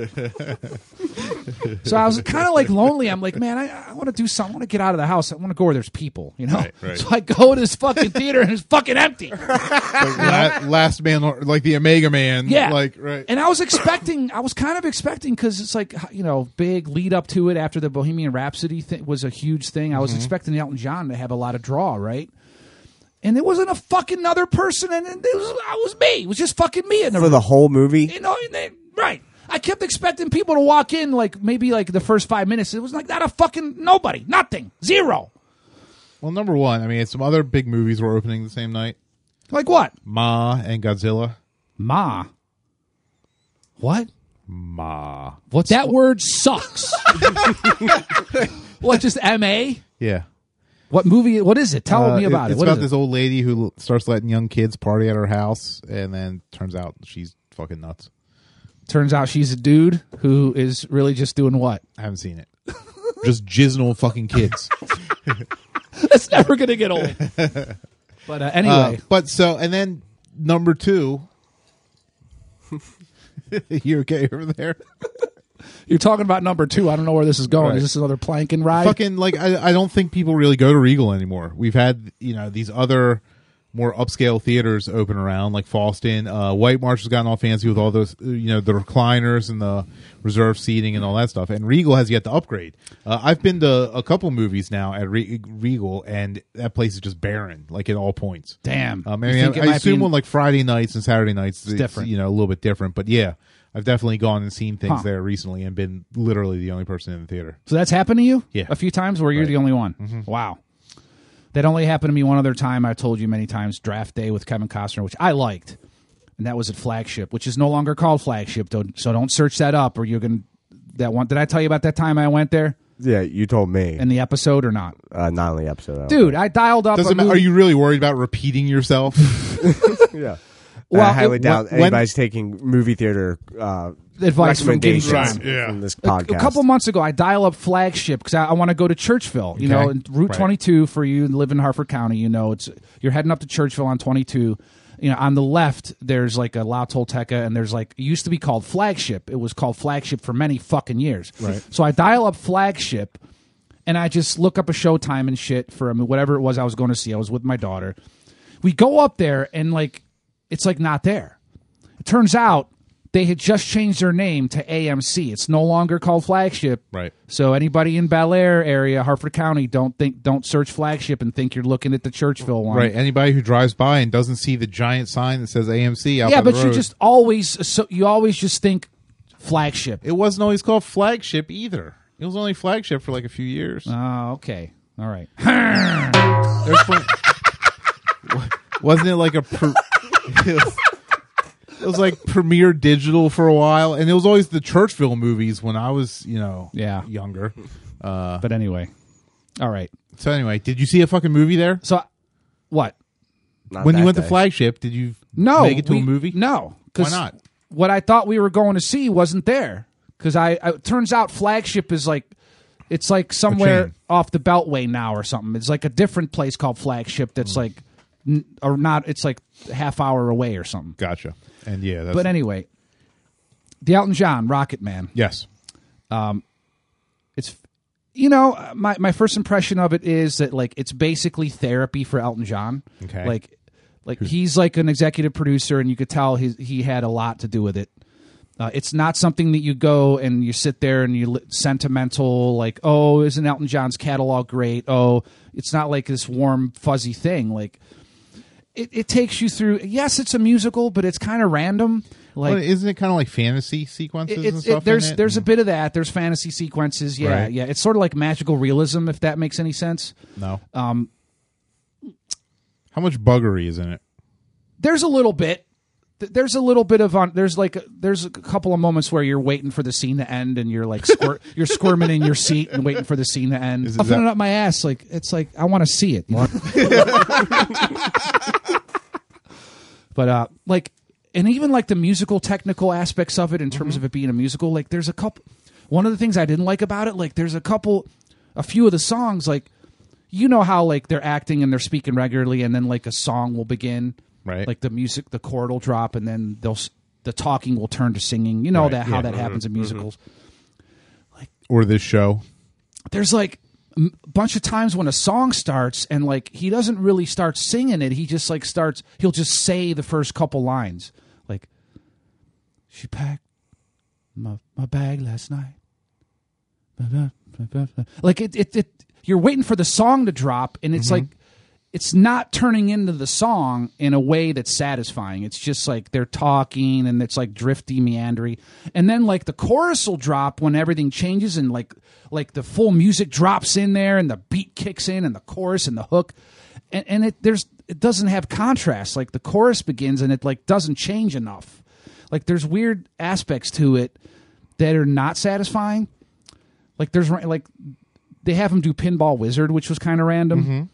[SPEAKER 3] So I was kind of like lonely. I'm like, man, I, I want to do something. I want to get out of the house. I want to go where there's people, you know?
[SPEAKER 4] right.
[SPEAKER 3] So I go to this fucking theater and it's fucking empty.
[SPEAKER 4] La- last man, like the Omega Man.
[SPEAKER 3] Yeah.
[SPEAKER 4] Like, right.
[SPEAKER 3] And I was expecting, I was kind of expecting because it's like, you know, big lead up to it after the Bohemian Rhapsody thing was a huge thing. I
[SPEAKER 4] Mm-hmm.
[SPEAKER 3] was expecting Elton John to have a lot of draw, right? And there wasn't a fucking other person, and it was, I was me. It was just fucking me in the
[SPEAKER 1] For the whole movie?
[SPEAKER 3] you know, and they, right. I kept expecting people to walk in like maybe like the first five minutes. It was like not a fucking nobody, nothing, zero.
[SPEAKER 4] well, number one, I mean, some other big movies were opening the same night
[SPEAKER 3] Like what?
[SPEAKER 4] Ma and Godzilla.
[SPEAKER 3] Ma. What?
[SPEAKER 4] Ma.
[SPEAKER 3] What? That word sucks. what? Just M A?
[SPEAKER 4] Yeah.
[SPEAKER 3] What movie? What is it? Tell
[SPEAKER 4] Uh,
[SPEAKER 3] me about it.
[SPEAKER 4] It's
[SPEAKER 3] What
[SPEAKER 4] about
[SPEAKER 3] is
[SPEAKER 4] this
[SPEAKER 3] it?
[SPEAKER 4] old lady who l- starts letting young kids party at her house, and then turns out she's fucking nuts.
[SPEAKER 3] Turns out she's a dude who is really just doing what?
[SPEAKER 4] I haven't seen it. Just jizzing on fucking kids.
[SPEAKER 3] That's never gonna get old. But uh,
[SPEAKER 4] Uh,
[SPEAKER 3] anyway,
[SPEAKER 4] but so, and then number two. you okay over there?
[SPEAKER 3] you're talking about number two. I don't know where this is going.
[SPEAKER 4] Right.
[SPEAKER 3] Is this another plank and ride?
[SPEAKER 4] fucking like I, I don't think people really go to Regal anymore. We've had you know these other more upscale theaters open around, like Falston. Uh, White Marsh has gotten all fancy with all those, uh, you know, the recliners and the reserve seating and all that stuff. And Regal has yet to upgrade. Uh, I've been to a couple movies now at Re- Regal, and that place is just barren, like at all points.
[SPEAKER 3] Damn.
[SPEAKER 4] Um,
[SPEAKER 3] You
[SPEAKER 4] I, mean,
[SPEAKER 3] think it
[SPEAKER 4] I,
[SPEAKER 3] might
[SPEAKER 4] assume
[SPEAKER 3] be-
[SPEAKER 4] on like Friday nights and Saturday nights, it's,
[SPEAKER 3] different.
[SPEAKER 4] you know, a little bit different. But yeah, I've definitely gone and seen things
[SPEAKER 3] Huh.
[SPEAKER 4] there recently and been literally the only person in the theater.
[SPEAKER 3] So that's happened to you?
[SPEAKER 4] Yeah.
[SPEAKER 3] A few times where you're
[SPEAKER 4] Right. Mm-hmm.
[SPEAKER 3] the only one. Wow. That only happened to me one other time. I told you many times draft day with Kevin Costner, which I liked. And that was at Flagship, which is no longer called Flagship. Don't, so don't search that up or you're going to. That one. Did I tell you about that time I went there
[SPEAKER 1] Yeah, you told me.
[SPEAKER 3] in the episode or not?
[SPEAKER 1] uh, not only episode. I don't
[SPEAKER 3] Dude, I dialed up. a
[SPEAKER 4] Doesn't matter. Are
[SPEAKER 3] movie-
[SPEAKER 4] you really worried about repeating yourself?
[SPEAKER 1] know. Yeah.
[SPEAKER 3] Well,
[SPEAKER 1] I highly
[SPEAKER 3] it-
[SPEAKER 1] doubt
[SPEAKER 3] when-
[SPEAKER 1] anybody's taking movie theater uh,
[SPEAKER 3] Advice from Game
[SPEAKER 1] recommendations
[SPEAKER 3] Time.
[SPEAKER 4] Yeah.
[SPEAKER 1] from this
[SPEAKER 3] A-
[SPEAKER 1] podcast.
[SPEAKER 3] A, couple months ago, I dial up flagship because I, I want to go to Churchville. You know,
[SPEAKER 4] Okay.
[SPEAKER 3] and Route
[SPEAKER 4] Right.
[SPEAKER 3] 22 for you who live in Harford County. You know, it's you're heading up to Churchville on 22. You know, on the left, there's like a La Tolteca, and there's like it used to be called Flagship. It was called Flagship for many fucking years. Right. So I dial up Flagship, and I just look up a showtime and shit for I mean, whatever it was I was going to see. I was with my daughter. We go up there, and like it's like not there. It turns out they had just changed their name to AMC. It's no longer called Flagship.
[SPEAKER 4] Right.
[SPEAKER 3] So anybody in Bel Air area, Harford County, don't think don't search Flagship and think you're looking at the Churchville one.
[SPEAKER 4] Right. Anybody who drives by and doesn't see the giant sign that says AMC out
[SPEAKER 3] Yeah,
[SPEAKER 4] by the
[SPEAKER 3] but you
[SPEAKER 4] road-
[SPEAKER 3] just always so you always just think Flagship.
[SPEAKER 4] it wasn't always called flagship either. It was only flagship for like a few years.
[SPEAKER 3] Oh, okay. All right.
[SPEAKER 4] There's fl- Wa- wasn't it like a pre- it, was, it was like Premier Digital for a while and it was always the Churchville movies when I was, you know,
[SPEAKER 3] Yeah.
[SPEAKER 4] younger.
[SPEAKER 3] But anyway. All right.
[SPEAKER 4] So anyway, did you see a fucking movie there?
[SPEAKER 3] So what?
[SPEAKER 1] Not
[SPEAKER 4] when you
[SPEAKER 1] that
[SPEAKER 4] went
[SPEAKER 1] day.
[SPEAKER 4] to flagship, did you
[SPEAKER 3] No.
[SPEAKER 4] make it to
[SPEAKER 3] we-
[SPEAKER 4] a movie?
[SPEAKER 3] No. 'cause
[SPEAKER 4] Why not?
[SPEAKER 3] What I thought we were going to see wasn't there. Because I, I it turns out flagship is like it's like somewhere
[SPEAKER 4] chain.
[SPEAKER 3] off the beltway now or something. It's like a different place called flagship
[SPEAKER 4] Hmm.
[SPEAKER 3] that's like n- or not it's like half hour away or something.
[SPEAKER 4] Gotcha. And yeah, that's
[SPEAKER 3] But anyway, the Elton John Rocket Man.
[SPEAKER 4] yes.
[SPEAKER 3] It's you know, uh, my my first impression of it is that like it's basically therapy for Elton John.
[SPEAKER 4] Okay.
[SPEAKER 3] Like like he's like an executive producer and you could tell he he had a lot to do with it. Uh, it's not something that you go and you sit there and you li- sentimental like, oh, isn't Elton John's catalog great? Oh, it's not like this warm fuzzy thing. Like, it, it takes you through. Yes, it's a musical, but it's kind of random. Like,
[SPEAKER 4] Well, isn't it kind of like fantasy sequences
[SPEAKER 3] it-
[SPEAKER 4] and
[SPEAKER 3] it's-
[SPEAKER 4] stuff?
[SPEAKER 3] it- there's
[SPEAKER 4] in it? Mm.
[SPEAKER 3] there's a bit of that. There's fantasy sequences. Yeah,
[SPEAKER 4] Right.
[SPEAKER 3] yeah. It's sort of like magical realism, if that makes any sense.
[SPEAKER 4] No. Um, how much buggery is in it?
[SPEAKER 3] There's a little bit. th- There's a little bit of on. There's like a- there's a couple of moments where you're waiting for the scene to end, and you're like squir- you're squirming in your seat and waiting for the scene to end.
[SPEAKER 4] Is- is
[SPEAKER 3] I'm
[SPEAKER 4] that-
[SPEAKER 3] putting up my ass. Like it's like I want to see it. you know? but uh, like and even like the musical technical aspects of it in terms of it being a musical. Like there's a couple. One of the things I didn't like about it, like there's a couple, a few of the songs, like you know how like they're acting and they're speaking regularly, and then like a song will begin,
[SPEAKER 4] Right.
[SPEAKER 3] Like the music, the chord will drop, and then they'll s- the talking will turn to singing. You know
[SPEAKER 4] Right,
[SPEAKER 3] that how
[SPEAKER 4] yeah. Mm-hmm.
[SPEAKER 3] that happens in musicals.
[SPEAKER 4] Or this show?
[SPEAKER 3] There's like a bunch of times when a song starts and like he doesn't really start singing it. He just like starts. He'll just say the first couple lines, like she packed my my bag last night. Blah, blah, blah, blah, blah. Like it, it, it. You're waiting for the song to drop, and it's
[SPEAKER 4] Mm-hmm.
[SPEAKER 3] like it's not turning into the song in a way that's satisfying. It's just like they're talking and it's like drifty, meandering. And then like the chorus will drop when everything changes and like like the full music drops in there and the beat kicks in and the chorus and the hook. And and it there's it doesn't have contrast. Like the chorus begins and it like doesn't change enough. Like there's weird aspects to it that are not satisfying. Like there's ra- like they have him do Pinball Wizard, which was kind of random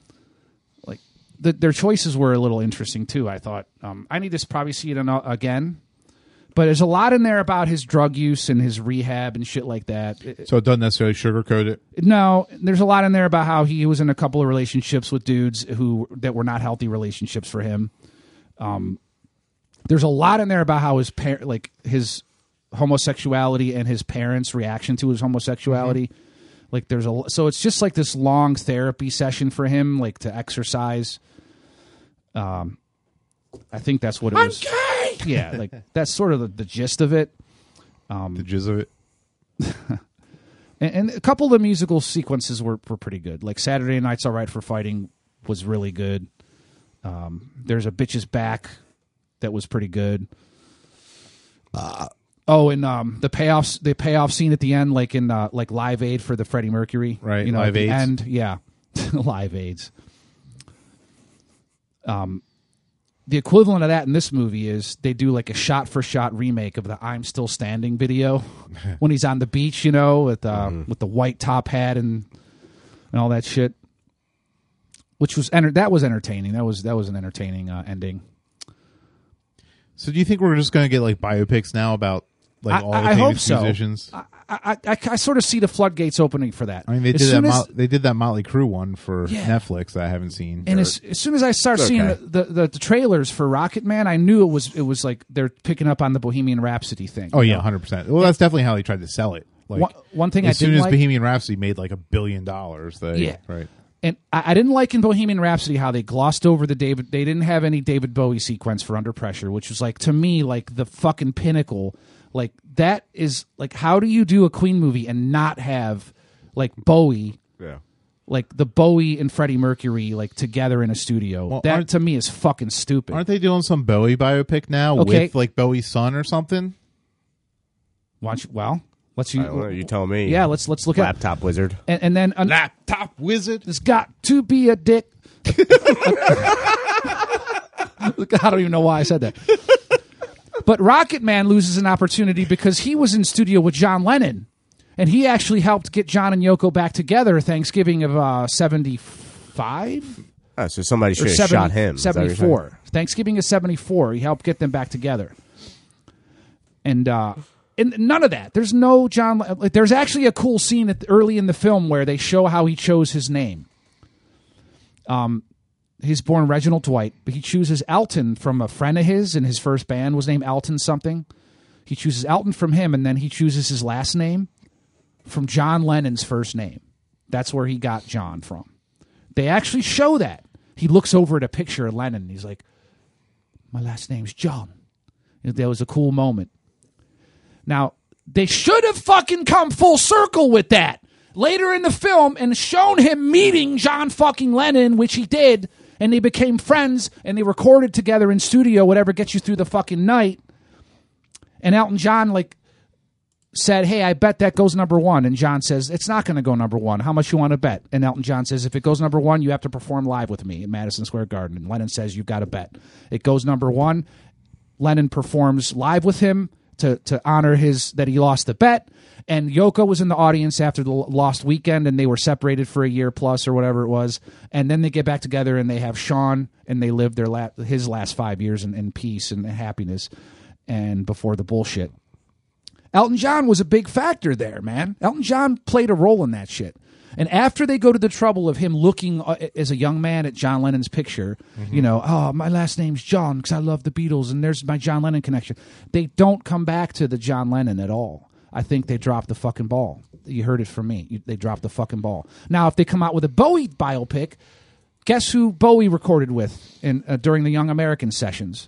[SPEAKER 3] like the, their choices were a little interesting too. I thought um, I need to probably see it an, again, but there's a lot in there about his drug use and his rehab and shit like that. It-
[SPEAKER 4] So it doesn't necessarily sugarcoat it.
[SPEAKER 3] no, there's a lot in there about how he was in a couple of relationships with dudes who that were not healthy relationships for him. Um, there's a lot in there about how his par- like his homosexuality and his parents' reaction to his homosexuality. Like there's a so it's just like this long therapy session for him, like to exercise. Um, I think that's what it was. Yeah, like that's sort of the, the gist of it. Um,
[SPEAKER 4] the jizz of it.
[SPEAKER 3] And, and a couple of the musical sequences were, were pretty good. Like Saturday Night's All Right for Fighting was really good. Um, there's a Bitch's Back that was pretty good. oh, and um, the payoffs the payoff scene at the end, like in uh, like Live Aid for the Freddie Mercury.
[SPEAKER 4] Right,
[SPEAKER 3] You know,
[SPEAKER 4] Live
[SPEAKER 3] at the
[SPEAKER 4] Aids.
[SPEAKER 3] end. Yeah. live Aids. Um the equivalent of that in this movie is they do like a shot for shot remake of the I'm Still Standing video when he's on the beach, you know, with uh,
[SPEAKER 4] Mm-hmm.
[SPEAKER 3] with the white top hat and and all that shit. Which was enter- that was entertaining. That was that was an entertaining uh, ending.
[SPEAKER 4] So do you think we're just going to get like biopics now about like
[SPEAKER 3] I-
[SPEAKER 4] all
[SPEAKER 3] I-
[SPEAKER 4] the
[SPEAKER 3] I hope
[SPEAKER 4] famous
[SPEAKER 3] so.
[SPEAKER 4] musicians?
[SPEAKER 3] I, I, I, I sort of see the floodgates opening for that.
[SPEAKER 4] I mean, they
[SPEAKER 3] As
[SPEAKER 4] did that.
[SPEAKER 3] soon as-
[SPEAKER 4] Mo- they did that Motley Crue one for
[SPEAKER 3] Yeah.
[SPEAKER 4] Netflix that I haven't seen.
[SPEAKER 3] and
[SPEAKER 4] Or-
[SPEAKER 3] as, as soon as I start seeing
[SPEAKER 1] okay.
[SPEAKER 3] the, the, the, trailers for Rocket Man, I knew it was it was like they're picking up on the Bohemian Rhapsody thing.
[SPEAKER 4] oh yeah, hundred percent. Well, that's definitely how they tried to sell it. Like
[SPEAKER 3] One- one thing I
[SPEAKER 4] as soon
[SPEAKER 3] didn't
[SPEAKER 4] as
[SPEAKER 3] like-
[SPEAKER 4] Bohemian Rhapsody made like a billion dollars, they
[SPEAKER 3] Yeah.
[SPEAKER 4] right.
[SPEAKER 3] And I, I didn't like in Bohemian Rhapsody how they glossed over the David. They didn't have any David Bowie sequence for Under Pressure, which was like to me like the fucking pinnacle. Like that is like how do you do a Queen movie and not have like Bowie?
[SPEAKER 1] Yeah.
[SPEAKER 3] Like the Bowie and Freddie Mercury like together in a studio.
[SPEAKER 4] Well,
[SPEAKER 3] that
[SPEAKER 4] aren't-
[SPEAKER 3] to me is fucking stupid.
[SPEAKER 4] Aren't they doing some Bowie biopic now
[SPEAKER 3] Okay.
[SPEAKER 4] with like Bowie's son or something?
[SPEAKER 3] Watch well. Let's
[SPEAKER 1] I don't know. You tell me.
[SPEAKER 3] Yeah, let's let's look at
[SPEAKER 1] Laptop wizard.
[SPEAKER 3] and, and then an,
[SPEAKER 4] Laptop wizard.
[SPEAKER 3] there's got to be a dick. I don't even know why I said that. But Rocket Man loses an opportunity because he was in studio with John Lennon, and he actually helped get John and Yoko back together Thanksgiving of uh, seventy five
[SPEAKER 1] Oh, so somebody
[SPEAKER 3] or
[SPEAKER 1] should have
[SPEAKER 3] 70
[SPEAKER 1] shot him. Is that what you're saying?
[SPEAKER 3] 74. Thanksgiving is 74. He helped get them back together. And uh and none of that. There's no John Le- like there's actually a cool scene at, early in the film where they show how he chose his name. Um he's born Reginald Dwight, but he chooses Alton from a friend of his and his first band was named Alton something. He chooses Alton from him and then he chooses his last name from John Lennon's first name. That's where he got John from. They actually show that. He looks over at a picture of Lennon. And he's like, "My last name's John." You know, That was a cool moment. Now they should have fucking come full circle with that later in the film and shown him meeting John fucking Lennon, which he did, and they became friends and they recorded together in studio. Whatever gets you through the fucking night. And Elton John like said, "Hey, I bet that goes number one." And John says, "It's not going to go number one. How much you want to bet?" And Elton John says, "If it goes number one, you have to perform live with me at Madison Square Garden." And Lennon says, "You've got to bet." It goes number one. Lennon performs live with him to to honor his that he lost the bet. And Yoko was in the audience after the l- lost weekend, and they were separated for a year plus or whatever it was. And then they get back together, and they have Sean, and they live their la- his last five years in, in peace and happiness, and before the bullshit. Elton John was a big factor there, man. Elton John played a role in that shit. And after they go to the trouble of him looking uh, as a young man at John Lennon's picture, you know, oh, my last name's John because I love the Beatles and there's my John Lennon connection. They don't come back to the John Lennon at all. I think they dropped the fucking ball. You heard it from me. You, they dropped the fucking ball. Now, if they come out with a Bowie biopic, guess who Bowie recorded with in, uh, during the Young American sessions?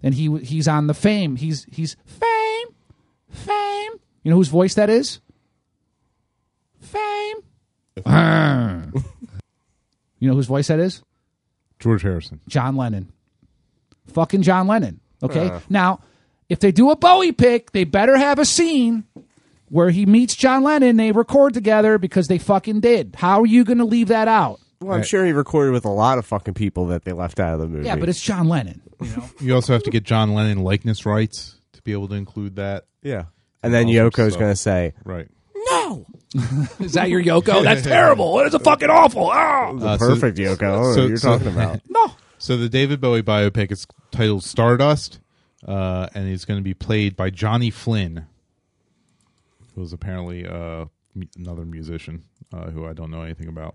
[SPEAKER 3] And he w- he's on the fame. He's he's fame Fame. You know whose voice that is? Fame. you know whose voice that is?
[SPEAKER 4] George Harrison.
[SPEAKER 3] John Lennon. Fucking John Lennon. Okay. Now, if they do a Bowie pick, they better have a scene where he meets John Lennon. They record together because they fucking did. How are you going to leave that out?
[SPEAKER 1] Well, I'm sure he recorded with a lot of fucking people that they left out of the movie.
[SPEAKER 3] Yeah, but it's John Lennon.
[SPEAKER 4] You also have to get John Lennon likeness rights to be able to include that.
[SPEAKER 1] yeah. And then
[SPEAKER 4] Awesome
[SPEAKER 1] Yoko's
[SPEAKER 4] stuff.
[SPEAKER 1] going to say,
[SPEAKER 4] Right.
[SPEAKER 3] Is that your Yoko? That's terrible. It is a fucking awful. Ah!
[SPEAKER 1] "The
[SPEAKER 4] Uh, so-
[SPEAKER 1] perfect Yoko. I don't know
[SPEAKER 4] so-
[SPEAKER 1] what you're
[SPEAKER 4] so-
[SPEAKER 1] talking about.
[SPEAKER 3] No.
[SPEAKER 4] So the David Bowie biopic is titled Stardust, uh, and it's going to be played by Johnny Flynn, who's apparently uh, mu- another musician uh, who I don't know anything about.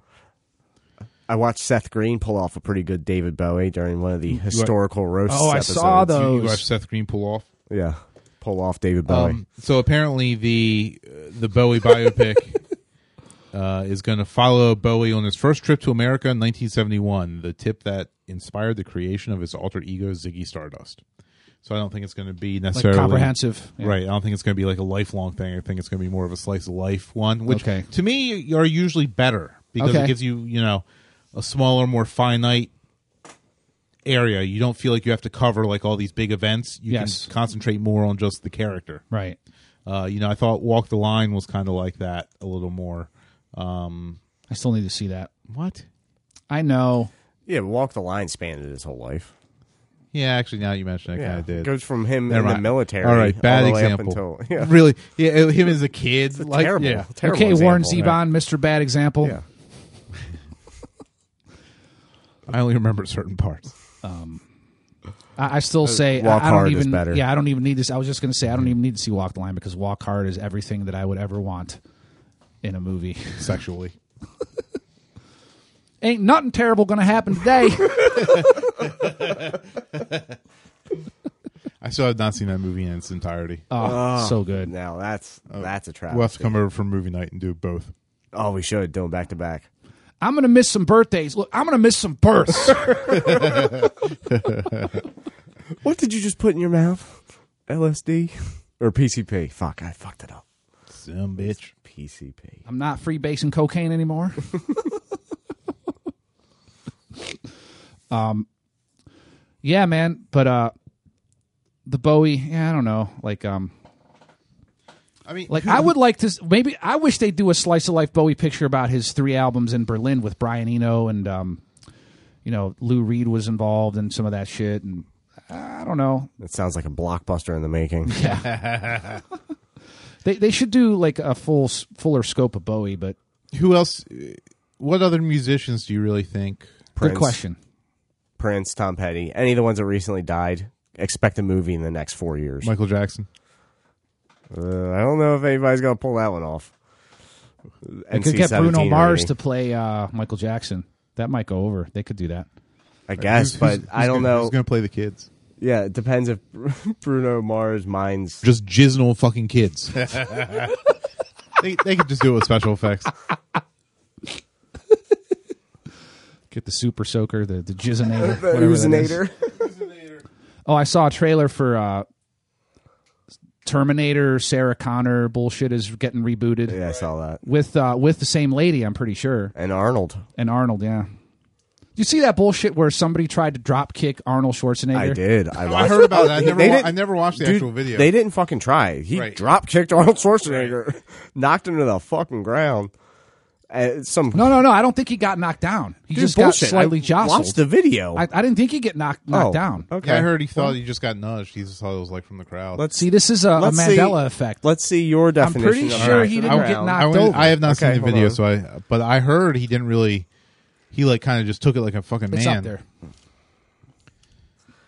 [SPEAKER 1] I watched Seth Green pull off a pretty good David Bowie during one of the historical roasts.
[SPEAKER 3] Oh, I
[SPEAKER 1] episodes.
[SPEAKER 3] saw
[SPEAKER 4] You- You
[SPEAKER 3] those.
[SPEAKER 4] watch Seth Green pull off.
[SPEAKER 1] Yeah, pull off David Bowie.
[SPEAKER 4] Um, so apparently the uh, the Bowie biopic uh, is going to follow Bowie on his first trip to America in 1971. The tip that inspired the creation of his alter ego Ziggy Stardust. So I don't think it's going to be
[SPEAKER 3] Like
[SPEAKER 4] necessarily
[SPEAKER 3] comprehensive. Yeah.
[SPEAKER 4] Right. I don't think it's going to be like a lifelong thing. I think it's going to be more of a slice of life one, which
[SPEAKER 3] Okay.
[SPEAKER 4] to me are usually better because
[SPEAKER 3] Okay.
[SPEAKER 4] it gives you, you know, a smaller, more finite area. You don't feel like you have to cover like all these big events. You
[SPEAKER 3] Yes.
[SPEAKER 4] can concentrate more on just the character.
[SPEAKER 3] Right.
[SPEAKER 4] Uh, you know, I thought Walk the Line was kind of like that a little more. Um,
[SPEAKER 3] I still need to see that.
[SPEAKER 4] what?
[SPEAKER 3] I know.
[SPEAKER 1] Yeah, but Walk the Line spanned it his whole life.
[SPEAKER 4] Yeah, actually, now you mention it, I
[SPEAKER 1] Yeah,
[SPEAKER 4] kind of did.
[SPEAKER 1] goes from him
[SPEAKER 4] Never
[SPEAKER 1] in the
[SPEAKER 4] mind.
[SPEAKER 1] military.
[SPEAKER 4] All right, bad
[SPEAKER 1] all the way
[SPEAKER 4] example.
[SPEAKER 1] Up until, yeah,
[SPEAKER 4] Really, yeah, uh, him as a kid, like
[SPEAKER 1] terrible,
[SPEAKER 4] yeah,
[SPEAKER 1] terrible.
[SPEAKER 3] okay, Warren
[SPEAKER 1] example there.
[SPEAKER 3] Zevon, Mr. Bad Example.
[SPEAKER 1] Yeah.
[SPEAKER 4] I only remember certain parts.
[SPEAKER 3] I, I still say
[SPEAKER 1] Uh, Walk
[SPEAKER 3] I, I don't
[SPEAKER 1] Hard is
[SPEAKER 3] even.
[SPEAKER 1] better.
[SPEAKER 3] Yeah, I don't even need this. I was just going to say I don't even need to see Walk the Line because Walk Hard is everything that I would ever want in a movie.
[SPEAKER 4] sexually.
[SPEAKER 3] Ain't nothing terrible going to happen today.
[SPEAKER 4] I still have not seen that movie in its entirety.
[SPEAKER 3] oh, so good.
[SPEAKER 1] Now that's that's a trap.
[SPEAKER 4] we'll have to come over for movie night and do both.
[SPEAKER 1] Oh, we should do them back to back.
[SPEAKER 3] I'm going to miss some birthdays. Look, I'm going to miss some births.
[SPEAKER 1] What did you just put in your mouth? LSD or PCP? Fuck, I fucked it up.
[SPEAKER 4] Some bitch.
[SPEAKER 1] PCP.
[SPEAKER 3] I'm not free basing cocaine anymore. um, Um, yeah, man. But uh, the Bowie, yeah, I don't know. Like, um,
[SPEAKER 4] I mean,
[SPEAKER 3] like I would like to s- maybe I wish they'd do a slice of life Bowie picture about his three albums in Berlin with Brian Eno and um, you know Lou Reed was involved and some of that shit and I don't know.
[SPEAKER 1] That sounds like a blockbuster in the making.
[SPEAKER 3] They they should do like a full s- fuller scope of Bowie, but
[SPEAKER 4] who else? uh, What other musicians do you really think?
[SPEAKER 1] Prince,
[SPEAKER 3] good question.
[SPEAKER 1] Prince, Tom Petty, any of the ones that recently died. Expect a movie in the next four years.
[SPEAKER 4] Michael Jackson.
[SPEAKER 1] Uh, I don't know if anybody's gonna pull that one off.
[SPEAKER 3] They
[SPEAKER 1] And
[SPEAKER 3] could get Bruno Mars to play uh, Michael Jackson. That might go over. They could do that.
[SPEAKER 1] I guess,
[SPEAKER 4] Who's-
[SPEAKER 1] but
[SPEAKER 4] who's- who's
[SPEAKER 1] I don't
[SPEAKER 4] gonna-
[SPEAKER 1] know.
[SPEAKER 4] Who's going to play the kids?
[SPEAKER 1] Yeah, it depends if Bruno Mars minds.
[SPEAKER 4] Just jizzing old fucking kids. they, they could just do it with special effects.
[SPEAKER 3] Get the Super Soaker, the the Jizzinator, whatever that is.
[SPEAKER 1] Oozinator.
[SPEAKER 3] Oh, I saw a trailer for uh, Terminator. Sarah Connor bullshit is getting rebooted
[SPEAKER 1] Yeah, I saw that.
[SPEAKER 3] with uh, with the same lady. I'm pretty sure.
[SPEAKER 1] And Arnold.
[SPEAKER 3] And Arnold, yeah. Did you see that bullshit where somebody tried to drop kick Arnold Schwarzenegger?
[SPEAKER 1] I did. I,
[SPEAKER 4] I
[SPEAKER 1] watched
[SPEAKER 4] heard about that. I never,
[SPEAKER 1] They
[SPEAKER 4] wa-
[SPEAKER 1] didn't-
[SPEAKER 4] I never watched the
[SPEAKER 1] Dude,
[SPEAKER 4] actual video.
[SPEAKER 1] They didn't fucking try. He
[SPEAKER 4] Right.
[SPEAKER 1] drop kicked Arnold Schwarzenegger, knocked him to the fucking ground. Uh, some
[SPEAKER 3] No, no, no. I don't think he got knocked down. He
[SPEAKER 1] Dude,
[SPEAKER 3] just
[SPEAKER 1] bullshit.
[SPEAKER 3] got slightly
[SPEAKER 1] I
[SPEAKER 3] jostled.
[SPEAKER 1] Watched the video.
[SPEAKER 3] I, I didn't think he get knocked knocked
[SPEAKER 1] Oh,
[SPEAKER 3] down.
[SPEAKER 1] Okay,
[SPEAKER 4] Yeah, I heard he thought he just got nudged. He just thought it was like from the crowd.
[SPEAKER 1] Let's
[SPEAKER 3] See, this is a, a
[SPEAKER 1] let's see-
[SPEAKER 3] Mandela effect.
[SPEAKER 1] Let's see your definition.
[SPEAKER 3] pretty
[SPEAKER 1] of
[SPEAKER 3] sure
[SPEAKER 1] knocked
[SPEAKER 3] he
[SPEAKER 1] to the
[SPEAKER 3] didn't get
[SPEAKER 1] ground.
[SPEAKER 3] knocked
[SPEAKER 4] I, went-
[SPEAKER 3] over.
[SPEAKER 4] I have not
[SPEAKER 1] Okay,
[SPEAKER 4] seen the
[SPEAKER 1] hold
[SPEAKER 4] video,
[SPEAKER 1] on.
[SPEAKER 4] so I. But I heard he didn't really. He like kind of just took it like a fucking
[SPEAKER 3] It's
[SPEAKER 4] man.
[SPEAKER 3] up there.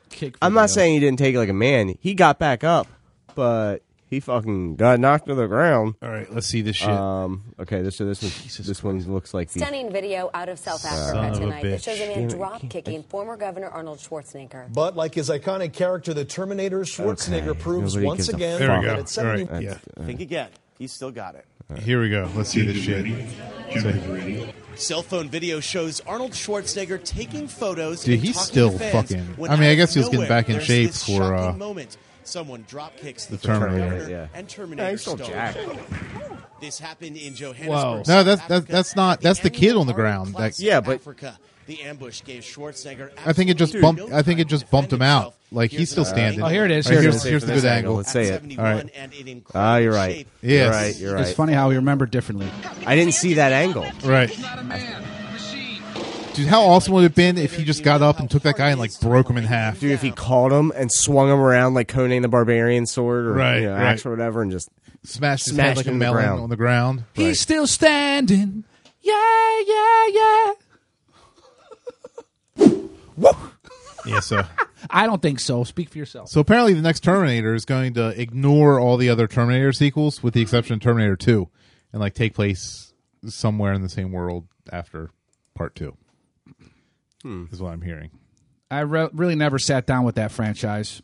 [SPEAKER 3] Kick
[SPEAKER 1] I'm not saying he didn't take it like a man. He got back up, but he fucking got knocked to the ground.
[SPEAKER 4] All right, let's see this shit.
[SPEAKER 1] Um. Okay. This so this one, this one looks like the
[SPEAKER 6] Stunning video out of South
[SPEAKER 4] Son of
[SPEAKER 6] Africa
[SPEAKER 4] a
[SPEAKER 6] tonight that
[SPEAKER 4] bitch.
[SPEAKER 6] shows a
[SPEAKER 1] Damn
[SPEAKER 6] man
[SPEAKER 1] it,
[SPEAKER 6] drop
[SPEAKER 1] I can't-
[SPEAKER 6] kicking former Governor Arnold Schwarzenegger.
[SPEAKER 7] But like his iconic character, the Terminator, Schwarzenegger
[SPEAKER 1] Okay,
[SPEAKER 7] proves
[SPEAKER 1] nobody
[SPEAKER 7] once
[SPEAKER 1] gives a
[SPEAKER 7] again
[SPEAKER 4] there we
[SPEAKER 7] that
[SPEAKER 4] go.
[SPEAKER 7] at
[SPEAKER 4] All
[SPEAKER 7] 70
[SPEAKER 4] right, yeah.
[SPEAKER 8] Think again. He's still got it.
[SPEAKER 4] Here we go. Let's see this shit.
[SPEAKER 8] Cell phone video shows Arnold Schwarzenegger taking photos.
[SPEAKER 4] Dude,
[SPEAKER 8] and
[SPEAKER 4] he's
[SPEAKER 8] talking
[SPEAKER 4] still
[SPEAKER 8] to fans
[SPEAKER 4] fucking-
[SPEAKER 8] when
[SPEAKER 4] I mean, I
[SPEAKER 8] out of
[SPEAKER 4] guess he was getting
[SPEAKER 8] nowhere,
[SPEAKER 4] back in
[SPEAKER 8] there's
[SPEAKER 4] shape
[SPEAKER 8] this
[SPEAKER 4] for,
[SPEAKER 8] shocking
[SPEAKER 4] uh,
[SPEAKER 8] moment. Someone drop kicks the,
[SPEAKER 4] the Terminator,
[SPEAKER 1] yeah.
[SPEAKER 8] and Terminator.
[SPEAKER 1] Yeah, he's still
[SPEAKER 8] star.
[SPEAKER 1] jacked.
[SPEAKER 8] This happened in Johannesburg.
[SPEAKER 4] No,
[SPEAKER 8] South
[SPEAKER 4] that's- that's-
[SPEAKER 8] Africa,
[SPEAKER 4] that's not-
[SPEAKER 8] the
[SPEAKER 4] that's the kid on the
[SPEAKER 8] annual
[SPEAKER 4] ground.
[SPEAKER 8] Arnold
[SPEAKER 4] That-
[SPEAKER 8] Classic
[SPEAKER 1] Yeah, but-
[SPEAKER 8] Africa. The ambush gave Schwarzenegger.
[SPEAKER 4] I think it just
[SPEAKER 8] absolutely
[SPEAKER 4] bumped.
[SPEAKER 8] no
[SPEAKER 4] I think
[SPEAKER 8] time
[SPEAKER 4] it
[SPEAKER 8] to
[SPEAKER 4] just
[SPEAKER 8] defend
[SPEAKER 4] bumped him out.
[SPEAKER 8] himself.
[SPEAKER 4] Like
[SPEAKER 8] Here's
[SPEAKER 4] he's still
[SPEAKER 8] the-
[SPEAKER 4] standing.
[SPEAKER 3] Oh, here it is,
[SPEAKER 4] All right,
[SPEAKER 3] here it
[SPEAKER 4] here's,
[SPEAKER 3] is.
[SPEAKER 4] here's the good angle.
[SPEAKER 1] Let's say it.
[SPEAKER 8] All
[SPEAKER 4] All
[SPEAKER 8] right.
[SPEAKER 4] right.
[SPEAKER 1] Ah, you're right.
[SPEAKER 4] Yes.
[SPEAKER 1] You're right. You're
[SPEAKER 3] It's
[SPEAKER 1] right.
[SPEAKER 3] funny how we remember differently.
[SPEAKER 1] I didn't see that angle.
[SPEAKER 4] Right. Dude, how awesome would it have been if he just got up and took that guy and like broke him in half?
[SPEAKER 1] Dude, if he caught him and swung him around like Conan the Barbarian sword or
[SPEAKER 4] Right,
[SPEAKER 1] you know,
[SPEAKER 4] right.
[SPEAKER 1] axe or whatever, and just
[SPEAKER 4] smashed his
[SPEAKER 1] Smashed
[SPEAKER 4] head like a
[SPEAKER 1] him in the
[SPEAKER 4] melon
[SPEAKER 1] ground.
[SPEAKER 4] on the ground.
[SPEAKER 3] He's still standing. Yeah, yeah, yeah.
[SPEAKER 4] Yeah. So,
[SPEAKER 3] I don't think so. Speak for yourself.
[SPEAKER 4] so apparently the next Terminator is going to ignore all the other Terminator sequels, with the exception of Terminator Two, and like take place somewhere in the same world after Part Two.
[SPEAKER 1] Hmm.
[SPEAKER 4] Is what I'm hearing.
[SPEAKER 3] I re- really never sat down with that franchise.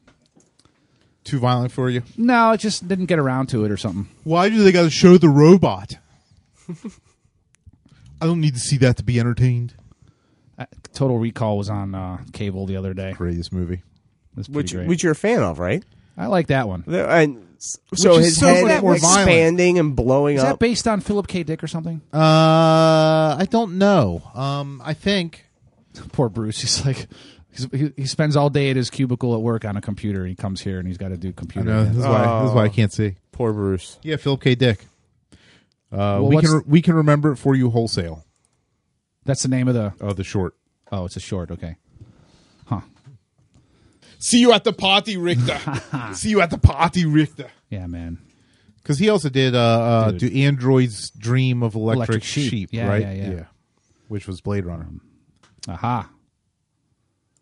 [SPEAKER 4] Too violent for you?
[SPEAKER 3] No, I just didn't get around to it or something.
[SPEAKER 4] Why do they got to show the robot? I don't need to see that to be entertained.
[SPEAKER 3] I, Total Recall was on uh, cable the other day.
[SPEAKER 4] Greatest movie.
[SPEAKER 3] That's pretty
[SPEAKER 1] which
[SPEAKER 3] great.
[SPEAKER 1] which you're a fan of, right?
[SPEAKER 3] I like that one.
[SPEAKER 1] There- And s- so
[SPEAKER 4] is
[SPEAKER 1] his
[SPEAKER 4] so
[SPEAKER 1] head
[SPEAKER 4] much more violent.
[SPEAKER 1] expanding and blowing
[SPEAKER 3] Is that
[SPEAKER 1] up.
[SPEAKER 3] based on Philip K. Dick or something?
[SPEAKER 4] Uh, I don't know. Um, I think
[SPEAKER 3] Poor Bruce. He's like. he's- He, he spends all day at his cubicle at work on a computer. He comes here and he's got to do
[SPEAKER 4] I
[SPEAKER 3] computer.
[SPEAKER 4] know this is why this is why I can't see.
[SPEAKER 1] Oh. Poor Bruce.
[SPEAKER 4] Yeah, Philip K. Dick. Uh,
[SPEAKER 3] Well,
[SPEAKER 4] we
[SPEAKER 3] what's-
[SPEAKER 4] can re- we can remember it for you wholesale.
[SPEAKER 3] That's the name of the.
[SPEAKER 4] Oh, the short.
[SPEAKER 3] Oh, it's a short. Okay. Huh.
[SPEAKER 4] See you at the party, Richter. see you at the party, Richter.
[SPEAKER 3] Yeah, man.
[SPEAKER 4] Because he also did uh, uh
[SPEAKER 3] Dude.
[SPEAKER 4] do androids dream of electric,
[SPEAKER 3] Electric Sheep.
[SPEAKER 4] sheep,
[SPEAKER 3] Yeah,
[SPEAKER 4] right?
[SPEAKER 3] yeah, yeah.
[SPEAKER 4] which was Blade Runner.
[SPEAKER 3] Aha.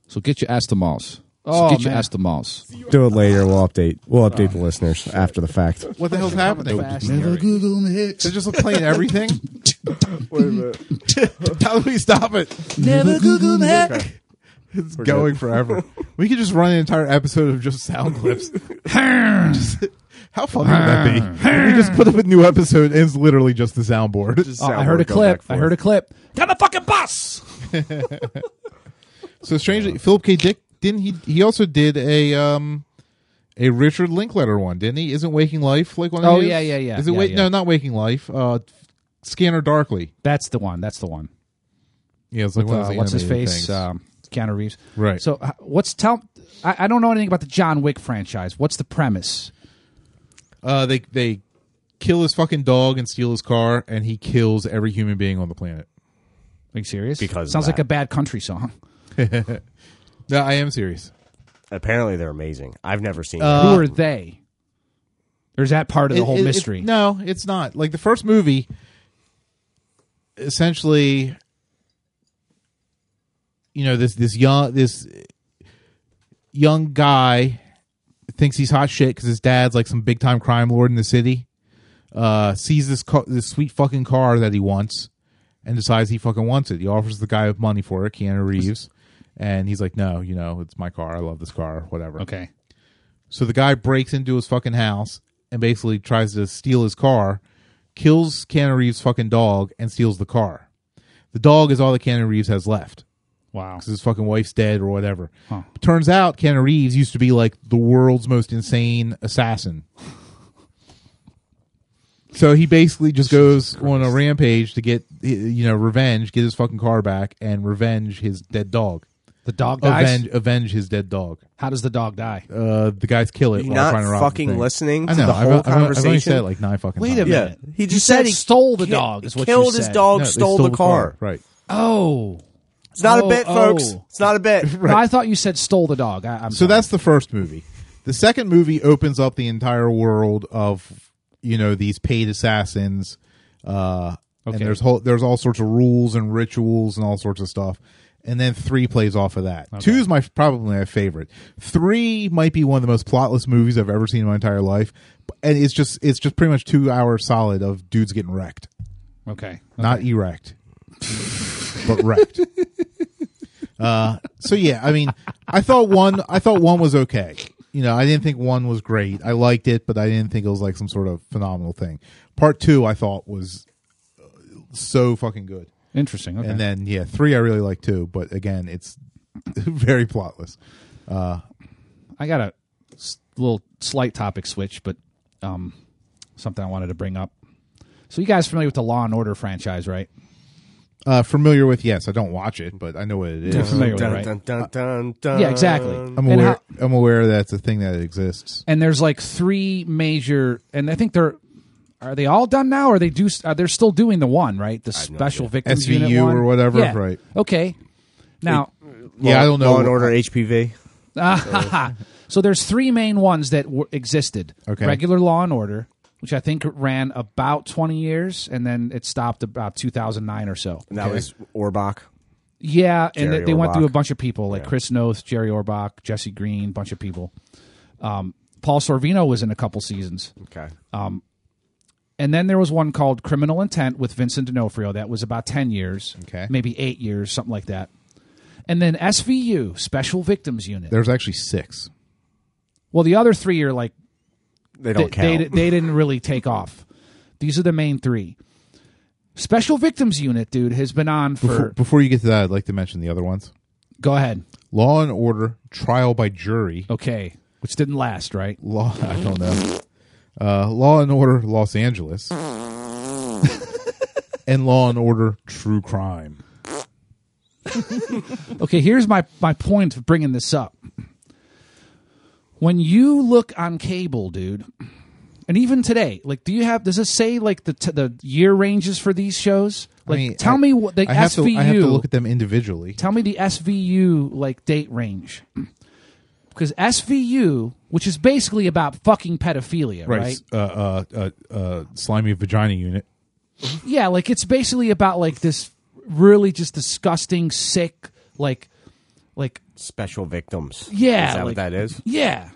[SPEAKER 3] So get your Estimals.
[SPEAKER 9] Oh,
[SPEAKER 3] so get
[SPEAKER 9] man.
[SPEAKER 3] your Estimals.
[SPEAKER 1] Do it later. We'll update. We'll update the listeners after the fact.
[SPEAKER 4] What the hell's happening?
[SPEAKER 3] Never Google mix.
[SPEAKER 4] They're just playing everything. How do we stop it?
[SPEAKER 3] Never Google mix.
[SPEAKER 4] It's going forever. We could just run an entire episode of just sound clips. Just- how funny would that be? If we just put up a new episode. and It's literally just the soundboard.
[SPEAKER 3] Oh,
[SPEAKER 4] Uh,
[SPEAKER 3] I heard a clip. I heard a clip. Got the fucking bus.
[SPEAKER 4] So strangely, Philip K. Dick didn't he? He also did a um a Richard Linkletter one, didn't he? Isn't Waking Life like one? of
[SPEAKER 3] Oh,
[SPEAKER 4] his?
[SPEAKER 3] yeah, yeah, yeah,
[SPEAKER 4] Is it
[SPEAKER 3] yeah,
[SPEAKER 4] wait?
[SPEAKER 3] yeah.
[SPEAKER 4] No, not Waking Life. Uh, Scanner Darkly.
[SPEAKER 3] That's the one. That's the one.
[SPEAKER 4] Yeah, it's like one of
[SPEAKER 3] Uh,
[SPEAKER 4] those
[SPEAKER 3] what's his
[SPEAKER 4] animated
[SPEAKER 3] face?
[SPEAKER 4] things.
[SPEAKER 3] Um, Keanu Reeves.
[SPEAKER 4] Right.
[SPEAKER 3] So uh, what's tell? I, I don't know anything about the John Wick franchise. What's the premise?
[SPEAKER 4] Uh, they they kill his fucking dog and steal his car, and he kills every human being on the planet.
[SPEAKER 3] Are you serious?
[SPEAKER 1] Because of
[SPEAKER 3] sounds
[SPEAKER 1] that.
[SPEAKER 3] like a bad country song.
[SPEAKER 4] No, I am serious.
[SPEAKER 1] Apparently, they're amazing. I've never seen.
[SPEAKER 3] Who are they? Or is that part of the
[SPEAKER 4] Uh, It-
[SPEAKER 3] whole
[SPEAKER 4] it- it-
[SPEAKER 3] mystery?
[SPEAKER 4] no, it's not. Like the first movie, essentially, you know this this young this young guy thinks he's hot shit because his dad's like some big time crime lord in the city. Uh, sees this car, this sweet fucking car that he wants, and decides he fucking wants it. He offers the guy money for it, Keanu Reeves, and he's like, "No, you know, it's my car. I love this car. Whatever."
[SPEAKER 3] Okay.
[SPEAKER 4] So the guy breaks into his fucking house and basically tries to steal his car, kills Keanu Reeves' fucking dog, and steals the car. The dog is all that Keanu Reeves has left
[SPEAKER 3] Wow.
[SPEAKER 4] because his fucking wife's dead or whatever. Turns out Keanu Reeves used to be like the world's most insane assassin. So he basically just goes on a rampage to get y- you know revenge, get his fucking car back, and revenge his dead dog.
[SPEAKER 3] The dog dies.
[SPEAKER 4] Avenge, avenge his dead dog
[SPEAKER 3] How does the dog die?
[SPEAKER 4] uh, the guys kill it.
[SPEAKER 1] You
[SPEAKER 4] while
[SPEAKER 1] not
[SPEAKER 4] trying to rob
[SPEAKER 1] fucking
[SPEAKER 4] the thing.
[SPEAKER 1] listening
[SPEAKER 4] I
[SPEAKER 1] to
[SPEAKER 4] know.
[SPEAKER 1] the
[SPEAKER 4] I've,
[SPEAKER 1] whole
[SPEAKER 4] I've- I've only
[SPEAKER 1] conversation?
[SPEAKER 4] said it like nine fucking.
[SPEAKER 3] Wait a
[SPEAKER 4] times.
[SPEAKER 3] minute.
[SPEAKER 1] Yeah, he
[SPEAKER 3] You
[SPEAKER 1] just
[SPEAKER 3] said he stole the
[SPEAKER 1] ki-
[SPEAKER 3] dog, is what
[SPEAKER 1] killed
[SPEAKER 3] you
[SPEAKER 1] his
[SPEAKER 3] said.
[SPEAKER 1] dog,
[SPEAKER 4] No, they
[SPEAKER 1] stole, the car.
[SPEAKER 4] Right.
[SPEAKER 3] Oh.
[SPEAKER 1] It's not
[SPEAKER 3] Oh,
[SPEAKER 1] a bit,
[SPEAKER 3] oh.
[SPEAKER 1] folks. It's not a bit.
[SPEAKER 3] No, I thought you said stole the dog. I, I'm
[SPEAKER 4] So that's the first movie. The second movie opens up the entire world of you know these paid assassins. Uh,
[SPEAKER 3] Okay.
[SPEAKER 4] And there's whole, there's all sorts of rules and rituals and all sorts of stuff. And then three plays off of that. Two is my probably my favorite. Three might be one of the most plotless movies I've ever seen in my entire life, and it's just it's just pretty much two hours solid of dudes getting wrecked.
[SPEAKER 3] okay.
[SPEAKER 4] not erect, but wrecked. Uh, so yeah, I mean, I thought one, I thought one was okay. You know, I didn't think one was great. I liked it, but I didn't think it was like some sort of phenomenal thing. Part two, I thought was uh, so fucking good,
[SPEAKER 3] Interesting. Okay.
[SPEAKER 4] and then yeah, three I really like too. But again, it's very plotless.
[SPEAKER 3] I got a s- little slight topic switch, but um, something I wanted to bring up. So you guys familiar with the Law and Order franchise, right?
[SPEAKER 4] Uh, familiar with yes, I don't watch it, but I know what it
[SPEAKER 3] You're
[SPEAKER 4] is.
[SPEAKER 3] familiar with it,
[SPEAKER 1] Dun,
[SPEAKER 3] right?
[SPEAKER 1] dun, dun, dun, dun.
[SPEAKER 3] Yeah, exactly.
[SPEAKER 1] Uh,
[SPEAKER 4] I'm
[SPEAKER 3] And
[SPEAKER 4] aware.
[SPEAKER 3] how-
[SPEAKER 4] I'm aware that's a thing that exists.
[SPEAKER 3] and there's like three major, and I think they're are they all done now? Or they do? Are they still doing the one right? The special victims
[SPEAKER 4] SVU
[SPEAKER 3] unit one?
[SPEAKER 4] or whatever,
[SPEAKER 3] Yeah.
[SPEAKER 4] right.
[SPEAKER 3] Okay. Now,
[SPEAKER 4] yeah, I don't know.
[SPEAKER 1] Law and Order HPV. uh,
[SPEAKER 3] so there's three main ones that w- existed.
[SPEAKER 4] Okay.
[SPEAKER 3] Regular Law and Order, which I think ran about 20 years, and then it stopped about 2009 or so.
[SPEAKER 1] And that was Orbach.
[SPEAKER 3] Yeah, and
[SPEAKER 1] Jerry
[SPEAKER 3] they, they went
[SPEAKER 1] Orbach.
[SPEAKER 3] through a bunch of people like Chris Noth, Jerry Orbach, Jesse Green, bunch of people. Um, Paul Sorvino was in a couple seasons,
[SPEAKER 1] Okay.
[SPEAKER 3] Uh, and then there was one called Criminal Intent with Vincent D'Onofrio that was about ten years,
[SPEAKER 4] Okay.
[SPEAKER 3] maybe eight years, something like that. And then SVU, Special Victims Unit.
[SPEAKER 4] There's actually six.
[SPEAKER 3] well, the other three are like
[SPEAKER 1] They don't
[SPEAKER 3] they,
[SPEAKER 1] count.
[SPEAKER 3] they, they didn't really take off. These are the main three. Special Victims Unit, dude, has been on for.
[SPEAKER 4] Before, before you get to that, I'd like to mention the other ones.
[SPEAKER 3] go ahead.
[SPEAKER 4] Law and Order, Trial by Jury.
[SPEAKER 3] Okay. Which didn't last, right?
[SPEAKER 4] Law, I don't know. Uh, Law and Order, Los Angeles, and Law and Order, True Crime.
[SPEAKER 3] Okay, here's my, my point of bringing this up. When you look on cable, dude, and even today, like, do you have, does it say, like, the t- the year ranges for these shows? Like,
[SPEAKER 4] I mean,
[SPEAKER 3] tell
[SPEAKER 4] I-
[SPEAKER 3] me what the
[SPEAKER 4] I have
[SPEAKER 3] SVU.
[SPEAKER 4] To, I have to look at them individually.
[SPEAKER 3] tell me the SVU like date range. Because SVU, which is basically about fucking pedophilia, right?
[SPEAKER 4] right. Uh, uh, uh, uh, slimy vagina unit.
[SPEAKER 3] Yeah, like it's basically about like this really just disgusting, sick, like, like
[SPEAKER 9] Special victims.
[SPEAKER 3] yeah,
[SPEAKER 9] Is that
[SPEAKER 3] like,
[SPEAKER 9] what that is?
[SPEAKER 3] Yeah,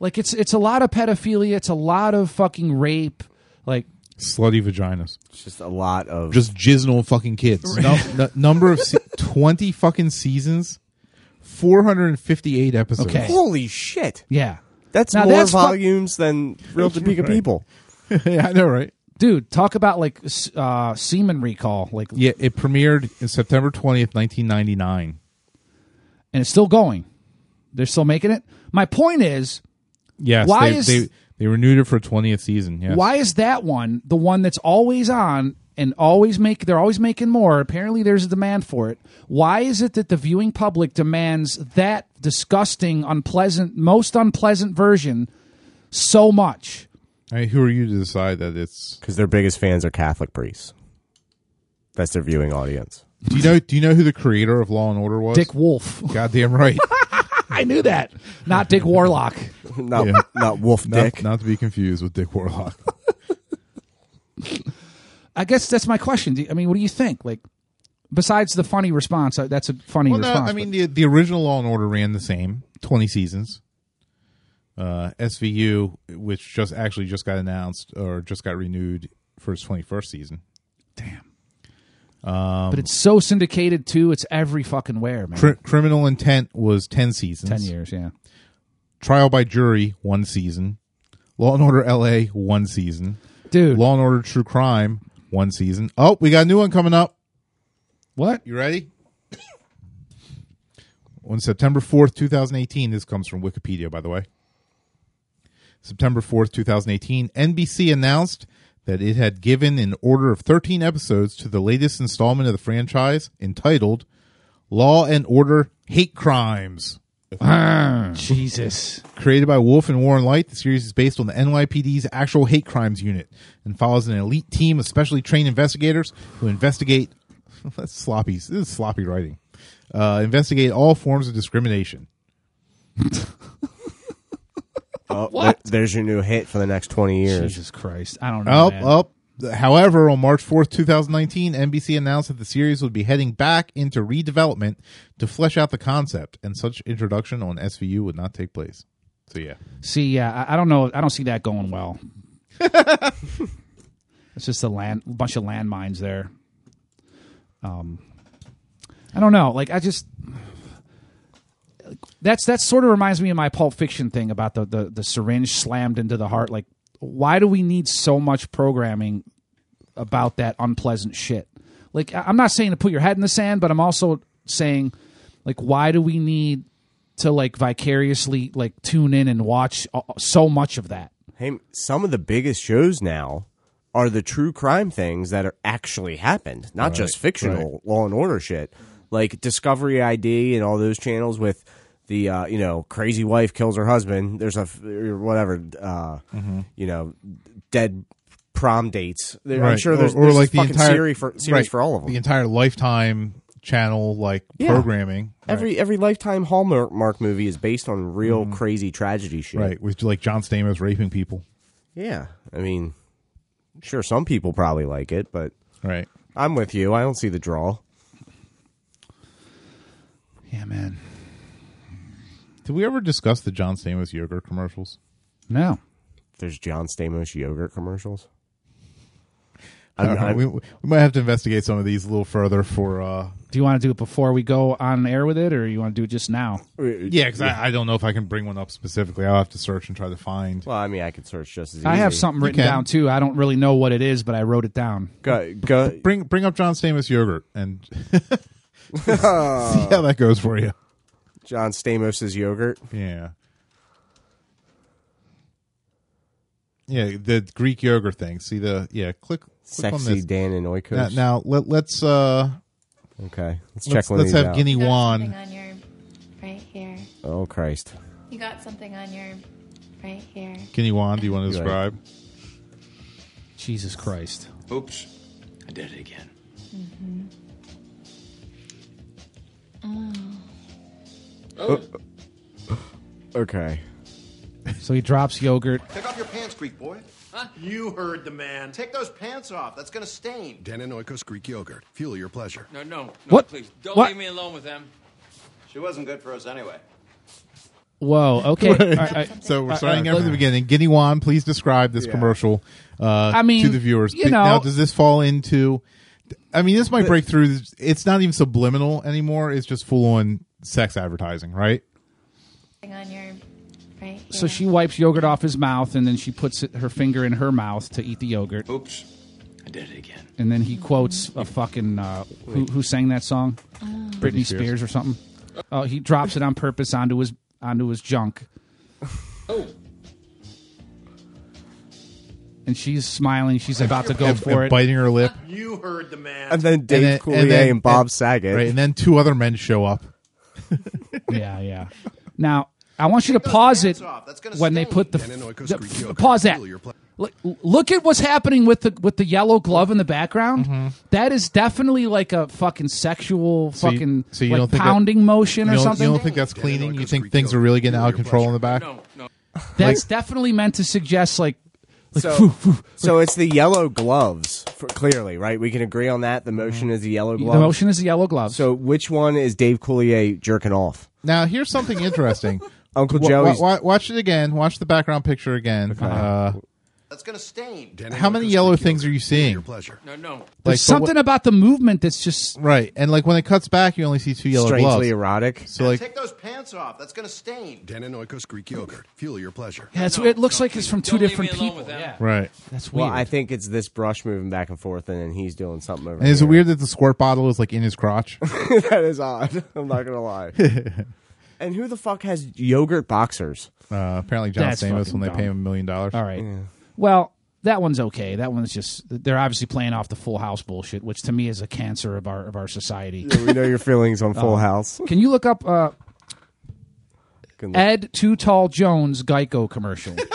[SPEAKER 3] like it's it's a lot of pedophilia. It's a lot of fucking rape. Like
[SPEAKER 4] Slutty vaginas.
[SPEAKER 9] It's just a lot of
[SPEAKER 4] Just jizzing on fucking kids. Num- n- number of se- 20 fucking seasons, 458 episodes.
[SPEAKER 3] Okay.
[SPEAKER 9] holy shit.
[SPEAKER 3] yeah,
[SPEAKER 1] That's
[SPEAKER 3] Now
[SPEAKER 1] more
[SPEAKER 3] that's fu-
[SPEAKER 1] volumes than Real Topeka people.
[SPEAKER 4] yeah, I know, right?
[SPEAKER 3] dude, talk about like s- uh semen recall, like,
[SPEAKER 4] Yeah, it premiered in September 20th, 1999.
[SPEAKER 3] and it's still going. They're still making it. My point is,
[SPEAKER 4] Yes.
[SPEAKER 3] Why
[SPEAKER 4] they,
[SPEAKER 3] is-
[SPEAKER 4] they, they renewed it for a 20th season. Yes.
[SPEAKER 3] Why is that one the one that's always on and always make they're always making more? Apparently there's a demand for it. Why is it that the viewing public demands that disgusting, unpleasant, most unpleasant version so much?
[SPEAKER 4] I mean, who are you to decide that it's?
[SPEAKER 1] Because their biggest fans are Catholic priests. That's their viewing audience.
[SPEAKER 4] Do you know? Do you know who the creator of Law and Order was?
[SPEAKER 3] Dick Wolf.
[SPEAKER 4] Goddamn right.
[SPEAKER 3] I knew that. Not Dick Warlock.
[SPEAKER 1] Not, not Wolf
[SPEAKER 4] not,
[SPEAKER 1] Dick.
[SPEAKER 4] not to be confused with Dick Warlock.
[SPEAKER 3] I guess that's my question. Do- I mean, what do you think? Like besides the funny response, uh, that's a funny
[SPEAKER 4] well, no,
[SPEAKER 3] response.
[SPEAKER 4] I mean the the original Law and Order ran the same twenty seasons. Uh, SVU, which just actually just got announced or just got renewed for its twenty first season.
[SPEAKER 3] but,
[SPEAKER 4] um,
[SPEAKER 3] but it's so syndicated too. It's every fucking where, man.
[SPEAKER 4] Cri- Criminal Intent was ten seasons.
[SPEAKER 3] Ten years, yeah.
[SPEAKER 4] Trial by Jury one season. Law and Order L.A. one season.
[SPEAKER 3] Dude,
[SPEAKER 4] Law and Order True Crime one season. Oh, we got a new one coming up.
[SPEAKER 3] what?
[SPEAKER 4] You ready? On September 4th, 2018, this comes from Wikipedia, by the way. September 4th, 2018, NBC announced that it had given an order of 13 episodes to the latest installment of the franchise entitled Law and Order Hate Crimes.
[SPEAKER 3] Jesus.
[SPEAKER 4] Created by Wolf and Warren Light, the series is based on the NYPD's actual hate crimes unit and follows an elite team of specially trained investigators who investigate. That's sloppy. This is sloppy writing. Uh, investigate all forms of discrimination.
[SPEAKER 1] Oh, what? there's your new hit for the next 20 years.
[SPEAKER 3] Jesus Christ. I don't know.
[SPEAKER 4] Up,
[SPEAKER 3] Oh, man.
[SPEAKER 4] up. However, on March 4th, 2019, NBC announced that the series would be heading back into redevelopment to flesh out the concept, and such introduction on SVU would not take place. So, yeah.
[SPEAKER 3] See, yeah, I, I don't know. I don't see that going well. it's just a land, bunch of landmines there. Um, I don't know. Like, I just that's that sort of reminds me of my Pulp Fiction thing about the the, the syringe slammed into the heart. Like, why do we need so much programming about that unpleasant shit? Like, I- I'm not saying to put your head in the sand, but I'm also saying, like, why do we need to like vicariously like tune in and watch uh, so much of that.
[SPEAKER 1] Hey, some of the biggest shows now are the true crime things that are actually happened, not just fictional law and order shit. Like Discovery ID and all those channels with the uh, you know crazy wife kills her husband. There's a f- or whatever uh,
[SPEAKER 4] Mm-hmm.
[SPEAKER 1] you know dead prom dates. There- I'm sure there's, there's a fucking series for series
[SPEAKER 4] right,
[SPEAKER 1] for all of them.
[SPEAKER 4] The entire Lifetime channel, like
[SPEAKER 1] Yeah.
[SPEAKER 4] programming.
[SPEAKER 1] every every lifetime Hallmark Mark movie is based on real crazy tragedy shit.
[SPEAKER 4] Mm-hmm. Right, with like John Stamos raping people.
[SPEAKER 1] Yeah. I mean, sure, some people probably like it, but.
[SPEAKER 4] Right.
[SPEAKER 1] I'm with you. I don't see the draw.
[SPEAKER 3] Yeah, man.
[SPEAKER 4] Did we ever discuss the John Stamos yogurt commercials?
[SPEAKER 3] No.
[SPEAKER 1] There's John Stamos yogurt commercials.
[SPEAKER 10] I'm,
[SPEAKER 4] All right,
[SPEAKER 10] I'm-
[SPEAKER 4] Uh, we, we might have to investigate some of these a little further for. uh
[SPEAKER 3] Do you want to do it before we go on air with it, or you want to do it just now?
[SPEAKER 4] Yeah, because I, I don't know if I can bring one up specifically. I'll have to search and try to find.
[SPEAKER 1] Well, I mean, I could search just as easy.
[SPEAKER 3] I have something written
[SPEAKER 4] can.
[SPEAKER 3] down too. I don't really know what it is, but I wrote it down.
[SPEAKER 10] go, go,
[SPEAKER 4] Bring bring up John Stamos yogurt and see how that goes for you.
[SPEAKER 1] John Stamos's yogurt.
[SPEAKER 4] Yeah. Yeah, the Greek yogurt thing. See the yeah, click, click on
[SPEAKER 1] Sexy
[SPEAKER 4] this.
[SPEAKER 1] Dan and
[SPEAKER 4] Now,
[SPEAKER 1] Oikos.
[SPEAKER 4] now let, let's uh
[SPEAKER 1] okay, let's,
[SPEAKER 4] let's,
[SPEAKER 1] check one
[SPEAKER 4] let's
[SPEAKER 1] of these
[SPEAKER 4] have
[SPEAKER 1] out.
[SPEAKER 4] Guinea
[SPEAKER 11] You got
[SPEAKER 4] Wan.
[SPEAKER 11] something on your right here.
[SPEAKER 1] oh Christ!
[SPEAKER 11] You got something on your right here.
[SPEAKER 4] Guinea Wan, do you want to
[SPEAKER 1] You're
[SPEAKER 4] describe?
[SPEAKER 3] Jesus Christ!
[SPEAKER 8] Oops, I did it again.
[SPEAKER 1] Okay,
[SPEAKER 3] So he drops yogurt.
[SPEAKER 8] Take off your pants, Greek boy. Huh? You heard the man. Take those pants off. That's gonna stain.
[SPEAKER 12] Dan Oikos Greek yogurt. Fuel your pleasure.
[SPEAKER 13] No, no, no,
[SPEAKER 3] What?
[SPEAKER 13] please. Don't
[SPEAKER 3] What?
[SPEAKER 13] leave me alone with them.
[SPEAKER 8] She wasn't good for us anyway.
[SPEAKER 3] Whoa. Okay. All right, I-
[SPEAKER 4] So we're starting
[SPEAKER 3] right,
[SPEAKER 4] again from the beginning. Guinea Wan, please describe this commercial uh
[SPEAKER 3] I mean,
[SPEAKER 4] to the viewers.
[SPEAKER 3] you
[SPEAKER 4] Th- now
[SPEAKER 3] know-
[SPEAKER 4] does this fall into I mean this might break through it's not even subliminal anymore, it's just full on sex advertising, right?
[SPEAKER 11] Something on your right here.
[SPEAKER 3] so she wipes yogurt off his mouth, and then she puts it, her finger in her mouth to eat the yogurt,
[SPEAKER 8] Oops, I did it again.
[SPEAKER 3] and then he quotes a fucking uh, who, who sang that song, Britney Spears. or something. Oh, he drops it on purpose onto his onto his junk.
[SPEAKER 8] Oh.
[SPEAKER 3] And she's smiling. She's about to go
[SPEAKER 4] And-
[SPEAKER 3] for
[SPEAKER 4] and
[SPEAKER 3] it.
[SPEAKER 4] biting her lip.
[SPEAKER 8] You heard the man.
[SPEAKER 10] and then Dave
[SPEAKER 4] then-
[SPEAKER 10] Coulier and,
[SPEAKER 4] then-
[SPEAKER 10] Bob Saget.
[SPEAKER 4] Right, and then two other men show up.
[SPEAKER 3] Yeah, yeah. Now I want you to pause it
[SPEAKER 8] pants off. That's gonna
[SPEAKER 3] when they
[SPEAKER 8] stain.
[SPEAKER 3] put the,
[SPEAKER 12] Ananoikos
[SPEAKER 3] the-
[SPEAKER 12] Greek
[SPEAKER 3] f-
[SPEAKER 12] yogurt.
[SPEAKER 3] pause that.
[SPEAKER 12] Feel your pla-
[SPEAKER 3] Look, look at what's happening with the with the yellow glove in the background.
[SPEAKER 4] Mm-hmm.
[SPEAKER 3] That is definitely like a fucking sexual
[SPEAKER 4] So you-
[SPEAKER 3] fucking
[SPEAKER 4] so you
[SPEAKER 3] like
[SPEAKER 4] don't think that-
[SPEAKER 3] pounding motion
[SPEAKER 4] You
[SPEAKER 3] or
[SPEAKER 4] don't,
[SPEAKER 3] something.
[SPEAKER 4] you don't think that's cleaning? You think things are really getting out of control in the back?
[SPEAKER 3] that's definitely meant to suggest like like
[SPEAKER 1] So-
[SPEAKER 3] phew, phew.
[SPEAKER 1] so it's the yellow gloves. For, clearly, right? We can agree on that. The
[SPEAKER 4] Mm-hmm.
[SPEAKER 1] motion is the yellow
[SPEAKER 3] the
[SPEAKER 1] gloves.
[SPEAKER 3] motion is the yellow glove.
[SPEAKER 1] So which one is Dave Coulier jerking off?
[SPEAKER 4] Now, here's something interesting.
[SPEAKER 1] Uncle
[SPEAKER 4] Wa-
[SPEAKER 1] Joey's.
[SPEAKER 4] wa- wa- watch it again. Watch the background picture again. Uh,
[SPEAKER 8] That's gonna stain.
[SPEAKER 12] How many yellow things are you seeing?
[SPEAKER 13] No, no.
[SPEAKER 4] like,
[SPEAKER 3] there's something about the movement that's just
[SPEAKER 4] but wha- right, and like when it cuts back, you only see two yellow
[SPEAKER 1] Strangely
[SPEAKER 4] gloves.
[SPEAKER 1] erotic.
[SPEAKER 4] So like,
[SPEAKER 8] Take those pants off. That's gonna stain.
[SPEAKER 12] Dan Greek yogurt. Fuel your pleasure.
[SPEAKER 3] yeah, it's,
[SPEAKER 13] No,
[SPEAKER 3] it looks
[SPEAKER 13] no,
[SPEAKER 3] like it's from
[SPEAKER 13] please
[SPEAKER 3] two
[SPEAKER 13] don't leave
[SPEAKER 3] different
[SPEAKER 13] me alone
[SPEAKER 3] people.
[SPEAKER 13] with that.
[SPEAKER 3] Yeah.
[SPEAKER 4] right.
[SPEAKER 3] That's weird.
[SPEAKER 1] Well, I think it's this brush moving back and forth, and then he's doing something over.
[SPEAKER 4] And is it
[SPEAKER 1] here.
[SPEAKER 4] weird that the squirt bottle is like in his crotch?
[SPEAKER 1] that is odd. I'm not gonna lie. and who the fuck has yogurt boxers?
[SPEAKER 4] Uh, apparently, John
[SPEAKER 3] That's
[SPEAKER 4] Stamos
[SPEAKER 3] fucking
[SPEAKER 4] when they
[SPEAKER 3] dumb.
[SPEAKER 4] pay him a million dollars.
[SPEAKER 3] All right. Well, that one's okay. That one's just they're obviously playing off the Full House bullshit, which to me is a cancer of our of our society.
[SPEAKER 1] we know your feelings
[SPEAKER 4] Oh.
[SPEAKER 1] on Full House.
[SPEAKER 3] Can you look up uh,
[SPEAKER 1] Can look-
[SPEAKER 3] Ed Too Tall Jones Geico commercial?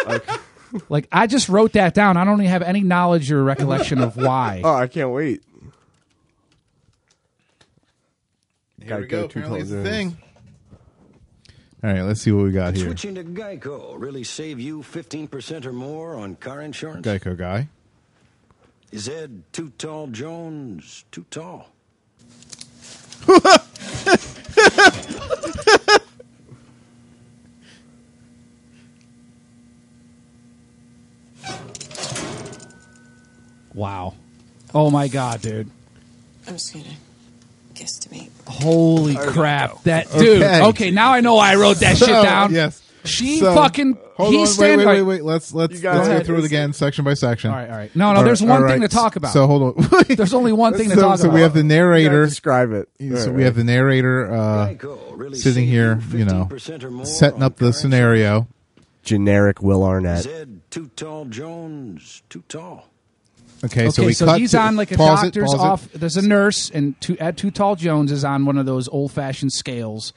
[SPEAKER 3] Like I just wrote that down. I don't even have any knowledge or recollection of why.
[SPEAKER 4] Uh,
[SPEAKER 1] Oh, I can't wait.
[SPEAKER 4] Here we
[SPEAKER 1] Geico
[SPEAKER 4] go.
[SPEAKER 1] two
[SPEAKER 4] Apparently, it's
[SPEAKER 1] tall
[SPEAKER 4] a
[SPEAKER 1] zones.
[SPEAKER 4] thing. All right, let's see what we got here.
[SPEAKER 8] to Geico really save you 15% or more on car insurance?
[SPEAKER 4] Geico guy.
[SPEAKER 8] Is Ed too tall, Jones? Too tall?
[SPEAKER 3] Wow. Oh my god, dude.
[SPEAKER 11] I'm just gonna kiss to me.
[SPEAKER 3] Holy crap. That dude.
[SPEAKER 4] Oh. Okay.
[SPEAKER 3] Okay. now I know why I wrote that shit
[SPEAKER 4] So,
[SPEAKER 3] down.
[SPEAKER 4] Yes.
[SPEAKER 3] She
[SPEAKER 4] So,
[SPEAKER 3] fucking
[SPEAKER 4] Hold
[SPEAKER 3] he's
[SPEAKER 4] on, wait,
[SPEAKER 3] standing
[SPEAKER 4] wait, wait, wait. Let's let's,
[SPEAKER 1] guys
[SPEAKER 4] let's go
[SPEAKER 1] had-
[SPEAKER 4] through it again, section by section.
[SPEAKER 3] All right, all right. No, no,
[SPEAKER 4] All
[SPEAKER 3] there's
[SPEAKER 4] right,
[SPEAKER 3] one
[SPEAKER 4] all
[SPEAKER 3] thing
[SPEAKER 4] right.
[SPEAKER 3] to talk about.
[SPEAKER 4] So hold on.
[SPEAKER 3] There's only one thing to
[SPEAKER 4] so,
[SPEAKER 3] talk
[SPEAKER 4] so
[SPEAKER 3] about.
[SPEAKER 4] we have the
[SPEAKER 1] You gotta
[SPEAKER 4] narrator.
[SPEAKER 1] Describe it.
[SPEAKER 4] So we have the narrator uh, sitting here, you know, setting up the scenario.
[SPEAKER 1] generic Will Arnett.
[SPEAKER 8] Zed too tall, Jones too tall.
[SPEAKER 4] Okay,
[SPEAKER 3] Okay,
[SPEAKER 4] so
[SPEAKER 3] so,
[SPEAKER 4] we cut.
[SPEAKER 3] he's
[SPEAKER 4] to-
[SPEAKER 3] on like a
[SPEAKER 4] pause it,
[SPEAKER 3] doctor's
[SPEAKER 4] pause it.
[SPEAKER 3] off. There's a nurse, and two, Ed Too Tall Jones is on one of those old fashioned scales.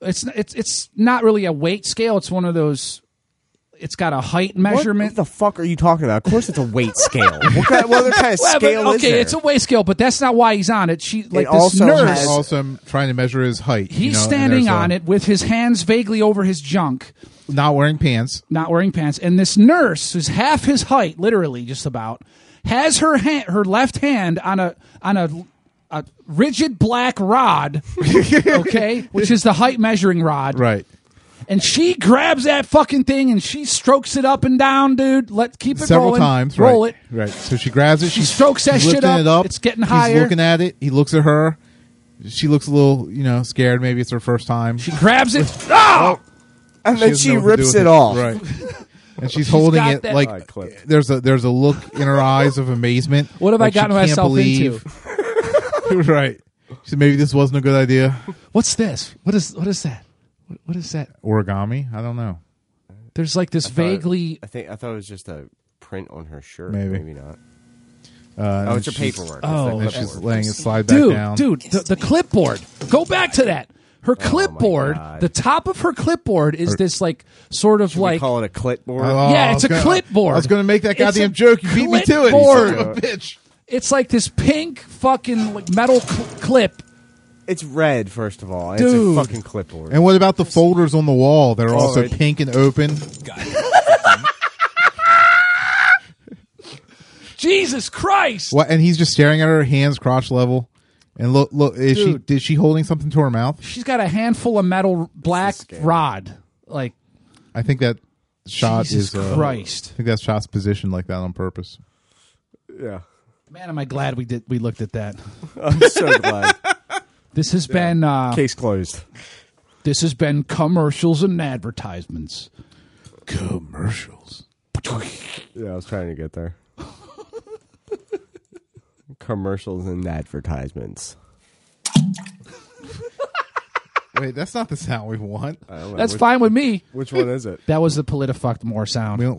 [SPEAKER 3] It's it's it's not really a weight scale. It's one of those. It's got a height measurement.
[SPEAKER 1] What the fuck are you talking about? Of course, it's a weight scale. What, kind, what other kind of
[SPEAKER 3] Yeah, but,
[SPEAKER 1] scale is
[SPEAKER 3] okay,
[SPEAKER 1] there?
[SPEAKER 3] it's a weight scale, but that's not why he's on it. She like this
[SPEAKER 1] also
[SPEAKER 3] nurse.
[SPEAKER 1] has-
[SPEAKER 4] Also, trying to measure his height.
[SPEAKER 3] he's standing on it with his hands vaguely over his junk,
[SPEAKER 4] not wearing pants.
[SPEAKER 3] not wearing pants. And this nurse, who's half his height, literally just about, has her hand, her left hand on a on a a rigid black rod, okay, which is the height measuring rod,
[SPEAKER 4] Right.
[SPEAKER 3] And she grabs that fucking thing and she strokes it up and down, dude. Let keep it
[SPEAKER 4] several
[SPEAKER 3] rolling.
[SPEAKER 4] times.
[SPEAKER 3] Roll
[SPEAKER 4] right,
[SPEAKER 3] it.
[SPEAKER 4] Right. So she grabs it.
[SPEAKER 3] She strokes that
[SPEAKER 4] she's
[SPEAKER 3] shit
[SPEAKER 4] lifting
[SPEAKER 3] up.
[SPEAKER 4] It up.
[SPEAKER 3] It's getting
[SPEAKER 4] He's
[SPEAKER 3] higher.
[SPEAKER 4] looking at it. He looks at her. She looks a little, you know, scared. Maybe it's her first time. She
[SPEAKER 3] grabs it. Ah!
[SPEAKER 4] Oh,
[SPEAKER 9] And then
[SPEAKER 4] doesn't
[SPEAKER 9] she
[SPEAKER 4] know what to do
[SPEAKER 9] rips
[SPEAKER 4] with
[SPEAKER 9] it off.
[SPEAKER 4] Right. And she's holding
[SPEAKER 3] got
[SPEAKER 4] it
[SPEAKER 3] that-
[SPEAKER 4] like
[SPEAKER 3] All right,
[SPEAKER 4] there's a there's a look in her eyes of amazement.
[SPEAKER 3] What have I
[SPEAKER 4] that she
[SPEAKER 3] gotten
[SPEAKER 4] can't
[SPEAKER 3] myself
[SPEAKER 4] believe. into? right. So maybe this wasn't a good idea.
[SPEAKER 3] What's this? What is what is that? What, what is that?
[SPEAKER 4] Origami? I don't know.
[SPEAKER 3] There's like this
[SPEAKER 9] I thought-
[SPEAKER 3] vaguely
[SPEAKER 9] I think I thought it was just a print on her shirt.
[SPEAKER 4] Maybe.
[SPEAKER 9] Maybe, not.
[SPEAKER 4] Uh,
[SPEAKER 9] Oh, it's her
[SPEAKER 4] and she's-
[SPEAKER 9] paperwork.
[SPEAKER 3] Oh,
[SPEAKER 4] and then she's laying it slide back
[SPEAKER 3] dude,
[SPEAKER 4] down. Oh
[SPEAKER 3] dude, the, the clipboard. Go back to that. Her clipboard.
[SPEAKER 9] God.
[SPEAKER 3] the top of her clipboard is this like sort of
[SPEAKER 9] Like,
[SPEAKER 3] like
[SPEAKER 9] call it a clipboard.
[SPEAKER 4] Oh,
[SPEAKER 3] yeah,
[SPEAKER 4] I
[SPEAKER 3] it's
[SPEAKER 4] was
[SPEAKER 3] a
[SPEAKER 4] gonna-
[SPEAKER 3] clipboard.
[SPEAKER 4] I was going to make that
[SPEAKER 3] It's a
[SPEAKER 4] goddamn joke. You beat me to it.
[SPEAKER 3] clipboard.
[SPEAKER 4] You son of a bitch.
[SPEAKER 3] It's like this pink fucking like, metal cl- clip.
[SPEAKER 9] It's red, first of all. It's
[SPEAKER 3] Dude.
[SPEAKER 9] a fucking clipboard.
[SPEAKER 4] And what about the folders on the wall that are also
[SPEAKER 9] Alright.
[SPEAKER 4] pink and open?
[SPEAKER 3] Jesus Christ!
[SPEAKER 4] What? And he's just staring at her, hands crotch level. And look, look,
[SPEAKER 3] Dude.
[SPEAKER 4] is she? Did she holding something to her mouth?
[SPEAKER 3] She's got a handful of metal black rod. Like
[SPEAKER 4] I think that shot
[SPEAKER 3] Jesus
[SPEAKER 4] is. Uh,
[SPEAKER 3] Christ.
[SPEAKER 4] I think that shot's positioned like that on purpose.
[SPEAKER 9] yeah.
[SPEAKER 3] man, am I glad we did we looked at that.
[SPEAKER 9] I'm so glad.
[SPEAKER 3] This has been uh,
[SPEAKER 9] Case closed.
[SPEAKER 3] this has been commercials and advertisements.
[SPEAKER 4] Commercials.
[SPEAKER 9] Yeah, I was trying to get there. Commercials and advertisements.
[SPEAKER 4] Wait, that's not the sound we want.
[SPEAKER 1] Uh,
[SPEAKER 9] I don't know,
[SPEAKER 3] That's
[SPEAKER 9] which,
[SPEAKER 3] fine with me.
[SPEAKER 9] Which one is it?
[SPEAKER 3] That was the politifucked more sound.
[SPEAKER 4] We don't.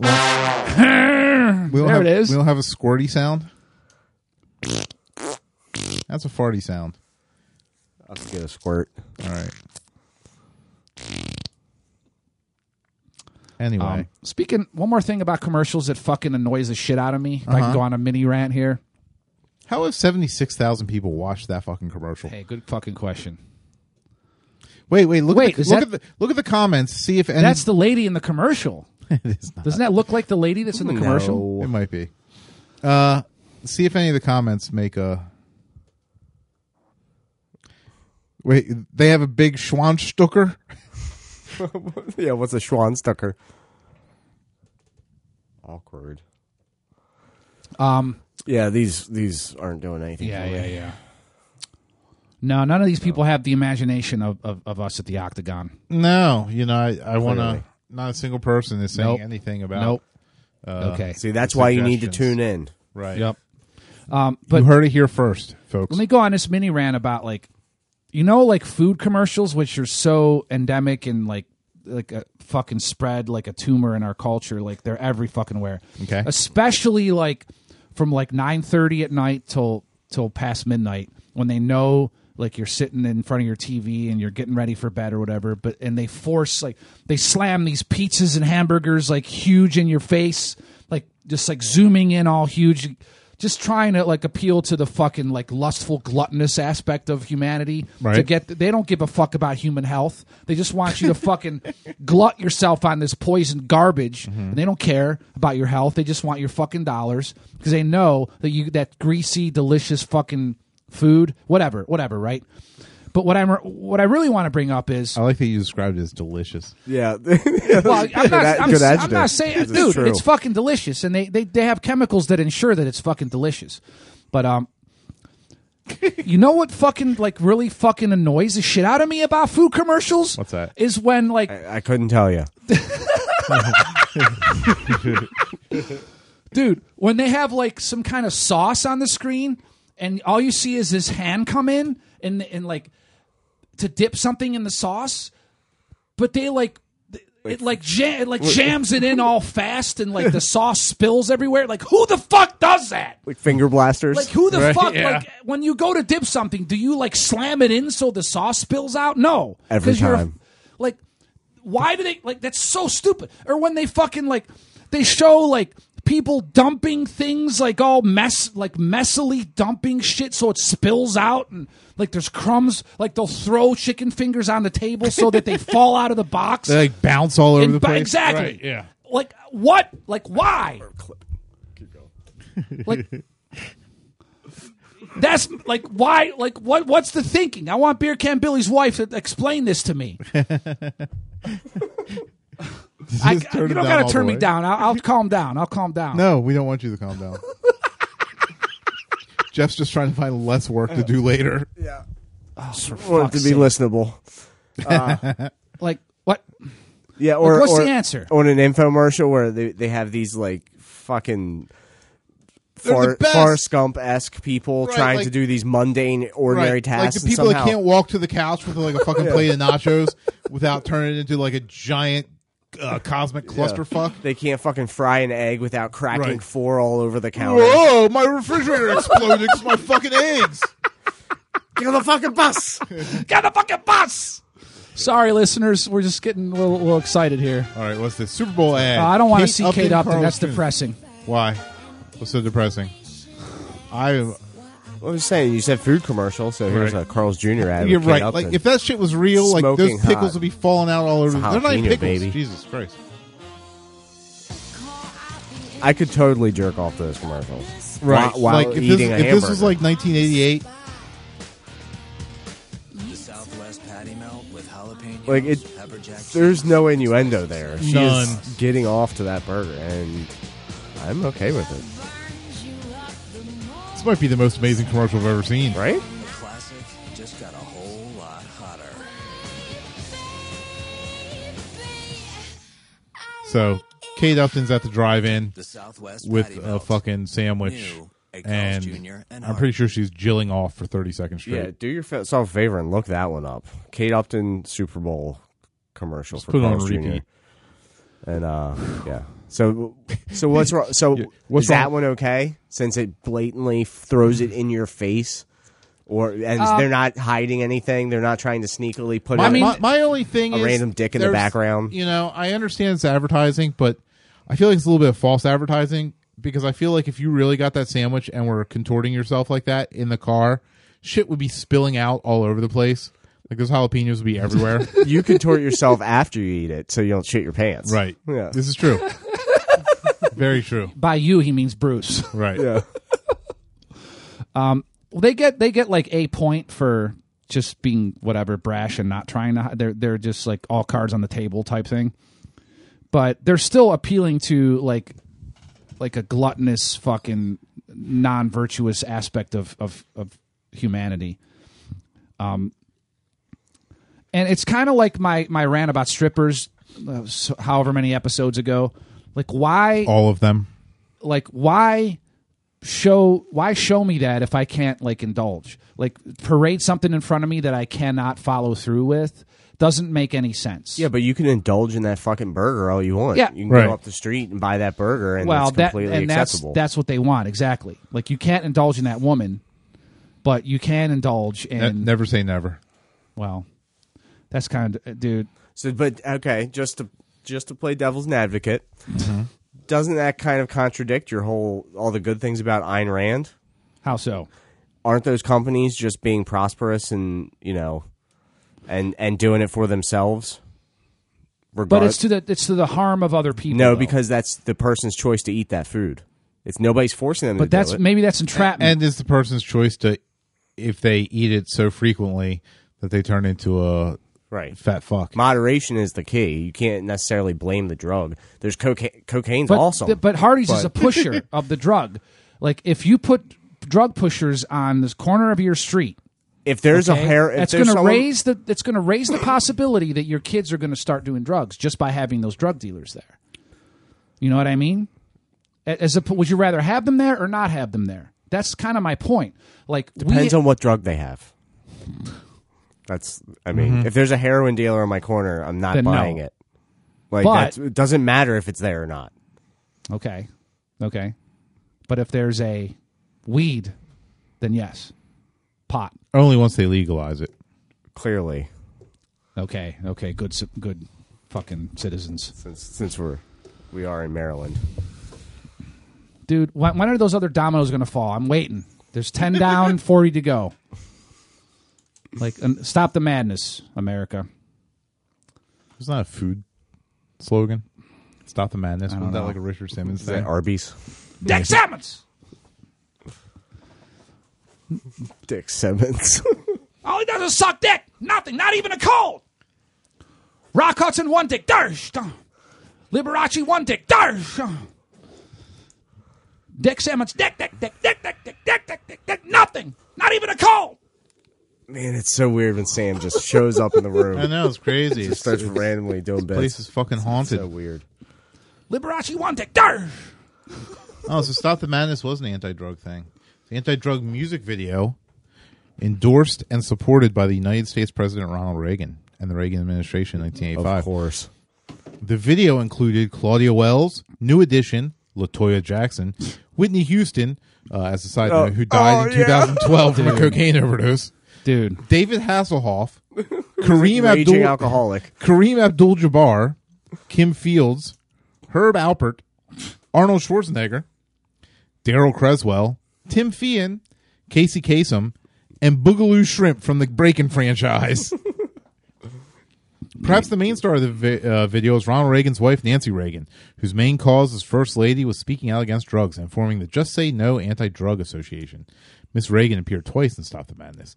[SPEAKER 4] Want, we don't
[SPEAKER 3] There
[SPEAKER 4] have,
[SPEAKER 3] it is.
[SPEAKER 4] We don't have a squirty sound. That's a farty sound.
[SPEAKER 9] I'll just get a squirt.
[SPEAKER 4] All right. Anyway,
[SPEAKER 3] Um, speaking, one more thing about commercials that fucking annoys the shit out of me. If I can
[SPEAKER 4] Uh-huh.
[SPEAKER 3] go on a mini rant here.
[SPEAKER 4] how have seventy six thousand people watched that fucking commercial?
[SPEAKER 3] Hey, good fucking question.
[SPEAKER 4] Wait, wait, look,
[SPEAKER 3] Wait,
[SPEAKER 4] at, the,
[SPEAKER 3] is
[SPEAKER 4] look
[SPEAKER 3] that-
[SPEAKER 4] at the look at the comments. See if any.
[SPEAKER 3] That's the lady in the commercial.
[SPEAKER 4] it is not.
[SPEAKER 3] Doesn't that look like the lady that's in the commercial?
[SPEAKER 4] It might be. Uh, see if any of the comments make a. Wait, they have a big Schwanstucker.
[SPEAKER 9] yeah, what's a Schwanstucker? Awkward.
[SPEAKER 3] Um,
[SPEAKER 9] Yeah, these these aren't doing anything.
[SPEAKER 3] yeah,
[SPEAKER 9] for me.
[SPEAKER 3] yeah, yeah. No, none of these people have the imagination of, of, of us at the Octagon.
[SPEAKER 4] No, you know, I, I want to.
[SPEAKER 9] Clearly.
[SPEAKER 4] Not a single person is saying
[SPEAKER 3] Nope.
[SPEAKER 4] anything about.
[SPEAKER 3] nope. Uh, okay.
[SPEAKER 9] See, that's why you need to
[SPEAKER 4] Suggestions.
[SPEAKER 9] tune in.
[SPEAKER 4] Right.
[SPEAKER 3] Yep. Um, but
[SPEAKER 4] you heard it here first, folks.
[SPEAKER 3] let me go on this mini rant about like you know like food commercials which are so endemic and like like a fucking spread like a tumor in our culture like they're every fucking where
[SPEAKER 4] Okay.
[SPEAKER 3] especially like from like 9:30 at night till till past midnight when they know like you're sitting in front of your TV and you're getting ready for bed or whatever but and they force like they slam these pizzas and hamburgers like huge in your face like just like zooming in all huge just trying to like appeal to the fucking like lustful gluttonous aspect of humanity to
[SPEAKER 4] Right.
[SPEAKER 3] get they don't give a fuck about human health they just want you to fucking glut yourself on this poison garbage and they don't care about your health they just want your fucking dollars because they know that you that greasy delicious fucking food whatever whatever right but what i'm what i really want to bring up is
[SPEAKER 4] I like that you described it as delicious.
[SPEAKER 9] Yeah.
[SPEAKER 3] well, I'm not,
[SPEAKER 9] ad-
[SPEAKER 3] I'm,
[SPEAKER 9] good
[SPEAKER 3] I'm
[SPEAKER 9] adjective.
[SPEAKER 3] not saying,
[SPEAKER 9] This is
[SPEAKER 3] dude,
[SPEAKER 9] true.
[SPEAKER 3] it's fucking delicious, and they, they they have chemicals that ensure that it's fucking delicious. But um, you know what fucking like really fucking annoys the shit out of me about food commercials?
[SPEAKER 4] What's that?
[SPEAKER 3] Is when like
[SPEAKER 9] I couldn't tell you.
[SPEAKER 3] dude when they have like some kind of sauce on the screen and all you see is this hand come in and and like to dip something in the sauce but they like th- it like jam, it like jams it in all fast and like the sauce spills everywhere like who the fuck does that
[SPEAKER 9] Like finger blasters.
[SPEAKER 3] like who the
[SPEAKER 4] Right,
[SPEAKER 3] fuck
[SPEAKER 4] yeah.
[SPEAKER 3] like when you go to dip something do you like slam it in so the sauce spills out no
[SPEAKER 9] Every
[SPEAKER 3] 'Cause you're a-
[SPEAKER 9] time.
[SPEAKER 3] like why do they like that's so stupid or when they fucking like they show like people dumping things like all mess like messily dumping shit so it spills out and like there's crumbs like they'll throw chicken fingers on the table so that they fall out of the box
[SPEAKER 4] They like bounce all over
[SPEAKER 3] And
[SPEAKER 4] the
[SPEAKER 3] ba-
[SPEAKER 4] place.
[SPEAKER 3] exactly like what like why like that's like why like what what's the thinking i want beer can billy's wife to explain this to me I, you
[SPEAKER 4] Just turn
[SPEAKER 3] don't
[SPEAKER 4] it down
[SPEAKER 3] got
[SPEAKER 4] all
[SPEAKER 3] to
[SPEAKER 4] the
[SPEAKER 3] turn me
[SPEAKER 4] way.
[SPEAKER 3] down. I'll, I'll calm down. I'll calm down.
[SPEAKER 4] No, we don't want you to calm down. Jeff's just trying to find less work to do later.
[SPEAKER 1] Yeah.
[SPEAKER 3] for
[SPEAKER 1] want it
[SPEAKER 3] fuck's
[SPEAKER 1] to be
[SPEAKER 3] sake.
[SPEAKER 1] listenable. Uh,
[SPEAKER 3] like what?
[SPEAKER 1] yeah,
[SPEAKER 3] Like,
[SPEAKER 1] or
[SPEAKER 3] what's
[SPEAKER 1] or-
[SPEAKER 3] the answer?
[SPEAKER 1] Or an infomercial where they, they have these like fucking
[SPEAKER 4] They're the
[SPEAKER 1] far,
[SPEAKER 4] best.
[SPEAKER 1] Forrest Gump esque people
[SPEAKER 4] Right,
[SPEAKER 1] trying
[SPEAKER 4] like-
[SPEAKER 1] to do these mundane, ordinary
[SPEAKER 4] Right.
[SPEAKER 1] tasks.
[SPEAKER 4] Like the
[SPEAKER 1] and
[SPEAKER 4] people
[SPEAKER 1] somehow-
[SPEAKER 4] that can't walk to the couch with like a fucking plate of nachos without turning it into like a giant uh, cosmic clusterfuck.
[SPEAKER 1] They can't fucking fry an egg without cracking
[SPEAKER 4] Right.
[SPEAKER 1] four all over the counter.
[SPEAKER 4] Whoa, my refrigerator exploded because my fucking eggs.
[SPEAKER 1] Get on the fucking bus.
[SPEAKER 3] Got the fucking bus. Sorry, listeners, we're just getting a little, little excited here.
[SPEAKER 4] All right, what's this Super Bowl ad?
[SPEAKER 3] Uh, I don't want to
[SPEAKER 4] Kate
[SPEAKER 3] see
[SPEAKER 4] Upton,
[SPEAKER 3] Kate Upton.
[SPEAKER 4] Carl
[SPEAKER 3] That's
[SPEAKER 4] Schmidt.
[SPEAKER 3] depressing.
[SPEAKER 4] Why? What's so depressing? I
[SPEAKER 1] I was saying, you said food commercial, so here's
[SPEAKER 4] Right.
[SPEAKER 1] a Carl's Jr. ad. with
[SPEAKER 4] You're
[SPEAKER 1] Kate
[SPEAKER 4] right.
[SPEAKER 1] Upton.
[SPEAKER 4] Like if that shit was real, like those
[SPEAKER 1] Smoking hot.
[SPEAKER 4] pickles would be falling out all over.
[SPEAKER 1] It's a
[SPEAKER 4] They're not even
[SPEAKER 1] jalapeno,
[SPEAKER 4] pickles.
[SPEAKER 1] baby.
[SPEAKER 4] Jesus Christ.
[SPEAKER 1] I could totally jerk off to this commercial,
[SPEAKER 4] Right.
[SPEAKER 1] While, Uh, while
[SPEAKER 4] like if,
[SPEAKER 1] eating
[SPEAKER 4] this,
[SPEAKER 1] a
[SPEAKER 4] if
[SPEAKER 1] hamburger.
[SPEAKER 4] this was like 1988,
[SPEAKER 14] The Southwest patty melt with jalapeno,
[SPEAKER 1] Like, it,
[SPEAKER 14] pepper jack.
[SPEAKER 1] there's no innuendo there. She
[SPEAKER 4] None.
[SPEAKER 1] is getting off to that burger, and I'm okay with it.
[SPEAKER 4] this might be the most amazing commercial I've ever seen.
[SPEAKER 1] Right?
[SPEAKER 14] The classic just got a whole lot hotter.
[SPEAKER 4] So Kate Upton's at the drive-in
[SPEAKER 14] The Southwest
[SPEAKER 4] with
[SPEAKER 14] patty
[SPEAKER 4] a
[SPEAKER 14] melt.
[SPEAKER 4] fucking sandwich,
[SPEAKER 14] New at Carl's
[SPEAKER 4] and
[SPEAKER 14] Jr. and
[SPEAKER 4] I'm pretty sure she's jilling off for 30 seconds straight.
[SPEAKER 1] Yeah, do yourself a favor and look that one up. Kate Upton Super Bowl commercial for
[SPEAKER 4] put it on
[SPEAKER 1] Carl's Jr.
[SPEAKER 4] repeat.
[SPEAKER 1] And uh, yeah. So, so what's wrong? So
[SPEAKER 4] What's
[SPEAKER 1] is that
[SPEAKER 4] wrong?
[SPEAKER 1] one okay? Since it blatantly throws it in your face, or and
[SPEAKER 3] Um,
[SPEAKER 1] they're not hiding anything. They're not trying to sneakily put.
[SPEAKER 4] My,
[SPEAKER 1] it
[SPEAKER 4] my, my only thing
[SPEAKER 1] a
[SPEAKER 4] is
[SPEAKER 1] random dick in the
[SPEAKER 4] there's-
[SPEAKER 1] background.
[SPEAKER 4] You know, I understand it's advertising, but I feel like it's a little bit of false advertising because I feel like if you really got that sandwich and were contorting yourself like that in the car, shit would be spilling out all over the place. Like those jalapenos would be everywhere.
[SPEAKER 1] you contort yourself after you eat it, so you don't shit your pants.
[SPEAKER 4] right.
[SPEAKER 1] Yeah.
[SPEAKER 4] This is true. Very true.
[SPEAKER 3] By you, he means Bruce.
[SPEAKER 4] Right.
[SPEAKER 1] Yeah.
[SPEAKER 3] Well, they get they get like a point for just being whatever brash and not trying to. hi- They're they're just like all cards on the table type thing. But they're still appealing to like like a gluttonous fucking non virtuous aspect of of of humanity. Um, and it's kind of like my my rant about strippers, uh, so- however many episodes ago. Like why
[SPEAKER 4] All of them.
[SPEAKER 3] like why show why show me that if I can't like indulge? Like parade something in front of me that I cannot follow through with doesn't make any sense.
[SPEAKER 1] Yeah, but you can indulge in that fucking burger all you want.
[SPEAKER 3] Yeah.
[SPEAKER 1] you can
[SPEAKER 4] Right.
[SPEAKER 1] go up the street and buy that burger, and
[SPEAKER 3] well,
[SPEAKER 1] that's
[SPEAKER 3] that
[SPEAKER 1] completely
[SPEAKER 3] and
[SPEAKER 1] acceptable.
[SPEAKER 3] that's that's what they want exactly. Like you can't indulge in that woman, but you can indulge in
[SPEAKER 4] Ne- never say never.
[SPEAKER 3] well, that's kind of dude.
[SPEAKER 1] so, but okay, just to just to play devil's advocate, doesn't that kind of contradict your whole all the good things about Ayn Rand?
[SPEAKER 3] How so?
[SPEAKER 1] Aren't those companies just being prosperous and you know, and and doing it for themselves?
[SPEAKER 3] But
[SPEAKER 1] Regard-
[SPEAKER 3] it's to the it's to the harm of other people.
[SPEAKER 1] no,
[SPEAKER 3] though.
[SPEAKER 1] because that's the person's choice to eat that food. It's nobody's forcing them. to
[SPEAKER 3] but
[SPEAKER 1] do
[SPEAKER 3] that's
[SPEAKER 1] it.
[SPEAKER 3] maybe that's entrapment.
[SPEAKER 4] And it's the person's choice to, if they eat it so frequently that they turn into a
[SPEAKER 1] right.
[SPEAKER 4] fat fuck.
[SPEAKER 1] moderation is the key. You can't necessarily blame the drug. There's cocaine. Cocaine's
[SPEAKER 3] but,
[SPEAKER 1] awesome.
[SPEAKER 3] th- but Hardy's is a
[SPEAKER 1] But-
[SPEAKER 3] pusher of the drug. Like if you put drug pushers on this corner of your street,
[SPEAKER 1] if there's
[SPEAKER 3] okay,
[SPEAKER 1] a hair, if
[SPEAKER 3] that's
[SPEAKER 1] there's
[SPEAKER 3] going to
[SPEAKER 1] someone-
[SPEAKER 3] raise the that's going to raise the possibility that your kids are going to start doing drugs just by having those drug dealers there. You know what I mean? A- As a, would you rather have them there or not have them there? That's kind of my point. Like we-
[SPEAKER 1] depends on what drug they have. That's. I mean, if there's a heroin dealer on my corner, I'm not
[SPEAKER 3] Mm-hmm. Then no.
[SPEAKER 1] buying it. Like
[SPEAKER 3] But-
[SPEAKER 1] that's, it doesn't matter if it's there or not.
[SPEAKER 3] Okay. Okay. But if there's a weed, then yes. Pot.
[SPEAKER 4] Only once they legalize it.
[SPEAKER 1] Clearly,
[SPEAKER 3] Okay. Okay. Good ci- good fucking citizens.
[SPEAKER 1] since since we're we are in Maryland.
[SPEAKER 3] dude when, when are those other dominoes going to fall i'm waiting there's 10 down 40 to go like um, stop the madness america
[SPEAKER 4] It's not a food slogan. Stop the madness. Wasn't
[SPEAKER 3] don't
[SPEAKER 4] that
[SPEAKER 3] know.
[SPEAKER 4] like a Richard Simmons
[SPEAKER 1] Is that
[SPEAKER 4] thing?
[SPEAKER 1] Arby's?
[SPEAKER 3] dick simmons
[SPEAKER 1] Dick Simmons.
[SPEAKER 3] all he does is suck dick nothing not even a cold rock hudson one dick Darsh. Liberace one dick. Darsh. Dick Simmons. Dick, dick, dick, dick, dick, dick, dick, dick, dick, dick. Nothing. Not even a call.
[SPEAKER 1] Man, it's so weird when Sam just shows up in the room.
[SPEAKER 4] I know, it's crazy.
[SPEAKER 1] Just starts randomly doing bits.
[SPEAKER 4] place is fucking haunted.
[SPEAKER 1] so weird.
[SPEAKER 3] Liberace one dick. Darsh.
[SPEAKER 4] Oh, so Stop the Madness was an anti drug thing. The anti drug music video endorsed and supported by the United States President Ronald Reagan and the Reagan administration in 1985. Of
[SPEAKER 1] course.
[SPEAKER 4] The video included Claudia Wells, New Edition, Latoya Jackson, Whitney Houston, uh, as a side
[SPEAKER 3] Oh.
[SPEAKER 4] note, who died
[SPEAKER 3] Oh,
[SPEAKER 4] in
[SPEAKER 3] yeah.
[SPEAKER 4] 2012 from a
[SPEAKER 3] Dude.
[SPEAKER 4] cocaine overdose.
[SPEAKER 3] Dude.
[SPEAKER 4] David Hasselhoff, Kareem
[SPEAKER 1] Raging
[SPEAKER 4] Abdul
[SPEAKER 1] alcoholic.
[SPEAKER 4] Kareem Abdul Jabbar, Kim Fields, Herb Alpert, Arnold Schwarzenegger, Daryl Creswell, Tim Feehan, Casey Kasem, and Boogaloo Shrimp from the Breakin' franchise. Perhaps the main star of the vi- uh, video is Ronald Reagan's wife, Nancy Reagan, whose main cause as First Lady was speaking out against drugs and forming the Just Say No Anti Drug Association. Miss Reagan appeared twice in Stop the Madness.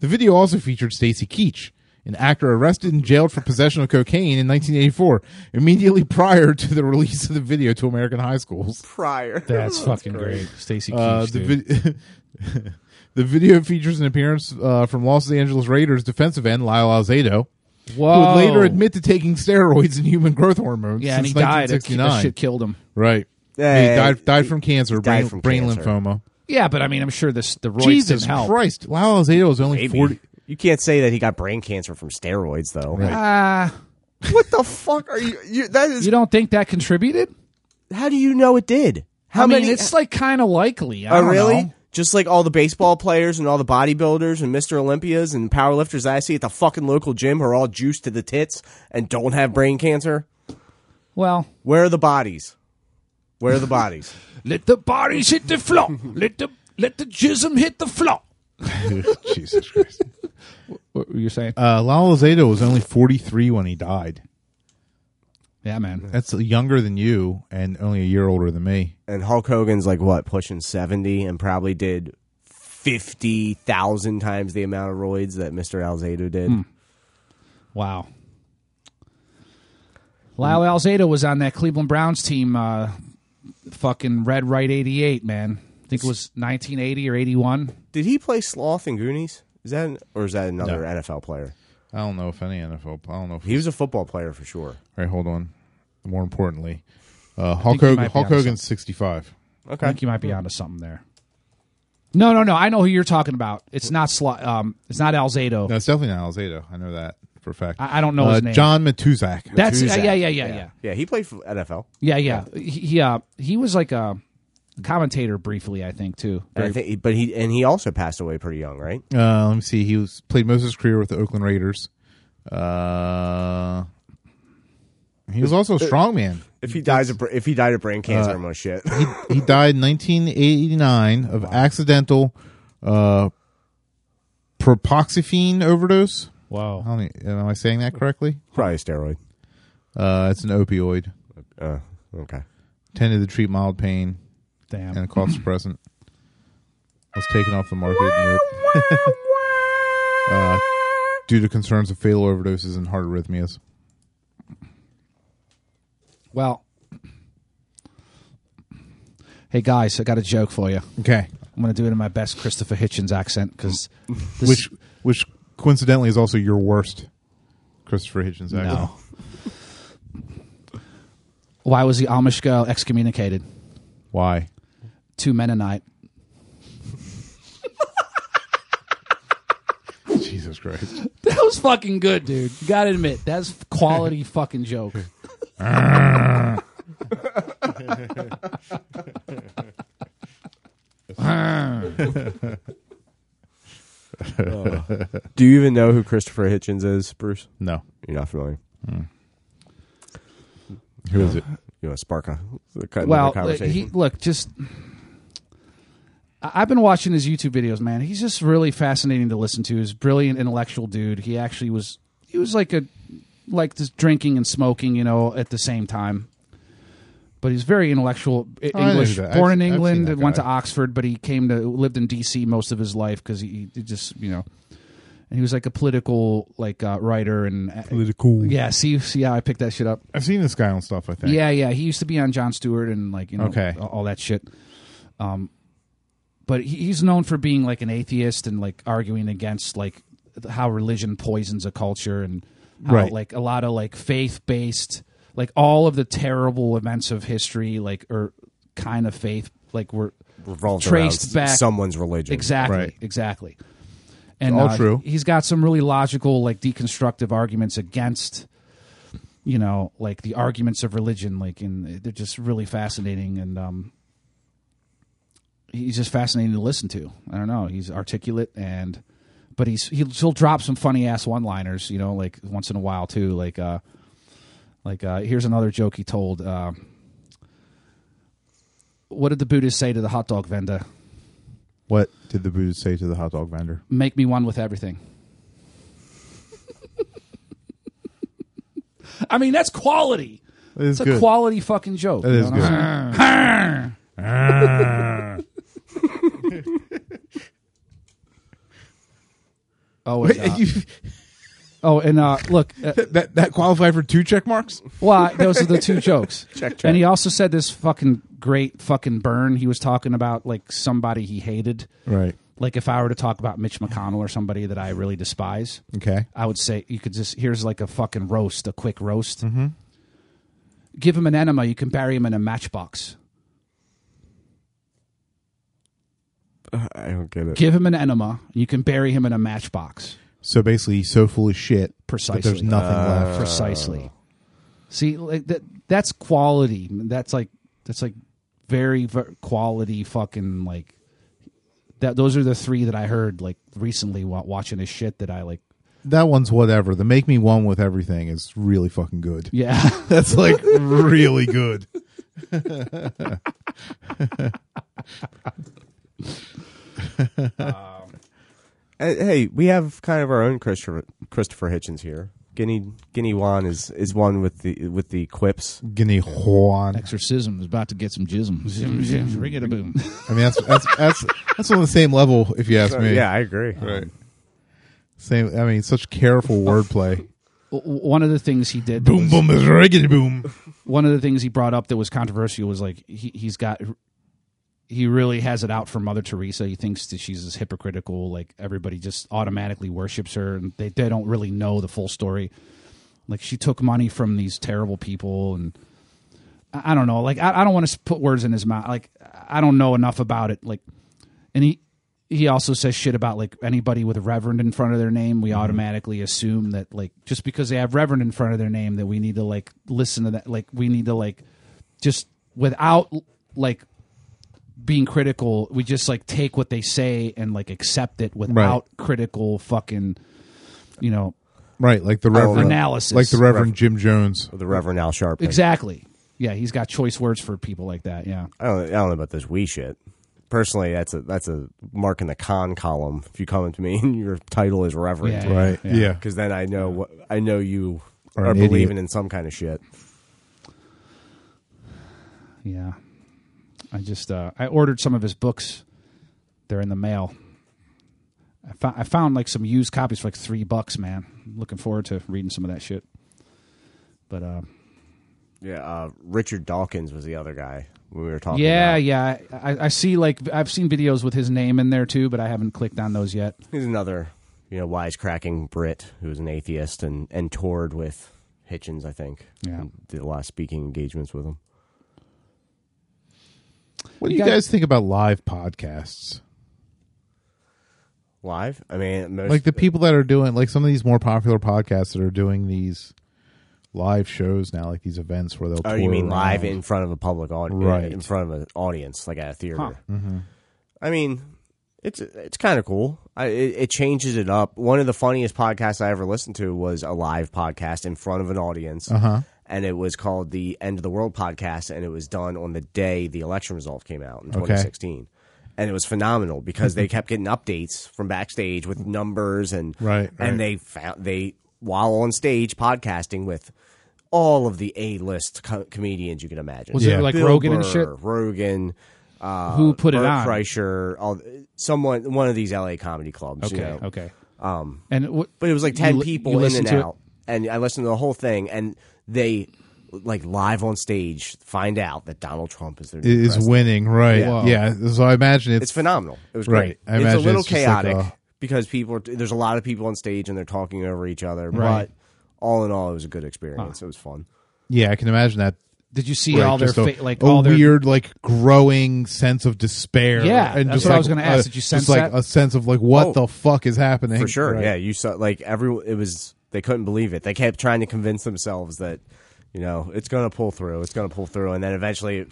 [SPEAKER 4] the video also featured Stacy Keach, an actor arrested and jailed for possession of cocaine in 1984, immediately prior to the release of the video to American high schools.
[SPEAKER 1] Prior.
[SPEAKER 3] That's fucking great. Stacy Keach,
[SPEAKER 4] Uh, the,
[SPEAKER 3] dude.
[SPEAKER 4] vid- the video features an appearance uh, from Los Angeles Raiders defensive end Lyle Alzado,
[SPEAKER 3] Whoa.
[SPEAKER 4] who would later admit to taking steroids and human growth hormones.
[SPEAKER 3] Yeah, and
[SPEAKER 4] since
[SPEAKER 3] he died. That- that
[SPEAKER 4] 1969.
[SPEAKER 3] shit killed him.
[SPEAKER 4] Right.
[SPEAKER 3] Yeah,
[SPEAKER 4] he died,
[SPEAKER 3] he-
[SPEAKER 4] died from cancer,
[SPEAKER 3] died
[SPEAKER 4] brain,
[SPEAKER 3] from
[SPEAKER 4] brain
[SPEAKER 3] cancer.
[SPEAKER 4] lymphoma.
[SPEAKER 3] Yeah, but I mean, I'm sure this the roids
[SPEAKER 4] Jesus
[SPEAKER 3] didn't help.
[SPEAKER 4] Christ, Lyle Alzado is only
[SPEAKER 1] Maybe.
[SPEAKER 4] 40.
[SPEAKER 1] You can't say that he got brain cancer from steroids, though.
[SPEAKER 3] Ah.
[SPEAKER 1] what the fuck are you? You, that is,
[SPEAKER 3] you don't think that contributed?
[SPEAKER 1] How do you know it did? How
[SPEAKER 3] I mean,
[SPEAKER 1] many?
[SPEAKER 3] It's like kind of likely. I
[SPEAKER 1] oh,
[SPEAKER 3] don't
[SPEAKER 1] really?
[SPEAKER 3] know.
[SPEAKER 1] Just like all the baseball players and all the bodybuilders and Mr. Olympias and powerlifters I see at the fucking local gym who are all juiced to the tits and don't have brain cancer.
[SPEAKER 3] Well,
[SPEAKER 1] Where are the bodies? Where are the bodies?
[SPEAKER 3] let the bodies hit the floor. let the let the jism hit the floor.
[SPEAKER 4] Jesus Christ.
[SPEAKER 3] What were you saying?
[SPEAKER 4] Uh, Lyle Alzado was only 43 when he died.
[SPEAKER 3] Yeah, man.
[SPEAKER 4] That's younger than you and only a year older than me.
[SPEAKER 1] and Hulk Hogan's like what pushing seventy and probably did fifty thousand times the amount of roids that Mr. Alzado did.
[SPEAKER 3] Hmm. Wow. Lyle Alzado was on that Cleveland Browns team, uh, fucking Red Right 88, man. I think it was 1980 or 81.
[SPEAKER 1] Did he play Sloth in Goonies? Is that an, or is that another NFL player?
[SPEAKER 4] I don't know if any NFL. I don't know if
[SPEAKER 1] He was a football player for sure.
[SPEAKER 4] All right, hold on. More importantly, uh,
[SPEAKER 3] think
[SPEAKER 4] Hulk,
[SPEAKER 3] you
[SPEAKER 4] Hogan,
[SPEAKER 3] might be
[SPEAKER 4] Hulk
[SPEAKER 3] onto
[SPEAKER 4] Hogan's 65.
[SPEAKER 1] Okay.
[SPEAKER 3] I think you might be onto something there. No, no, no. I know who you're talking about. It's not Sli- um, it's not Alzado.
[SPEAKER 4] No, it's definitely not Alzado. I know that for a fact.
[SPEAKER 3] I- I don't know his
[SPEAKER 4] Uh,
[SPEAKER 3] name.
[SPEAKER 4] John Matuzak.
[SPEAKER 3] That's uh, yeah, yeah, yeah, yeah, yeah,
[SPEAKER 1] yeah. Yeah, he played for NFL.
[SPEAKER 3] yeah, yeah. He he, uh, he was like a commentator briefly, I think, too.
[SPEAKER 1] And I think, but he and he also passed away pretty young, right?
[SPEAKER 4] Uh, let me see. He was played most of his career with the Oakland Raiders. Uh, he was also a strongman.
[SPEAKER 1] If he dies, of, br- if he died of brain cancer,
[SPEAKER 4] Uh,
[SPEAKER 1] I'm gonna shit.
[SPEAKER 4] he, he died in 1989 of accidental uh, propoxyphene overdose.
[SPEAKER 3] Wow.
[SPEAKER 4] I don't e- am I saying that correctly?
[SPEAKER 1] Probably a steroid.
[SPEAKER 4] Uh, it's an opioid.
[SPEAKER 1] Uh, okay.
[SPEAKER 4] Tended to treat mild pain.
[SPEAKER 3] Damn.
[SPEAKER 4] And a cough suppressant. Was taken off the market in Europe. uh, due to concerns of fatal overdoses and heart arrhythmias.
[SPEAKER 3] Well, hey guys, I got a joke for you.
[SPEAKER 4] Okay.
[SPEAKER 3] I'm gonna do it in my best Christopher Hitchens accent because this
[SPEAKER 4] Which, which coincidentally is also your worst Christopher Hitchens accent.
[SPEAKER 3] no. Why was the Amish girl excommunicated?
[SPEAKER 4] Why?
[SPEAKER 3] Two Mennonite.
[SPEAKER 4] Jesus Christ.
[SPEAKER 3] That was fucking good, dude. You gotta admit, that's quality fucking joke.
[SPEAKER 1] Do you even know who Christopher Hitchens is, Bruce?
[SPEAKER 4] No.
[SPEAKER 1] You're not familiar.
[SPEAKER 4] Who is it?
[SPEAKER 1] You want to spark a, cut
[SPEAKER 3] well,
[SPEAKER 1] well, uh, conversation?
[SPEAKER 3] he, look, just I- I've been watching his YouTube videos, man. He's just really fascinating to listen to. He's a brilliant intellectual dude. He actually was he was like a like just drinking and smoking, you know, at the same time. But he's very intellectual, I-
[SPEAKER 4] Oh, I know
[SPEAKER 3] English,
[SPEAKER 4] that. I've-
[SPEAKER 3] born in
[SPEAKER 4] I've seen
[SPEAKER 3] England,
[SPEAKER 4] that
[SPEAKER 3] went
[SPEAKER 4] guy.
[SPEAKER 3] to Oxford, but he came to lived in D.C. most of his life because he, he just you know and he was like a political like uh, writer and political. Yeah, see, see how I picked that shit up.
[SPEAKER 4] I've seen this guy on stuff. I think.
[SPEAKER 3] Yeah, yeah. He used to be on John Stewart and like you know
[SPEAKER 4] Okay.
[SPEAKER 3] all- all that shit. Um, but he- he's known for being like an atheist and like arguing against like how religion poisons a culture and how
[SPEAKER 4] Right.
[SPEAKER 3] like a lot of like faith based like all of the terrible events of history like or kind of faith like were
[SPEAKER 1] Revolves
[SPEAKER 3] traced
[SPEAKER 1] around
[SPEAKER 3] back
[SPEAKER 1] someone's religion.
[SPEAKER 3] exactly
[SPEAKER 1] Right.
[SPEAKER 3] exactly and
[SPEAKER 1] All
[SPEAKER 3] uh,
[SPEAKER 1] true.
[SPEAKER 3] he's got some really logical like deconstructive arguments against you know like the arguments of religion like and they're just really fascinating and um he's just fascinating to listen to i don't know he's articulate and but he's he'll, he'll drop some funny ass one liners you know like once in a while too like uh like uh here's another joke he told uh, what did the buddhist say to the hot dog vendor
[SPEAKER 4] What did the Buddha say to the hot dog vendor?
[SPEAKER 3] make me one with everything. I mean, that's quality.
[SPEAKER 4] It
[SPEAKER 3] it's
[SPEAKER 4] is
[SPEAKER 3] a
[SPEAKER 4] good.
[SPEAKER 3] quality fucking joke.
[SPEAKER 4] It
[SPEAKER 3] you
[SPEAKER 4] is
[SPEAKER 3] know what I'm
[SPEAKER 4] Ah.
[SPEAKER 3] saying? oh, and, uh, oh, and uh, look, uh,
[SPEAKER 4] that that qualified for two check marks.
[SPEAKER 3] well, those are the two jokes.
[SPEAKER 4] Check, check.
[SPEAKER 3] And he also said this fucking great fucking burn. He was talking about like somebody he hated.
[SPEAKER 4] Right.
[SPEAKER 3] Like if I were to talk about Mitch McConnell or somebody that I really despise,
[SPEAKER 4] Okay.
[SPEAKER 3] I would say you could just here's like a fucking roast, a quick roast.
[SPEAKER 4] Mhm.
[SPEAKER 3] Give him an enema. You can bury him in a matchbox.
[SPEAKER 1] I don't get it.
[SPEAKER 3] Give him an enema. You can bury him in a matchbox.
[SPEAKER 4] So basically, he's so full of shit. that
[SPEAKER 3] Precisely. Uh,
[SPEAKER 4] there's nothing left.
[SPEAKER 3] Precisely. See, like that. That's quality. That's like that's like very, ver quality fucking like that. Those are the three that I heard like recently while watching this shit that I like.
[SPEAKER 4] That one's whatever. The make me one with everything is really fucking good.
[SPEAKER 3] Yeah,
[SPEAKER 4] that's like really good.
[SPEAKER 1] Uh, hey, we have kind of our own Christopher, Christopher Hitchens here. Guinea Guinea Juan is, is one with the with the quips.
[SPEAKER 4] Guinea Juan.
[SPEAKER 3] Exorcism is about to get some jism. Zim, zim, ring it a boom.
[SPEAKER 4] I mean, that's that's that's that's on the same level, if you ask
[SPEAKER 1] So,
[SPEAKER 4] me.
[SPEAKER 1] yeah, I agree.
[SPEAKER 4] Right. Same. I mean, such careful wordplay.
[SPEAKER 3] W- one of the things he did
[SPEAKER 4] Boom, boom, is riggedy boom.
[SPEAKER 3] one of the things he brought up that was controversial was like he, he's got he really has it out for mother teresa he thinks that she's this hypocritical like everybody just automatically worships her and they, they don't really know the full story like she took money from these terrible people and i, I don't know like i, I don't want to put words in his mouth like i don't know enough about it like and he he also says shit about like anybody with reverend in front of their name
[SPEAKER 4] Mm-hmm.
[SPEAKER 3] we automatically assume that like just because they have reverend in front of their name that we need to like listen to that like we need to like just without like being critical we just like take what they say and like accept it without critical fucking you know
[SPEAKER 4] Right, like the Reverend
[SPEAKER 3] analysis
[SPEAKER 4] like the Reverend Jim Jones,
[SPEAKER 1] the Reverend Al Sharpton.
[SPEAKER 3] exactly yeah he's got choice words for people like that yeah
[SPEAKER 1] I don't, I don't know about this we shit. Personally, that's a that's a mark in the con column. If you come up to me and your title is Reverend,
[SPEAKER 3] Yeah, yeah, Right, yeah. yeah.
[SPEAKER 1] because then I know what I know you
[SPEAKER 4] Or
[SPEAKER 1] are
[SPEAKER 4] an idiot.
[SPEAKER 1] believing in some kind of shit.
[SPEAKER 3] yeah i just uh i ordered some of his books they're in the mail i, fo- I found like some used copies for like three bucks man looking forward to reading some of that shit but uh
[SPEAKER 1] Yeah, uh, Richard Dawkins was the other guy we were talking.
[SPEAKER 3] yeah
[SPEAKER 1] about.
[SPEAKER 3] yeah I, I see like i've seen videos with his name in there too but i haven't clicked on those yet
[SPEAKER 1] he's another you know wisecracking Brit who was an atheist and and toured with Hitchens, I think.
[SPEAKER 3] Yeah.
[SPEAKER 1] And did a lot of speaking engagements with him.
[SPEAKER 4] What do
[SPEAKER 3] You
[SPEAKER 4] you
[SPEAKER 3] guys-
[SPEAKER 4] guys, think about live podcasts?
[SPEAKER 1] Live, I mean, most,
[SPEAKER 4] Like the people that are doing like some of these more popular podcasts that are doing these live shows now, like these events where they'll.
[SPEAKER 1] Oh,
[SPEAKER 4] tour
[SPEAKER 1] you mean
[SPEAKER 4] around.
[SPEAKER 1] live in front of a public audience,
[SPEAKER 4] Right.
[SPEAKER 1] in front of an audience, like at a theater.
[SPEAKER 4] Mhm.
[SPEAKER 1] I mean, it's it's kind of cool. I, it, it changes it up. One of the funniest podcasts I ever listened to was a live podcast in front of an audience,
[SPEAKER 4] Uh-huh.
[SPEAKER 1] and it was called the End of the World podcast, and it was done on the day the election result came out in
[SPEAKER 4] Okay.
[SPEAKER 1] 2016. And it was phenomenal because they kept getting updates from backstage with numbers and
[SPEAKER 4] Right, right.
[SPEAKER 1] and they found they while on stage podcasting with all of the A list co- comedians you can imagine.
[SPEAKER 3] Was it Yeah. like
[SPEAKER 1] Bill
[SPEAKER 3] Rogan and
[SPEAKER 1] Burr,
[SPEAKER 3] shit?
[SPEAKER 1] Rogan. Uh,
[SPEAKER 3] Who put it
[SPEAKER 1] Bert
[SPEAKER 3] on?
[SPEAKER 1] Kreischer, all, someone, one of these LA comedy clubs. you
[SPEAKER 3] Okay,
[SPEAKER 1] know.
[SPEAKER 3] okay.
[SPEAKER 1] Um,
[SPEAKER 3] and it,
[SPEAKER 1] but it was like
[SPEAKER 3] you
[SPEAKER 1] ten
[SPEAKER 3] li- you
[SPEAKER 1] people in
[SPEAKER 3] listened
[SPEAKER 1] and
[SPEAKER 3] to it?
[SPEAKER 1] out, and I listened to the whole thing, and they like live on stage find out that Donald Trump is their new
[SPEAKER 4] is
[SPEAKER 1] president.
[SPEAKER 4] winning, right?
[SPEAKER 1] Yeah.
[SPEAKER 4] Yeah. So I imagine it's,
[SPEAKER 1] It's phenomenal. It was
[SPEAKER 4] right.
[SPEAKER 1] great.
[SPEAKER 4] I
[SPEAKER 1] it's a
[SPEAKER 4] imagine
[SPEAKER 1] little
[SPEAKER 4] it's just like
[SPEAKER 1] chaotic
[SPEAKER 4] a-
[SPEAKER 1] because people are, there's a lot of people on stage and they're talking over each other.
[SPEAKER 4] Right.
[SPEAKER 1] But all in all, it was a good experience. It was fun.
[SPEAKER 4] yeah, I can imagine that.
[SPEAKER 3] Did you see
[SPEAKER 4] Right,
[SPEAKER 3] all their
[SPEAKER 4] just a-
[SPEAKER 3] fa- like
[SPEAKER 4] a
[SPEAKER 3] all their
[SPEAKER 4] weird like growing sense of despair?
[SPEAKER 3] Yeah,
[SPEAKER 4] and
[SPEAKER 3] that's
[SPEAKER 4] just
[SPEAKER 3] what I
[SPEAKER 4] like,
[SPEAKER 3] was gonna ask.
[SPEAKER 4] uh,
[SPEAKER 3] Did you
[SPEAKER 4] just
[SPEAKER 3] sense
[SPEAKER 4] like
[SPEAKER 3] that?
[SPEAKER 4] a sense of like what
[SPEAKER 1] Oh,
[SPEAKER 4] the fuck is happening?
[SPEAKER 1] for sure.
[SPEAKER 4] Right.
[SPEAKER 1] Yeah, you saw like every it was they couldn't believe it. They kept trying to convince themselves that you know it's going to pull through. It's going to pull through, and then eventually it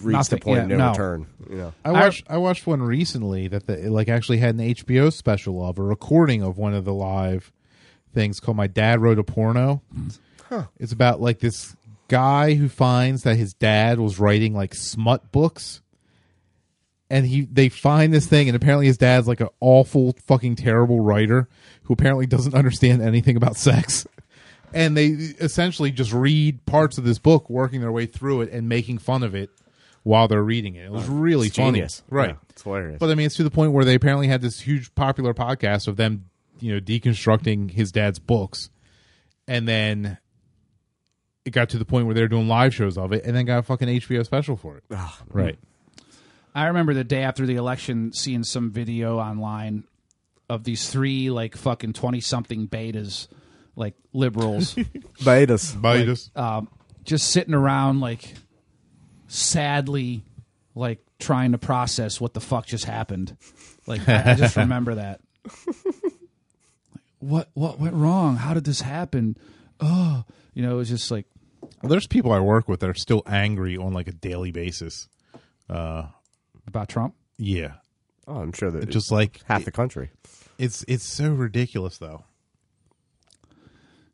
[SPEAKER 1] reached
[SPEAKER 3] Nothing-
[SPEAKER 1] the point
[SPEAKER 3] yeah,
[SPEAKER 1] of no,
[SPEAKER 3] no.
[SPEAKER 1] return. You know,
[SPEAKER 4] I watched I, watched one recently that the, it, like actually had an HBO special of a recording of one of the live things called My Dad Wrote a Porno. It's about like this guy who finds that his dad was writing like smut books. And he they find this thing and apparently his dad's like an awful fucking terrible writer who apparently doesn't understand anything about sex. And they essentially just read parts of this book, working their way through it and making fun of it while they're reading it. It was really
[SPEAKER 1] It's
[SPEAKER 4] funny.
[SPEAKER 1] genius.
[SPEAKER 4] Right.
[SPEAKER 1] Yeah, it's hilarious.
[SPEAKER 4] But I mean, it's to the point where they apparently had this huge popular podcast of them, you know, deconstructing his dad's books, and then it got to the point where they were doing live shows of it, and then got a fucking HBO special for it. right.
[SPEAKER 3] I remember the day after the election seeing some video online of these three like fucking twenty something betas, like liberals,
[SPEAKER 1] Betas.
[SPEAKER 4] Betas.
[SPEAKER 3] um, just sitting around like sadly, like trying to process what the fuck just happened. Like I, I just remember that. What what went wrong? How did this happen? Oh, you know, it was just like
[SPEAKER 4] Well, there's people I work with that are still angry on like a daily basis. Uh,
[SPEAKER 3] about Trump.
[SPEAKER 4] yeah,
[SPEAKER 1] Oh, I'm sure that
[SPEAKER 4] just like
[SPEAKER 1] half the country.
[SPEAKER 4] it's it's so ridiculous though.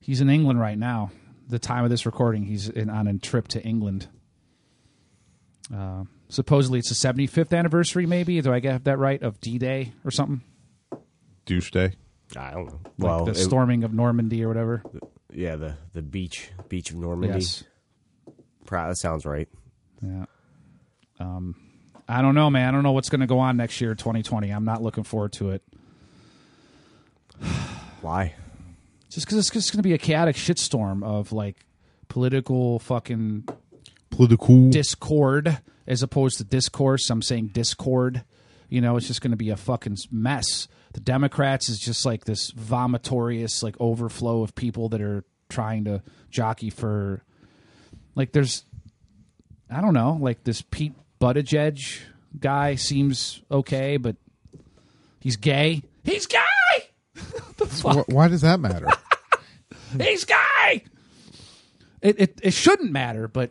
[SPEAKER 3] He's in England right now. The time of this recording, he's in, on a trip to England. Uh, supposedly, it's the 75th anniversary, maybe. Do I get that right? Of D Day or something?
[SPEAKER 4] Douche day.
[SPEAKER 1] I don't know.
[SPEAKER 3] Like
[SPEAKER 1] Well,
[SPEAKER 3] the
[SPEAKER 1] it-
[SPEAKER 3] storming of Normandy or whatever.
[SPEAKER 1] yeah, the the beach beach of Normandy.
[SPEAKER 3] Yes.
[SPEAKER 1] Pro- that sounds right.
[SPEAKER 3] Yeah. Um, I don't know, man. I don't know what's going to go on next year, 2020. I'm not looking forward to it.
[SPEAKER 1] Why?
[SPEAKER 3] Just because it's just going to be a chaotic shitstorm of like political fucking
[SPEAKER 4] Political.
[SPEAKER 3] discord as opposed to discourse. I'm saying discord. You know, it's just going to be a fucking mess. The Democrats is just like this vomitorious like overflow of people that are trying to jockey for like there's I don't know, like this Pete Buttigieg guy seems okay, but he's gay. He's gay. the fuck?
[SPEAKER 4] Wh- why does that matter?
[SPEAKER 3] He's gay. It it, it shouldn't matter, but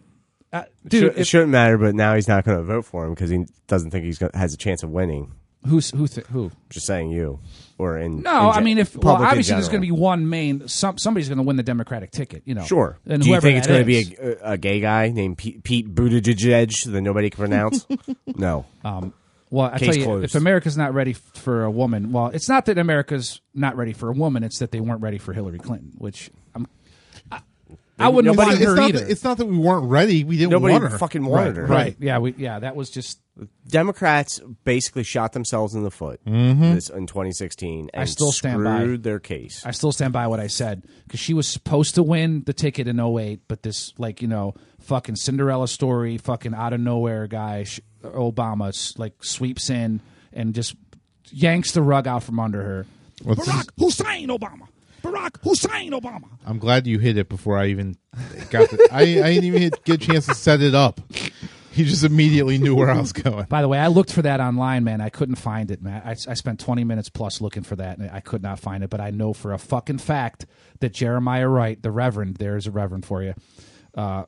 [SPEAKER 3] uh, dude,
[SPEAKER 1] Should- it
[SPEAKER 3] if-
[SPEAKER 1] shouldn't matter, but now he's not going to vote for him because he doesn't think he's gonna, has a chance of winning.
[SPEAKER 3] who's who th- who?
[SPEAKER 1] Just saying, you or in
[SPEAKER 3] No,
[SPEAKER 1] in
[SPEAKER 3] I
[SPEAKER 1] ge-
[SPEAKER 3] mean, if
[SPEAKER 1] public
[SPEAKER 3] well,
[SPEAKER 1] in
[SPEAKER 3] obviously there's
[SPEAKER 1] general.
[SPEAKER 3] going to be one main. Some somebody's going to win the Democratic ticket, you know.
[SPEAKER 1] Sure.
[SPEAKER 3] And
[SPEAKER 1] Do you
[SPEAKER 3] whoever
[SPEAKER 1] think it's
[SPEAKER 3] that
[SPEAKER 1] going to
[SPEAKER 3] is.
[SPEAKER 1] be a, a gay guy named Pete, Pete Buttigieg that nobody can pronounce? no.
[SPEAKER 3] Um, well, I
[SPEAKER 1] Case
[SPEAKER 3] tell you,
[SPEAKER 1] closed.
[SPEAKER 3] if America's not ready f- for a woman, well, it's not that America's not ready for a woman; it's that they weren't ready for Hillary Clinton, which I'm. I, I wouldn't
[SPEAKER 4] But
[SPEAKER 3] want
[SPEAKER 4] it's
[SPEAKER 3] her
[SPEAKER 4] not
[SPEAKER 3] either.
[SPEAKER 4] that, it's not that we weren't ready. We didn't
[SPEAKER 1] Nobody
[SPEAKER 4] want her.
[SPEAKER 1] fucking wanted
[SPEAKER 4] Right,
[SPEAKER 1] her.
[SPEAKER 3] right? Yeah, we yeah that was just.
[SPEAKER 1] Democrats basically shot themselves in the foot this, in 2016 and
[SPEAKER 3] I still stand by.
[SPEAKER 1] screwed their case.
[SPEAKER 3] I still stand by what I said because she was supposed to win the ticket in 08, but this like you know fucking Cinderella story, fucking out of nowhere guy sh- Obama s- like sweeps in and just yanks the rug out from under her.
[SPEAKER 4] What's
[SPEAKER 3] Barack Hussein Obama. Barack Hussein Obama.
[SPEAKER 4] I'm glad you hit it before I even got. The, I I didn't even hit- get a chance to set it up. He just immediately knew where I was going.
[SPEAKER 3] By the way, I looked for that online, man. I couldn't find it, man. I, I spent 20 minutes plus looking for that, and I could not find it. But I know for a fucking fact that Jeremiah Wright, the Reverend, there's a Reverend for you. Uh,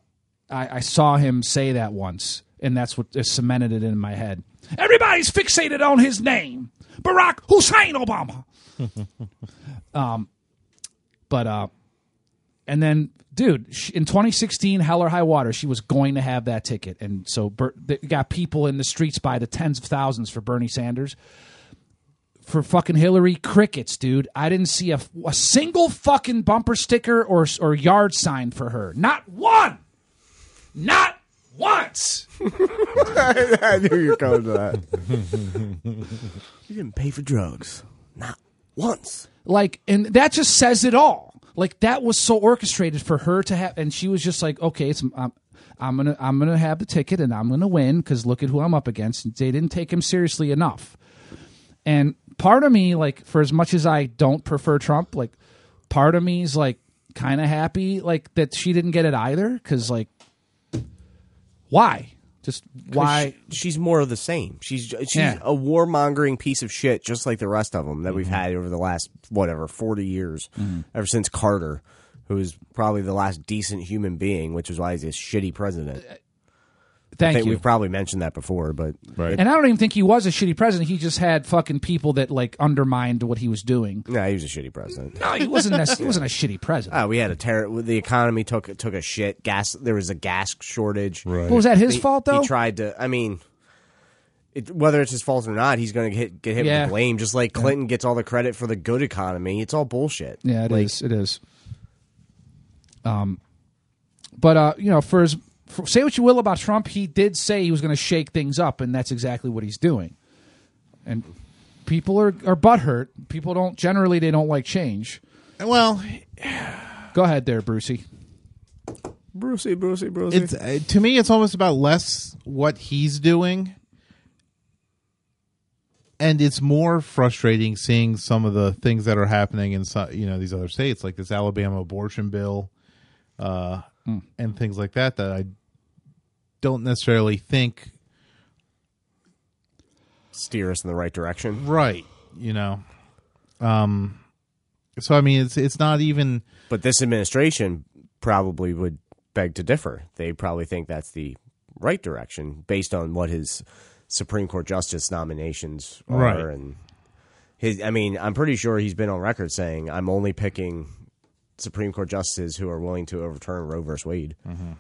[SPEAKER 3] I, I saw him say that once, and that's what it cemented it in my head. Everybody's fixated on his name, Barack Hussein Obama. um, but uh, and then, dude, sh in 2016, Hell or High Water, she was going to have that ticket, and so Ber- they got people in the streets by the tens of thousands for Bernie Sanders. For fucking Hillary, crickets, dude. I didn't see a, a single fucking bumper sticker or or yard sign for her. Not one. Not once.
[SPEAKER 1] I knew you were coming to that. you didn't pay for drugs. Not once.
[SPEAKER 3] Like, and that just says it all. Like that was so orchestrated for her to have, and she was just like, okay, it's I'm, I'm gonna I'm gonna have the ticket and I'm gonna win because look at who I'm up against. They didn't take him seriously enough. And part of me, like, for as much as I don't prefer Trump, like, part of me's like kind of happy, like that she didn't get it either, because like, why? Just why?
[SPEAKER 1] She- she's more of the same. She's j- she's
[SPEAKER 3] Yeah.
[SPEAKER 1] a warmongering piece of shit, just like the rest of them that we've had over the last whatever forty years,
[SPEAKER 3] Mm-hmm.
[SPEAKER 15] Mhm.
[SPEAKER 1] ever since Carter, who is probably the last decent human being, which is why he's a shitty president. I
[SPEAKER 3] Thank
[SPEAKER 1] think
[SPEAKER 3] you.
[SPEAKER 1] We've probably mentioned that before, but right.
[SPEAKER 3] And I don't even think he was a shitty president. He just had fucking people that like undermined what he was doing.
[SPEAKER 1] no, he was a shitty president.
[SPEAKER 3] No, he wasn't. Necessarily, he wasn't a shitty president.
[SPEAKER 1] Uh, we had a terror. The economy took took a shit. Gas. There was a gas shortage. Right.
[SPEAKER 3] Well, was that his fault, though?
[SPEAKER 1] He tried to. I mean, it, whether it's his fault or not, he's going to get get hit
[SPEAKER 3] Yeah.
[SPEAKER 1] with the blame. Just like Clinton gets all the credit for the good economy. It's all bullshit.
[SPEAKER 3] Yeah, it is. It is. Um, but uh, you know, for his for, say what you will about Trump, he did say he was going to shake things up, and that's exactly what he's doing. And people are are butthurt. People don't generally they don't like change.
[SPEAKER 4] Well,
[SPEAKER 3] go ahead there, Brucey.
[SPEAKER 1] Brucey, Brucey, Brucey.
[SPEAKER 4] It's uh, to me, it's almost about less what he's doing, and it's more frustrating seeing some of the things that are happening in so- you know these other states, like this Alabama abortion bill, uh, and things like that. That I don't necessarily think
[SPEAKER 1] steer us in the right direction.
[SPEAKER 4] right. You know, um, so I mean, it's it's not even.
[SPEAKER 1] But this administration probably would beg to differ. They probably think that's the right direction based on what his Supreme Court justice nominations are
[SPEAKER 4] Right.
[SPEAKER 1] and his I mean, I'm pretty sure he's been on record saying I'm only picking Supreme Court justices who are willing to overturn Roe versus Wade.
[SPEAKER 3] Mm-hmm.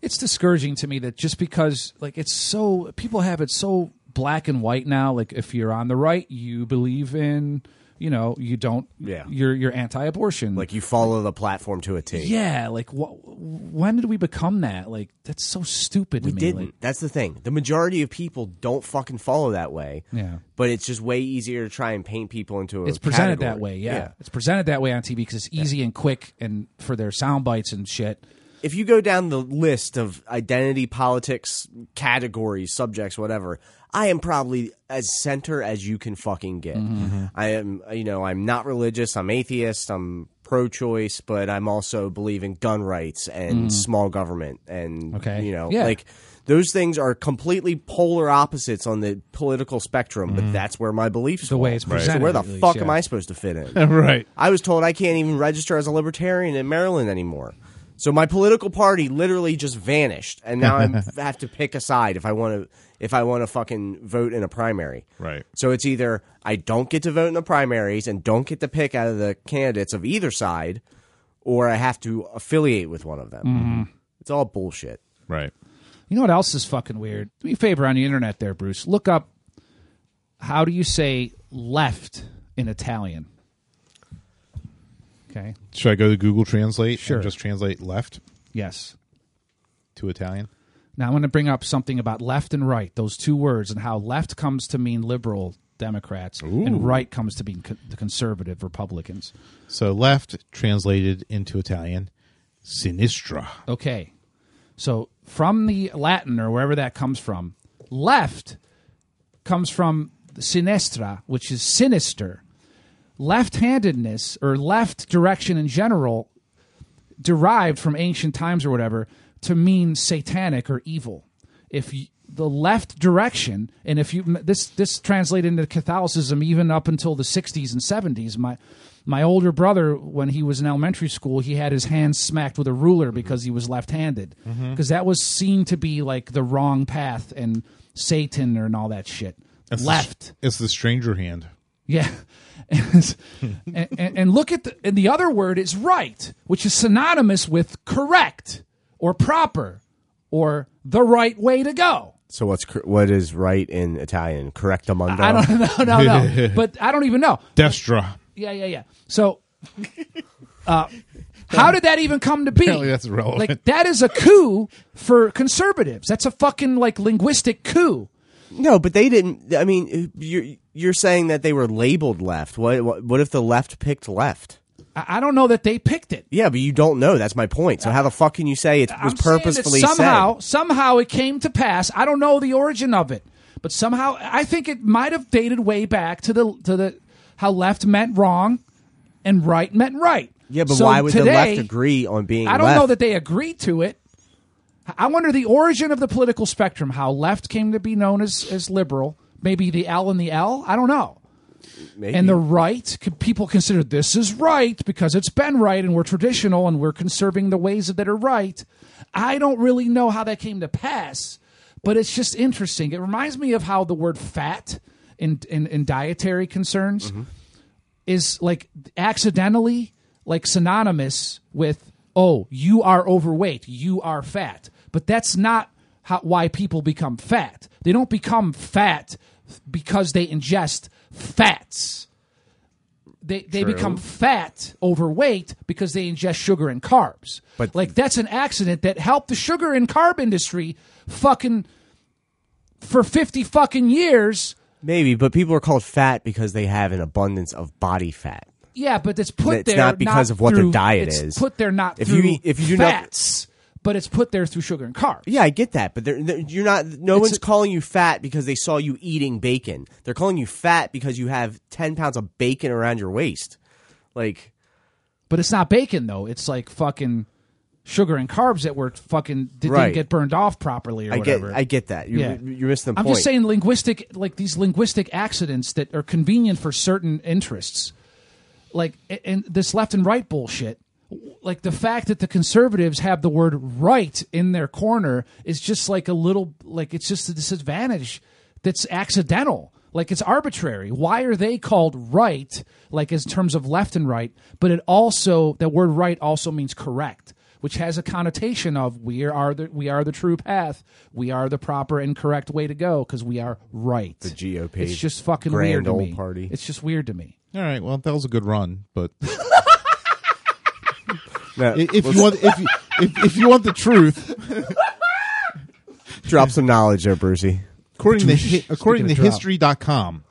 [SPEAKER 3] it's discouraging to me that just because like it's so people have it so black and white now like if you're on the right you believe in you know you don't
[SPEAKER 1] Yeah.
[SPEAKER 3] you're you're anti-abortion
[SPEAKER 1] Like you follow the platform to a T.
[SPEAKER 3] yeah like wh- when did we become that like that's so stupid to
[SPEAKER 1] We
[SPEAKER 3] me
[SPEAKER 1] didn't.
[SPEAKER 3] like-
[SPEAKER 1] That's the thing. The majority of people don't fucking follow that way.
[SPEAKER 3] Yeah.
[SPEAKER 1] But it's just way easier to try and paint people into a
[SPEAKER 3] it's presented that
[SPEAKER 1] category.
[SPEAKER 3] way yeah. it's presented that way on tv because it's easy and quick and for their sound bites and shit
[SPEAKER 1] if you go down the list of identity politics categories, subjects, whatever, I am probably as center as you can fucking get.
[SPEAKER 16] Mhm.
[SPEAKER 1] I am, you know, I'm not religious. I'm atheist. I'm pro-choice, but I'm also believe in gun rights and
[SPEAKER 16] Mm.
[SPEAKER 1] small government and
[SPEAKER 16] Okay.
[SPEAKER 1] you know,
[SPEAKER 16] Yeah.
[SPEAKER 1] like those things are completely polar opposites on the political spectrum, but that's where my beliefs
[SPEAKER 3] The way
[SPEAKER 1] fall.
[SPEAKER 3] it's presented,
[SPEAKER 1] So where the
[SPEAKER 3] at least,
[SPEAKER 1] fuck
[SPEAKER 3] yeah.
[SPEAKER 1] am I supposed to fit in?
[SPEAKER 4] Right.
[SPEAKER 1] I was told I can't even register as a libertarian in Maryland anymore. So my political party literally just vanished, and now I'm- I have to pick a side if I want to if I want to fucking vote in a primary.
[SPEAKER 4] Right.
[SPEAKER 1] So it's either I don't get to vote in the primaries and don't get to pick out of the candidates of either side, or I have to affiliate with one of them.
[SPEAKER 3] Mhm.
[SPEAKER 1] It's all bullshit.
[SPEAKER 4] Right.
[SPEAKER 3] You know what else is fucking weird? Do me a favor on the internet there, Bruce. Look up how do you say left in Italian? Okay.
[SPEAKER 4] Should I go to Google Translate?
[SPEAKER 3] Sure.
[SPEAKER 4] And just translate left
[SPEAKER 3] Yes.
[SPEAKER 4] to Italian.
[SPEAKER 3] Now I'm going to bring up something about left and right, those two words, and how left comes to mean liberal Democrats
[SPEAKER 4] Ooh.
[SPEAKER 3] and right comes to mean co- the conservative Republicans.
[SPEAKER 4] So left translated into Italian, sinistra.
[SPEAKER 3] Okay. So from the Latin or wherever that comes from, left comes from sinistra, which is sinister. Left handedness or left direction in general, derived from ancient times or whatever, to mean satanic or evil. If you, the left direction, and if you this this translated into Catholicism even up until the 60s and 70s, my my older brother when he was in elementary school, he had his hand smacked with a ruler because he was left-handed
[SPEAKER 4] Mm-hmm.
[SPEAKER 16] Mhm.
[SPEAKER 3] because that was seen to be like the wrong path and Satan and all that shit.
[SPEAKER 4] That's the-
[SPEAKER 3] left.
[SPEAKER 4] it's the stranger hand.
[SPEAKER 3] Yeah. and, and, and look at the, and the other word is right, which is synonymous with correct or proper or the right way to go.
[SPEAKER 1] So what's cor- what is right in Italian? Correct among
[SPEAKER 3] I don't
[SPEAKER 4] Oh.
[SPEAKER 3] know, no, no. but I don't even know.
[SPEAKER 4] Destra.
[SPEAKER 3] Yeah, yeah, yeah. So, uh, how did that even come to be?
[SPEAKER 4] Apparently that's relevant.
[SPEAKER 3] Like that is a coup for conservatives. That's a fucking like linguistic coup.
[SPEAKER 1] No, but they didn't. I mean, you're you're saying that they were labeled left. What what, what if the left picked left?
[SPEAKER 3] I, I don't know that they picked it.
[SPEAKER 1] Yeah, but you don't know. That's my point. So how the fuck can you say it was
[SPEAKER 3] I'm saying that
[SPEAKER 1] purposefully
[SPEAKER 3] somehow somehow it came to pass. I don't know the origin of it, but somehow I think it might have dated way back to the to the how left meant wrong and right meant right.
[SPEAKER 1] said? Yeah, but
[SPEAKER 3] So
[SPEAKER 1] why would the
[SPEAKER 3] today-
[SPEAKER 1] left agree on being?
[SPEAKER 3] I don't
[SPEAKER 1] left?
[SPEAKER 3] know that they agreed to it. I wonder the origin of the political spectrum, how left came to be known as, as liberal, maybe the L and the L. I don't know.
[SPEAKER 1] Maybe.
[SPEAKER 3] And the right, c- people consider this is right because it's been right and we're traditional and we're conserving the ways that are right. I don't really know how that came to pass, but it's just interesting. It reminds me of how the word fat in, in, in dietary
[SPEAKER 1] Mm-hmm.
[SPEAKER 3] concerns is like accidentally like synonymous with oh you are overweight you are fat but that's not how, why people become fat they don't become fat because they ingest fats they they
[SPEAKER 1] True.
[SPEAKER 3] become fat overweight because they ingest sugar and carbs but like that's an accident that helped the sugar and carb industry fucking for 50 fucking years
[SPEAKER 1] Maybe, but people are called fat because they have an abundance of body fat.
[SPEAKER 3] Yeah, but it's put
[SPEAKER 1] It's
[SPEAKER 3] there
[SPEAKER 1] not because of what their
[SPEAKER 3] through-
[SPEAKER 1] diet
[SPEAKER 3] it's
[SPEAKER 1] is.
[SPEAKER 3] Put there not
[SPEAKER 1] If you
[SPEAKER 3] through
[SPEAKER 1] eat- if you do not-
[SPEAKER 3] fats, but it's put there through sugar and carbs.
[SPEAKER 1] Yeah, I get that, but they're, they're- you're not. No
[SPEAKER 3] It's
[SPEAKER 1] one's
[SPEAKER 3] a-
[SPEAKER 1] calling you fat because they saw you eating bacon. They're calling you fat because you have ten pounds of bacon around your waist. Like,
[SPEAKER 3] But it's not bacon though. It's like fucking sugar and carbs that were fucking that
[SPEAKER 1] Right.
[SPEAKER 3] didn't get burned off properly or
[SPEAKER 1] I get-
[SPEAKER 3] whatever.
[SPEAKER 1] I get that. You're- you're missing the
[SPEAKER 3] I'm
[SPEAKER 1] point.
[SPEAKER 3] just saying linguistic, like these linguistic accidents that are convenient for certain interests, like a- and this left and right bullshit. Like the fact that the conservatives have the word right in their corner is just like a little, like it's just a disadvantage that's accidental. Like it's arbitrary. Why are they called right, like in terms of left and right? But it also, that word right also means correct which has a connotation of we are the we are the true path, we are the proper and correct way to go because we are right. The
[SPEAKER 1] GOP,
[SPEAKER 3] it's just fucking
[SPEAKER 1] grand
[SPEAKER 3] weird to
[SPEAKER 1] old
[SPEAKER 3] me.
[SPEAKER 1] party.
[SPEAKER 3] It's just weird to me.
[SPEAKER 4] All right. Well, that was a good run, but
[SPEAKER 1] No,
[SPEAKER 4] if if
[SPEAKER 1] let's-
[SPEAKER 4] you want if you, if, if you want the truth,
[SPEAKER 1] drop some knowledge there, Brucey.
[SPEAKER 4] according to hi- according to
[SPEAKER 1] Speaking of
[SPEAKER 4] history.com,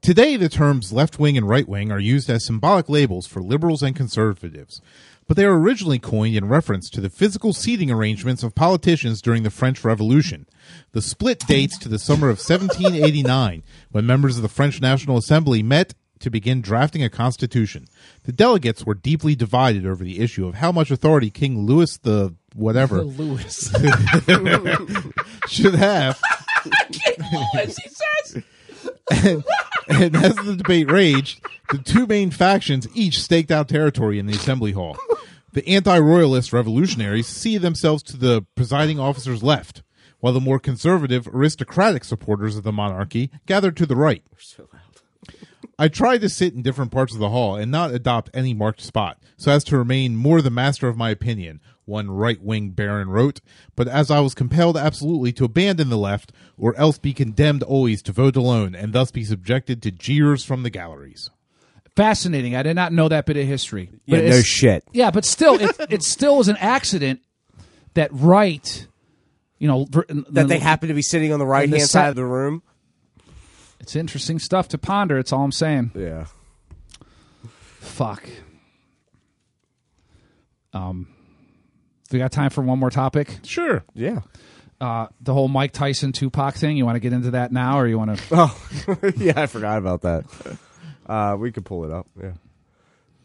[SPEAKER 4] today the terms left wing and right wing are used as symbolic labels for liberals and conservatives, but they were originally coined in reference to the physical seating arrangements of politicians during the French Revolution. The split dates to the summer of 1789 when members of the French National Assembly met to begin drafting a constitution. The delegates were deeply divided over the issue of how much authority King Louis the whatever
[SPEAKER 3] Lewis.
[SPEAKER 4] should have.
[SPEAKER 3] he says.
[SPEAKER 4] and, and as the debate raged, the two main factions each staked out territory in the assembly hall. The anti royalist revolutionaries see themselves to the presiding officer's left, while the more conservative aristocratic supporters of the monarchy gathered to the right. I tried to sit in different parts of the hall and not adopt any marked spot, so as to remain more the master of my opinion, one right wing baron wrote, but as I was compelled absolutely to abandon the left, or else be condemned always to vote alone, and thus be subjected to jeers from the galleries.
[SPEAKER 3] Fascinating. I did not know that bit of history.
[SPEAKER 4] Yeah, no
[SPEAKER 3] it's-
[SPEAKER 4] shit.
[SPEAKER 3] Yeah, but still, it it still is an accident that right, you know, ver-
[SPEAKER 1] That they happen to be sitting on the right hand
[SPEAKER 3] the
[SPEAKER 1] side
[SPEAKER 3] si-
[SPEAKER 1] of the room.
[SPEAKER 3] It's interesting stuff to ponder. It's all I'm saying.
[SPEAKER 1] Yeah.
[SPEAKER 3] Fuck. Um, we got time for one more topic.
[SPEAKER 4] Sure.
[SPEAKER 1] Yeah.
[SPEAKER 3] Uh, the whole Mike Tyson Tupac thing. You want to get into that now, or you want to?
[SPEAKER 1] Oh, yeah, I forgot about that. Uh, we could pull it up. Yeah.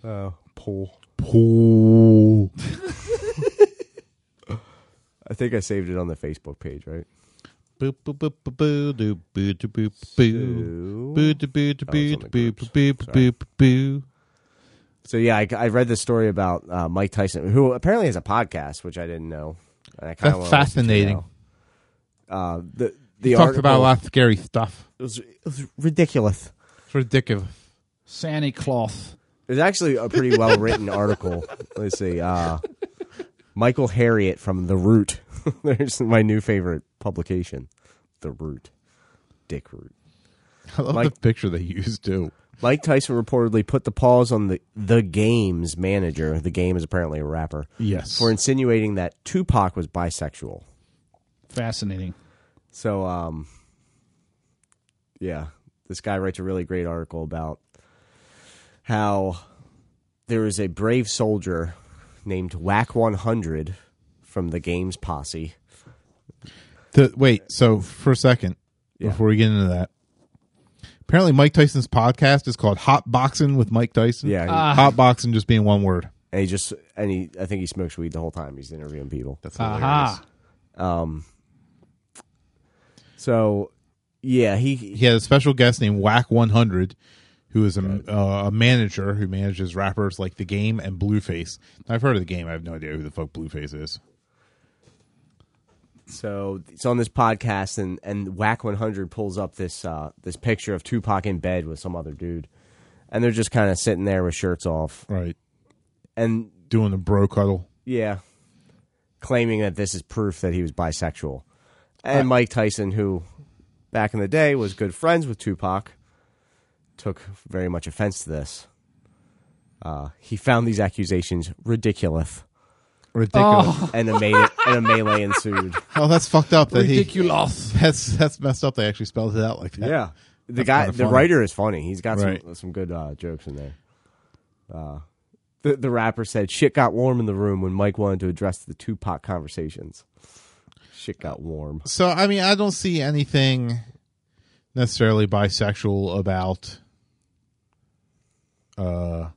[SPEAKER 1] Uh, pull.
[SPEAKER 4] Pull.
[SPEAKER 1] I think I saved it on the Facebook page, right?
[SPEAKER 4] Boop, boop, boop, boop, boo, doo, boo, doo, boop, boo. Boo, doo, boo, doo, boo, doo, boo, boo, boo, boo, boo.
[SPEAKER 1] So yeah, I, I read this story about uh, Mike Tyson, who apparently has a podcast, which I didn't know. And I kinda
[SPEAKER 4] That's
[SPEAKER 1] wanna listen to
[SPEAKER 4] fascinating.
[SPEAKER 1] now. Uh, the the
[SPEAKER 4] He talked
[SPEAKER 1] article-
[SPEAKER 4] about a lot of scary stuff.
[SPEAKER 1] It was, it was ridiculous.
[SPEAKER 4] It's ridiculous.
[SPEAKER 3] Sandy cloth.
[SPEAKER 1] It's actually a pretty well written article. Let's see. Uh, Michael Harriet from The Root. There's my new favorite publication, The Root. Dick Root.
[SPEAKER 4] I love
[SPEAKER 1] Mike-
[SPEAKER 4] the picture they used too.
[SPEAKER 1] Mike Tyson reportedly put the pause on the the game's manager. The game is apparently a rapper.
[SPEAKER 4] Yes.
[SPEAKER 1] For insinuating that Tupac was bisexual.
[SPEAKER 3] Fascinating.
[SPEAKER 1] So um Yeah. This guy writes a really great article about how there is a brave soldier named Whack 100 from the game's posse.
[SPEAKER 4] The, wait, so for a second, before we get into that, apparently Mike Tyson's podcast is called Hot Boxing with Mike Tyson.
[SPEAKER 1] Yeah.
[SPEAKER 4] Hotboxing Hot Boxing just being one word.
[SPEAKER 1] And he just, and he, I think he smokes weed the whole time he's interviewing people. That's
[SPEAKER 4] hilarious.
[SPEAKER 3] Ah,
[SPEAKER 4] Aha.
[SPEAKER 1] Um, so, yeah, he
[SPEAKER 4] He had a special guest named Whack 100, who is a, uh, a manager who manages rappers like The Game and Blueface. I've heard of The Game. I have no idea who the fuck Blueface is.
[SPEAKER 1] So it's on this podcast, and and Whack 100 pulls up this uh, this picture of Tupac in bed with some other dude, and they're just kind of sitting there with shirts off,
[SPEAKER 4] right?
[SPEAKER 1] And
[SPEAKER 4] doing the bro cuddle,
[SPEAKER 1] yeah, claiming that this is proof that he was bisexual. And
[SPEAKER 4] Uh,
[SPEAKER 1] Mike Tyson, who back in the day was good friends with Tupac, took very much offense to this. Uh, he found these accusations ridiculous.
[SPEAKER 4] Ridiculous. Oh.
[SPEAKER 1] and a melee, and a melee ensued.
[SPEAKER 4] Oh, that's fucked up. That he-
[SPEAKER 1] Ridiculous.
[SPEAKER 4] that's that's messed up. They actually spelled it out like that.
[SPEAKER 1] Yeah. The
[SPEAKER 4] That's
[SPEAKER 1] guy,
[SPEAKER 4] kinda
[SPEAKER 1] the
[SPEAKER 4] funny.
[SPEAKER 1] writer is funny. He's got
[SPEAKER 4] Right.
[SPEAKER 1] some some good uh, jokes in there. Uh, the the rapper said, "Shit got warm in the room when Mike wanted to address the Tupac conversations. Shit got warm.
[SPEAKER 4] So I mean, I don't see anything necessarily bisexual about uh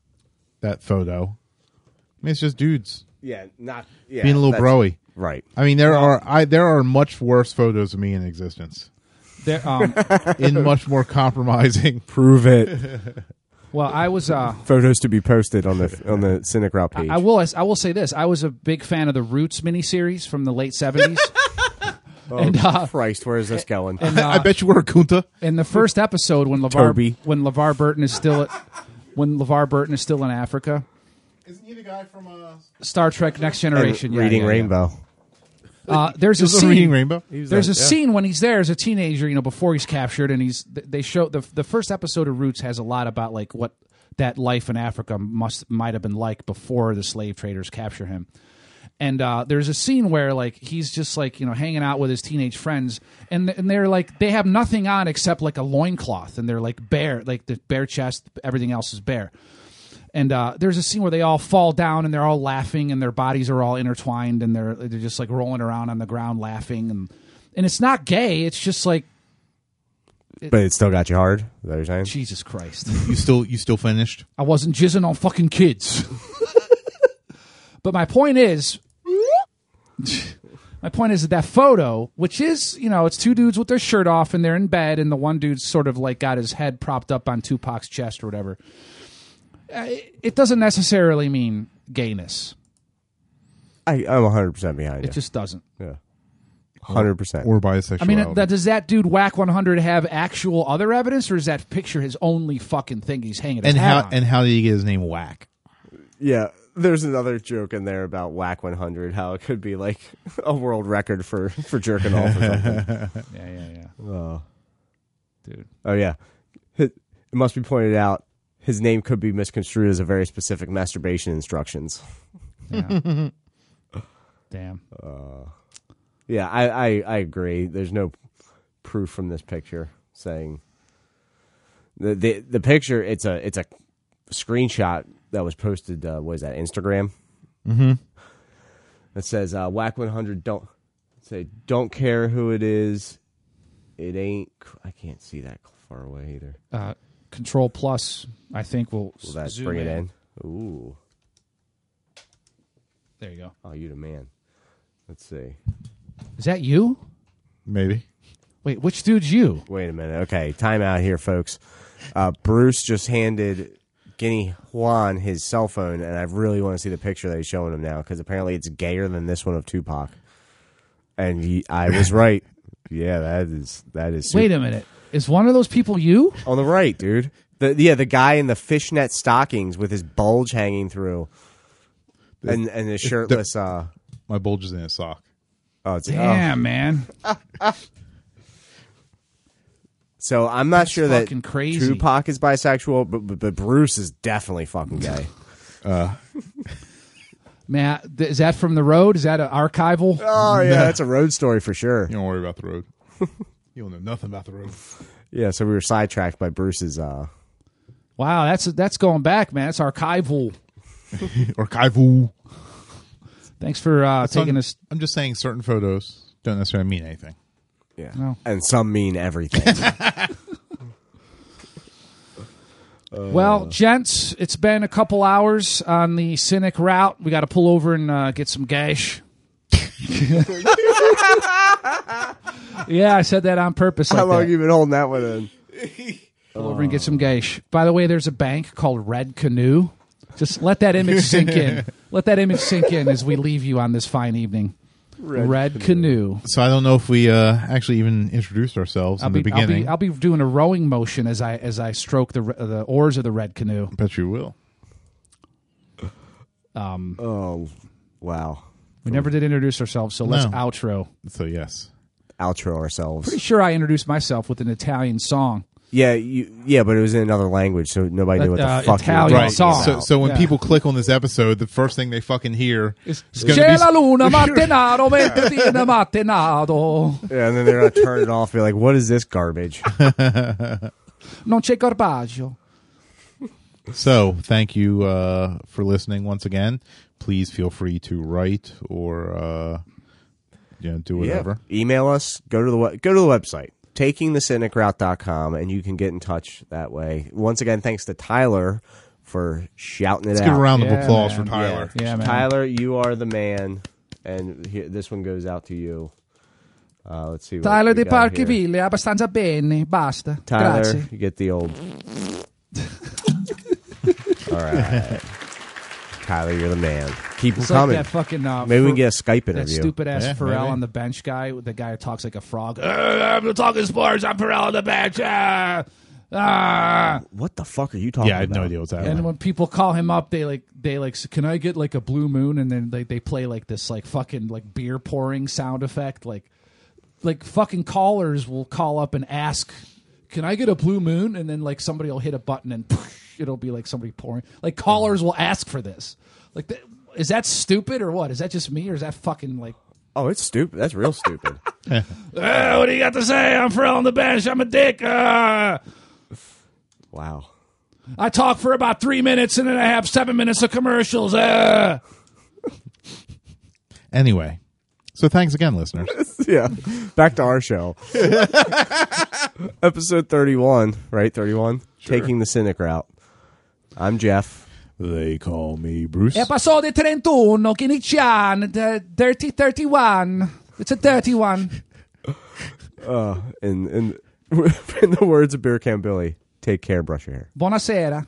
[SPEAKER 4] that photo. I mean, it's just dudes
[SPEAKER 1] Yeah, not yeah,
[SPEAKER 4] being a little
[SPEAKER 1] that's-
[SPEAKER 4] broy.
[SPEAKER 1] Right.
[SPEAKER 4] I mean, there are I there are much worse photos of me in existence.
[SPEAKER 3] There, um,
[SPEAKER 4] in much more compromising.
[SPEAKER 1] Prove it.
[SPEAKER 3] Well, I was uh,
[SPEAKER 1] Photos to be posted on the on the Cynic Route page.
[SPEAKER 3] I will. I will say this. I was a big fan of the Roots miniseries from the late seventies.
[SPEAKER 1] oh Christ, where is this going?
[SPEAKER 3] Ah.
[SPEAKER 4] I bet you were a Kunta.
[SPEAKER 3] In the first episode, when Levar
[SPEAKER 1] Toby.
[SPEAKER 3] when Levar Burton is still when Levar Burton is still in Africa,
[SPEAKER 4] Isn't he the guy from uh,
[SPEAKER 3] Star Trek Next Generation,
[SPEAKER 1] And
[SPEAKER 3] yeah,
[SPEAKER 1] reading
[SPEAKER 3] yeah, yeah.
[SPEAKER 1] Rainbow.
[SPEAKER 3] Uh, there's
[SPEAKER 4] He
[SPEAKER 3] a
[SPEAKER 4] was on
[SPEAKER 3] scene.
[SPEAKER 4] Reading Rainbow? He was
[SPEAKER 3] There's
[SPEAKER 4] on-
[SPEAKER 3] a
[SPEAKER 4] yeah.
[SPEAKER 3] scene when he's there as a teenager, you know, before he's captured, and he's th- they show the the first episode of Roots has a lot about like what that life in Africa must might have been like before the slave traders capture him. And uh, there's a scene where like he's just like you know hanging out with his teenage friends, and th- and they're like they have nothing on except like a loincloth, and they're like bare, like the bare chest, everything else is bare. And uh, there's a scene where they all fall down and they're all laughing and their bodies are all intertwined and they're they're just like rolling around on the ground laughing and and it's not gay. It's just like
[SPEAKER 1] But it still got you hard. Is that what you're saying?
[SPEAKER 3] Jesus Christ!
[SPEAKER 4] You still you still finished?
[SPEAKER 3] I wasn't jizzing on fucking kids. but my point is, my point is that that photo, which is you know, it's two dudes with their shirt off and they're in bed, and the one dude's sort of like got his head propped up on Tupac's chest or whatever. Uh, It it doesn't necessarily mean gayness.
[SPEAKER 1] I, I'm 100 percent behind
[SPEAKER 3] It
[SPEAKER 1] you.
[SPEAKER 3] just doesn't.
[SPEAKER 1] yeah, 100 percent.
[SPEAKER 4] Or bisexual.
[SPEAKER 3] I mean, that, does that dude whack 100 have actual other evidence, or is that picture his only fucking thing he's hanging? His
[SPEAKER 4] and
[SPEAKER 3] hat
[SPEAKER 4] how
[SPEAKER 3] on?
[SPEAKER 4] and how did he get his name Whack?
[SPEAKER 1] Yeah, there's another joke in there about Whack 100, how it could be like a world record for for jerking off. Or something.
[SPEAKER 3] yeah, yeah, yeah.
[SPEAKER 1] Oh,
[SPEAKER 3] dude.
[SPEAKER 1] Oh yeah, it, it must be pointed out his name could be misconstrued as a very specific masturbation instructions.
[SPEAKER 3] Yeah. Damn.
[SPEAKER 1] Uh, yeah, I, I I agree. There's no proof from this picture saying the the the picture. It's a it's a screenshot that was posted. Uh, what is that? Instagram.
[SPEAKER 4] Mhm.
[SPEAKER 1] It says uh, whack 100. Don't say don't care who it is. It ain't. cr- I can't see that far away either.
[SPEAKER 3] Uh, control plus, I think will,
[SPEAKER 1] Will that
[SPEAKER 3] zoom
[SPEAKER 1] bring it in? Ooh.
[SPEAKER 3] There you go.
[SPEAKER 1] Oh, you the man. Let's see.
[SPEAKER 3] Is that you?
[SPEAKER 4] Maybe.
[SPEAKER 3] Wait, which dude's you?
[SPEAKER 1] Wait a minute. Okay, time out here, folks. Uh, Bruce just handed Guinea Juan his cell phone, and I really want to see the picture that he's showing him now because apparently it's gayer than this one of Tupac. And he, I was right. yeah, that is that is.
[SPEAKER 3] Wait a minute. Is one of those people you?
[SPEAKER 1] On the right, dude. The, yeah, the guy in the fishnet stockings with his bulge hanging through, and and his
[SPEAKER 4] It-
[SPEAKER 1] shirtless. Uh,
[SPEAKER 4] My bulge is in a sock.
[SPEAKER 1] Oh, it's,
[SPEAKER 3] Damn,
[SPEAKER 1] oh.
[SPEAKER 3] man.
[SPEAKER 1] So I'm not sure that
[SPEAKER 3] fucking crazy.
[SPEAKER 1] Tupac is bisexual, but, but but Bruce is definitely fucking gay.
[SPEAKER 4] uh,
[SPEAKER 3] Man, th- is that from the road? Is that an archival?
[SPEAKER 1] Uh, Oh yeah, that's a road story for sure. You
[SPEAKER 4] don't worry about the road. You'll know nothing about the road.
[SPEAKER 1] Yeah, so we were sidetracked by Bruce's. uh
[SPEAKER 3] Wow, that's that's going back, man. That's archival.
[SPEAKER 4] archival.
[SPEAKER 3] Thanks for uh,
[SPEAKER 4] That's
[SPEAKER 3] taking
[SPEAKER 4] on-
[SPEAKER 3] us.
[SPEAKER 4] I'm just saying certain photos don't necessarily mean anything.
[SPEAKER 1] Yeah.
[SPEAKER 3] No.
[SPEAKER 1] And some mean everything.
[SPEAKER 3] Well, gents, it's been a couple hours on the Cynic route. We got to pull over and uh, get some gash. yeah, I said that on purpose. Like
[SPEAKER 1] How long
[SPEAKER 3] that.
[SPEAKER 1] you been holding that one in?
[SPEAKER 3] Pull over and get some gash. By the way, there's a bank called Red Canoe. Just let that image sink in. Let that image sink in as we leave you on this fine evening. Red, Canoe.
[SPEAKER 4] So I don't know if we uh, actually even introduced ourselves in the
[SPEAKER 3] I'll
[SPEAKER 4] beginning.
[SPEAKER 3] be, I'll be doing a rowing motion as I as I stroke the re- the oars of the red canoe.
[SPEAKER 4] bet you will.
[SPEAKER 3] Um,
[SPEAKER 1] oh, wow.
[SPEAKER 3] we never did introduce ourselves, so let's
[SPEAKER 4] No.
[SPEAKER 3] outro.
[SPEAKER 4] So yes,
[SPEAKER 1] Outro ourselves.
[SPEAKER 3] Pretty sure I introduced myself with an Italian song.
[SPEAKER 1] Yeah, you, yeah, but it was in another language, so nobody knew what the
[SPEAKER 3] Uh,
[SPEAKER 1] fuck
[SPEAKER 3] Italian
[SPEAKER 1] you were talking
[SPEAKER 3] song.
[SPEAKER 1] about.
[SPEAKER 4] So, so when
[SPEAKER 3] Yeah.
[SPEAKER 4] people click on this episode, the first thing they fucking hear is going
[SPEAKER 3] C'è la
[SPEAKER 4] to
[SPEAKER 3] luna mattinaro, mettiti in mattinaro.
[SPEAKER 1] yeah, and then they're gonna turn it off. Be like, what is this garbage?
[SPEAKER 3] Non c'è garbaggio.
[SPEAKER 4] be. So thank you uh, for listening once again. Please feel free to write or uh, you know do whatever.
[SPEAKER 1] Yeah. Email us. Go to the we- go to the website takingthecynicroute.com and you can get in touch that way. Once again, thanks to Tyler for shouting it
[SPEAKER 4] Let's
[SPEAKER 1] out.
[SPEAKER 4] give a round of
[SPEAKER 3] Yeah,
[SPEAKER 4] applause
[SPEAKER 3] man.
[SPEAKER 4] for Tyler.
[SPEAKER 3] Yeah, man.
[SPEAKER 1] Tyler, you are the man, and here, this one goes out to you. Uh, let's see. What
[SPEAKER 3] Tyler
[SPEAKER 1] we
[SPEAKER 3] di
[SPEAKER 1] got here.
[SPEAKER 3] Parchiville, abbastanza bene, basta.
[SPEAKER 1] Tyler,
[SPEAKER 3] Grazie.
[SPEAKER 1] you get the old. All right, Tyler, you're the man. Keep 'em
[SPEAKER 3] It's like
[SPEAKER 1] coming.
[SPEAKER 3] that fucking. Uh,
[SPEAKER 1] Maybe we
[SPEAKER 3] Fer-
[SPEAKER 1] can get a Skype
[SPEAKER 3] That
[SPEAKER 1] interview.
[SPEAKER 3] stupid ass
[SPEAKER 4] Yeah,
[SPEAKER 3] Pharrell
[SPEAKER 4] maybe.
[SPEAKER 3] on the bench guy, the guy who talks like a frog. "Uh, I'm talking sports. I'm Pharrell on the bench. Uh, uh.
[SPEAKER 1] What the fuck are you talking?
[SPEAKER 4] Yeah, I had no
[SPEAKER 1] about?
[SPEAKER 4] idea what's happening.
[SPEAKER 3] And when people call him up, they like they like "So can I get like a blue moon? And then they, they play like this like fucking like beer pouring sound effect. Like like fucking callers will call up and ask, Can I get a blue moon? And then like somebody will hit a button and it'll be like somebody pouring. Like callers will ask for this. Like th- is that stupid or what? Is that just me or is that fucking like
[SPEAKER 1] Oh, it's stupid. That's real stupid.
[SPEAKER 3] Uh, what do you got to say? I'm Pharrell on the bench. I'm a dick. Uh,
[SPEAKER 1] wow.
[SPEAKER 3] I talk for about three minutes and then I have seven minutes of commercials. Uh.
[SPEAKER 4] Anyway, so thanks again, listeners.
[SPEAKER 1] yeah. Back to our show. Episode 31, right? 31. Taking the cynic route. I'm Jeff.
[SPEAKER 4] they call me Bruce.
[SPEAKER 3] Episode 31, Kinichan, the Dirty 31. It's a dirty one.
[SPEAKER 1] In in in the words of Beer Can Billy, take care, brush your hair.
[SPEAKER 3] Buonasera.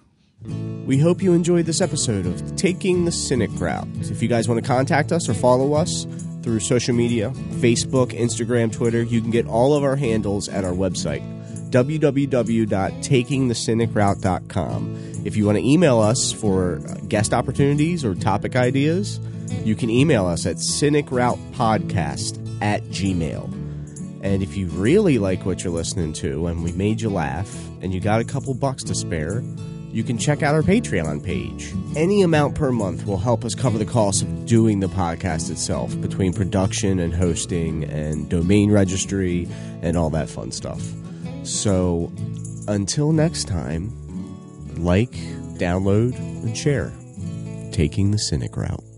[SPEAKER 1] We hope you enjoyed this episode of Taking the Cynic Route. If you guys want to contact us or follow us through social media Facebook, Instagram, Twitter you can get all of our handles at our website, www.takingthecynicroute.com. If you want to email us for uh, guest opportunities or topic ideas, you can email us at cynicroutepodcast at gmail. And if you really like what you're listening to and we made you laugh and you got a couple bucks to spare, you can check out our Patreon page. Any amount per month will help us cover the cost of doing the podcast itself between production and hosting and domain registry and all that fun stuff. So until next time, like, download, and share. Taking the Cynic Route.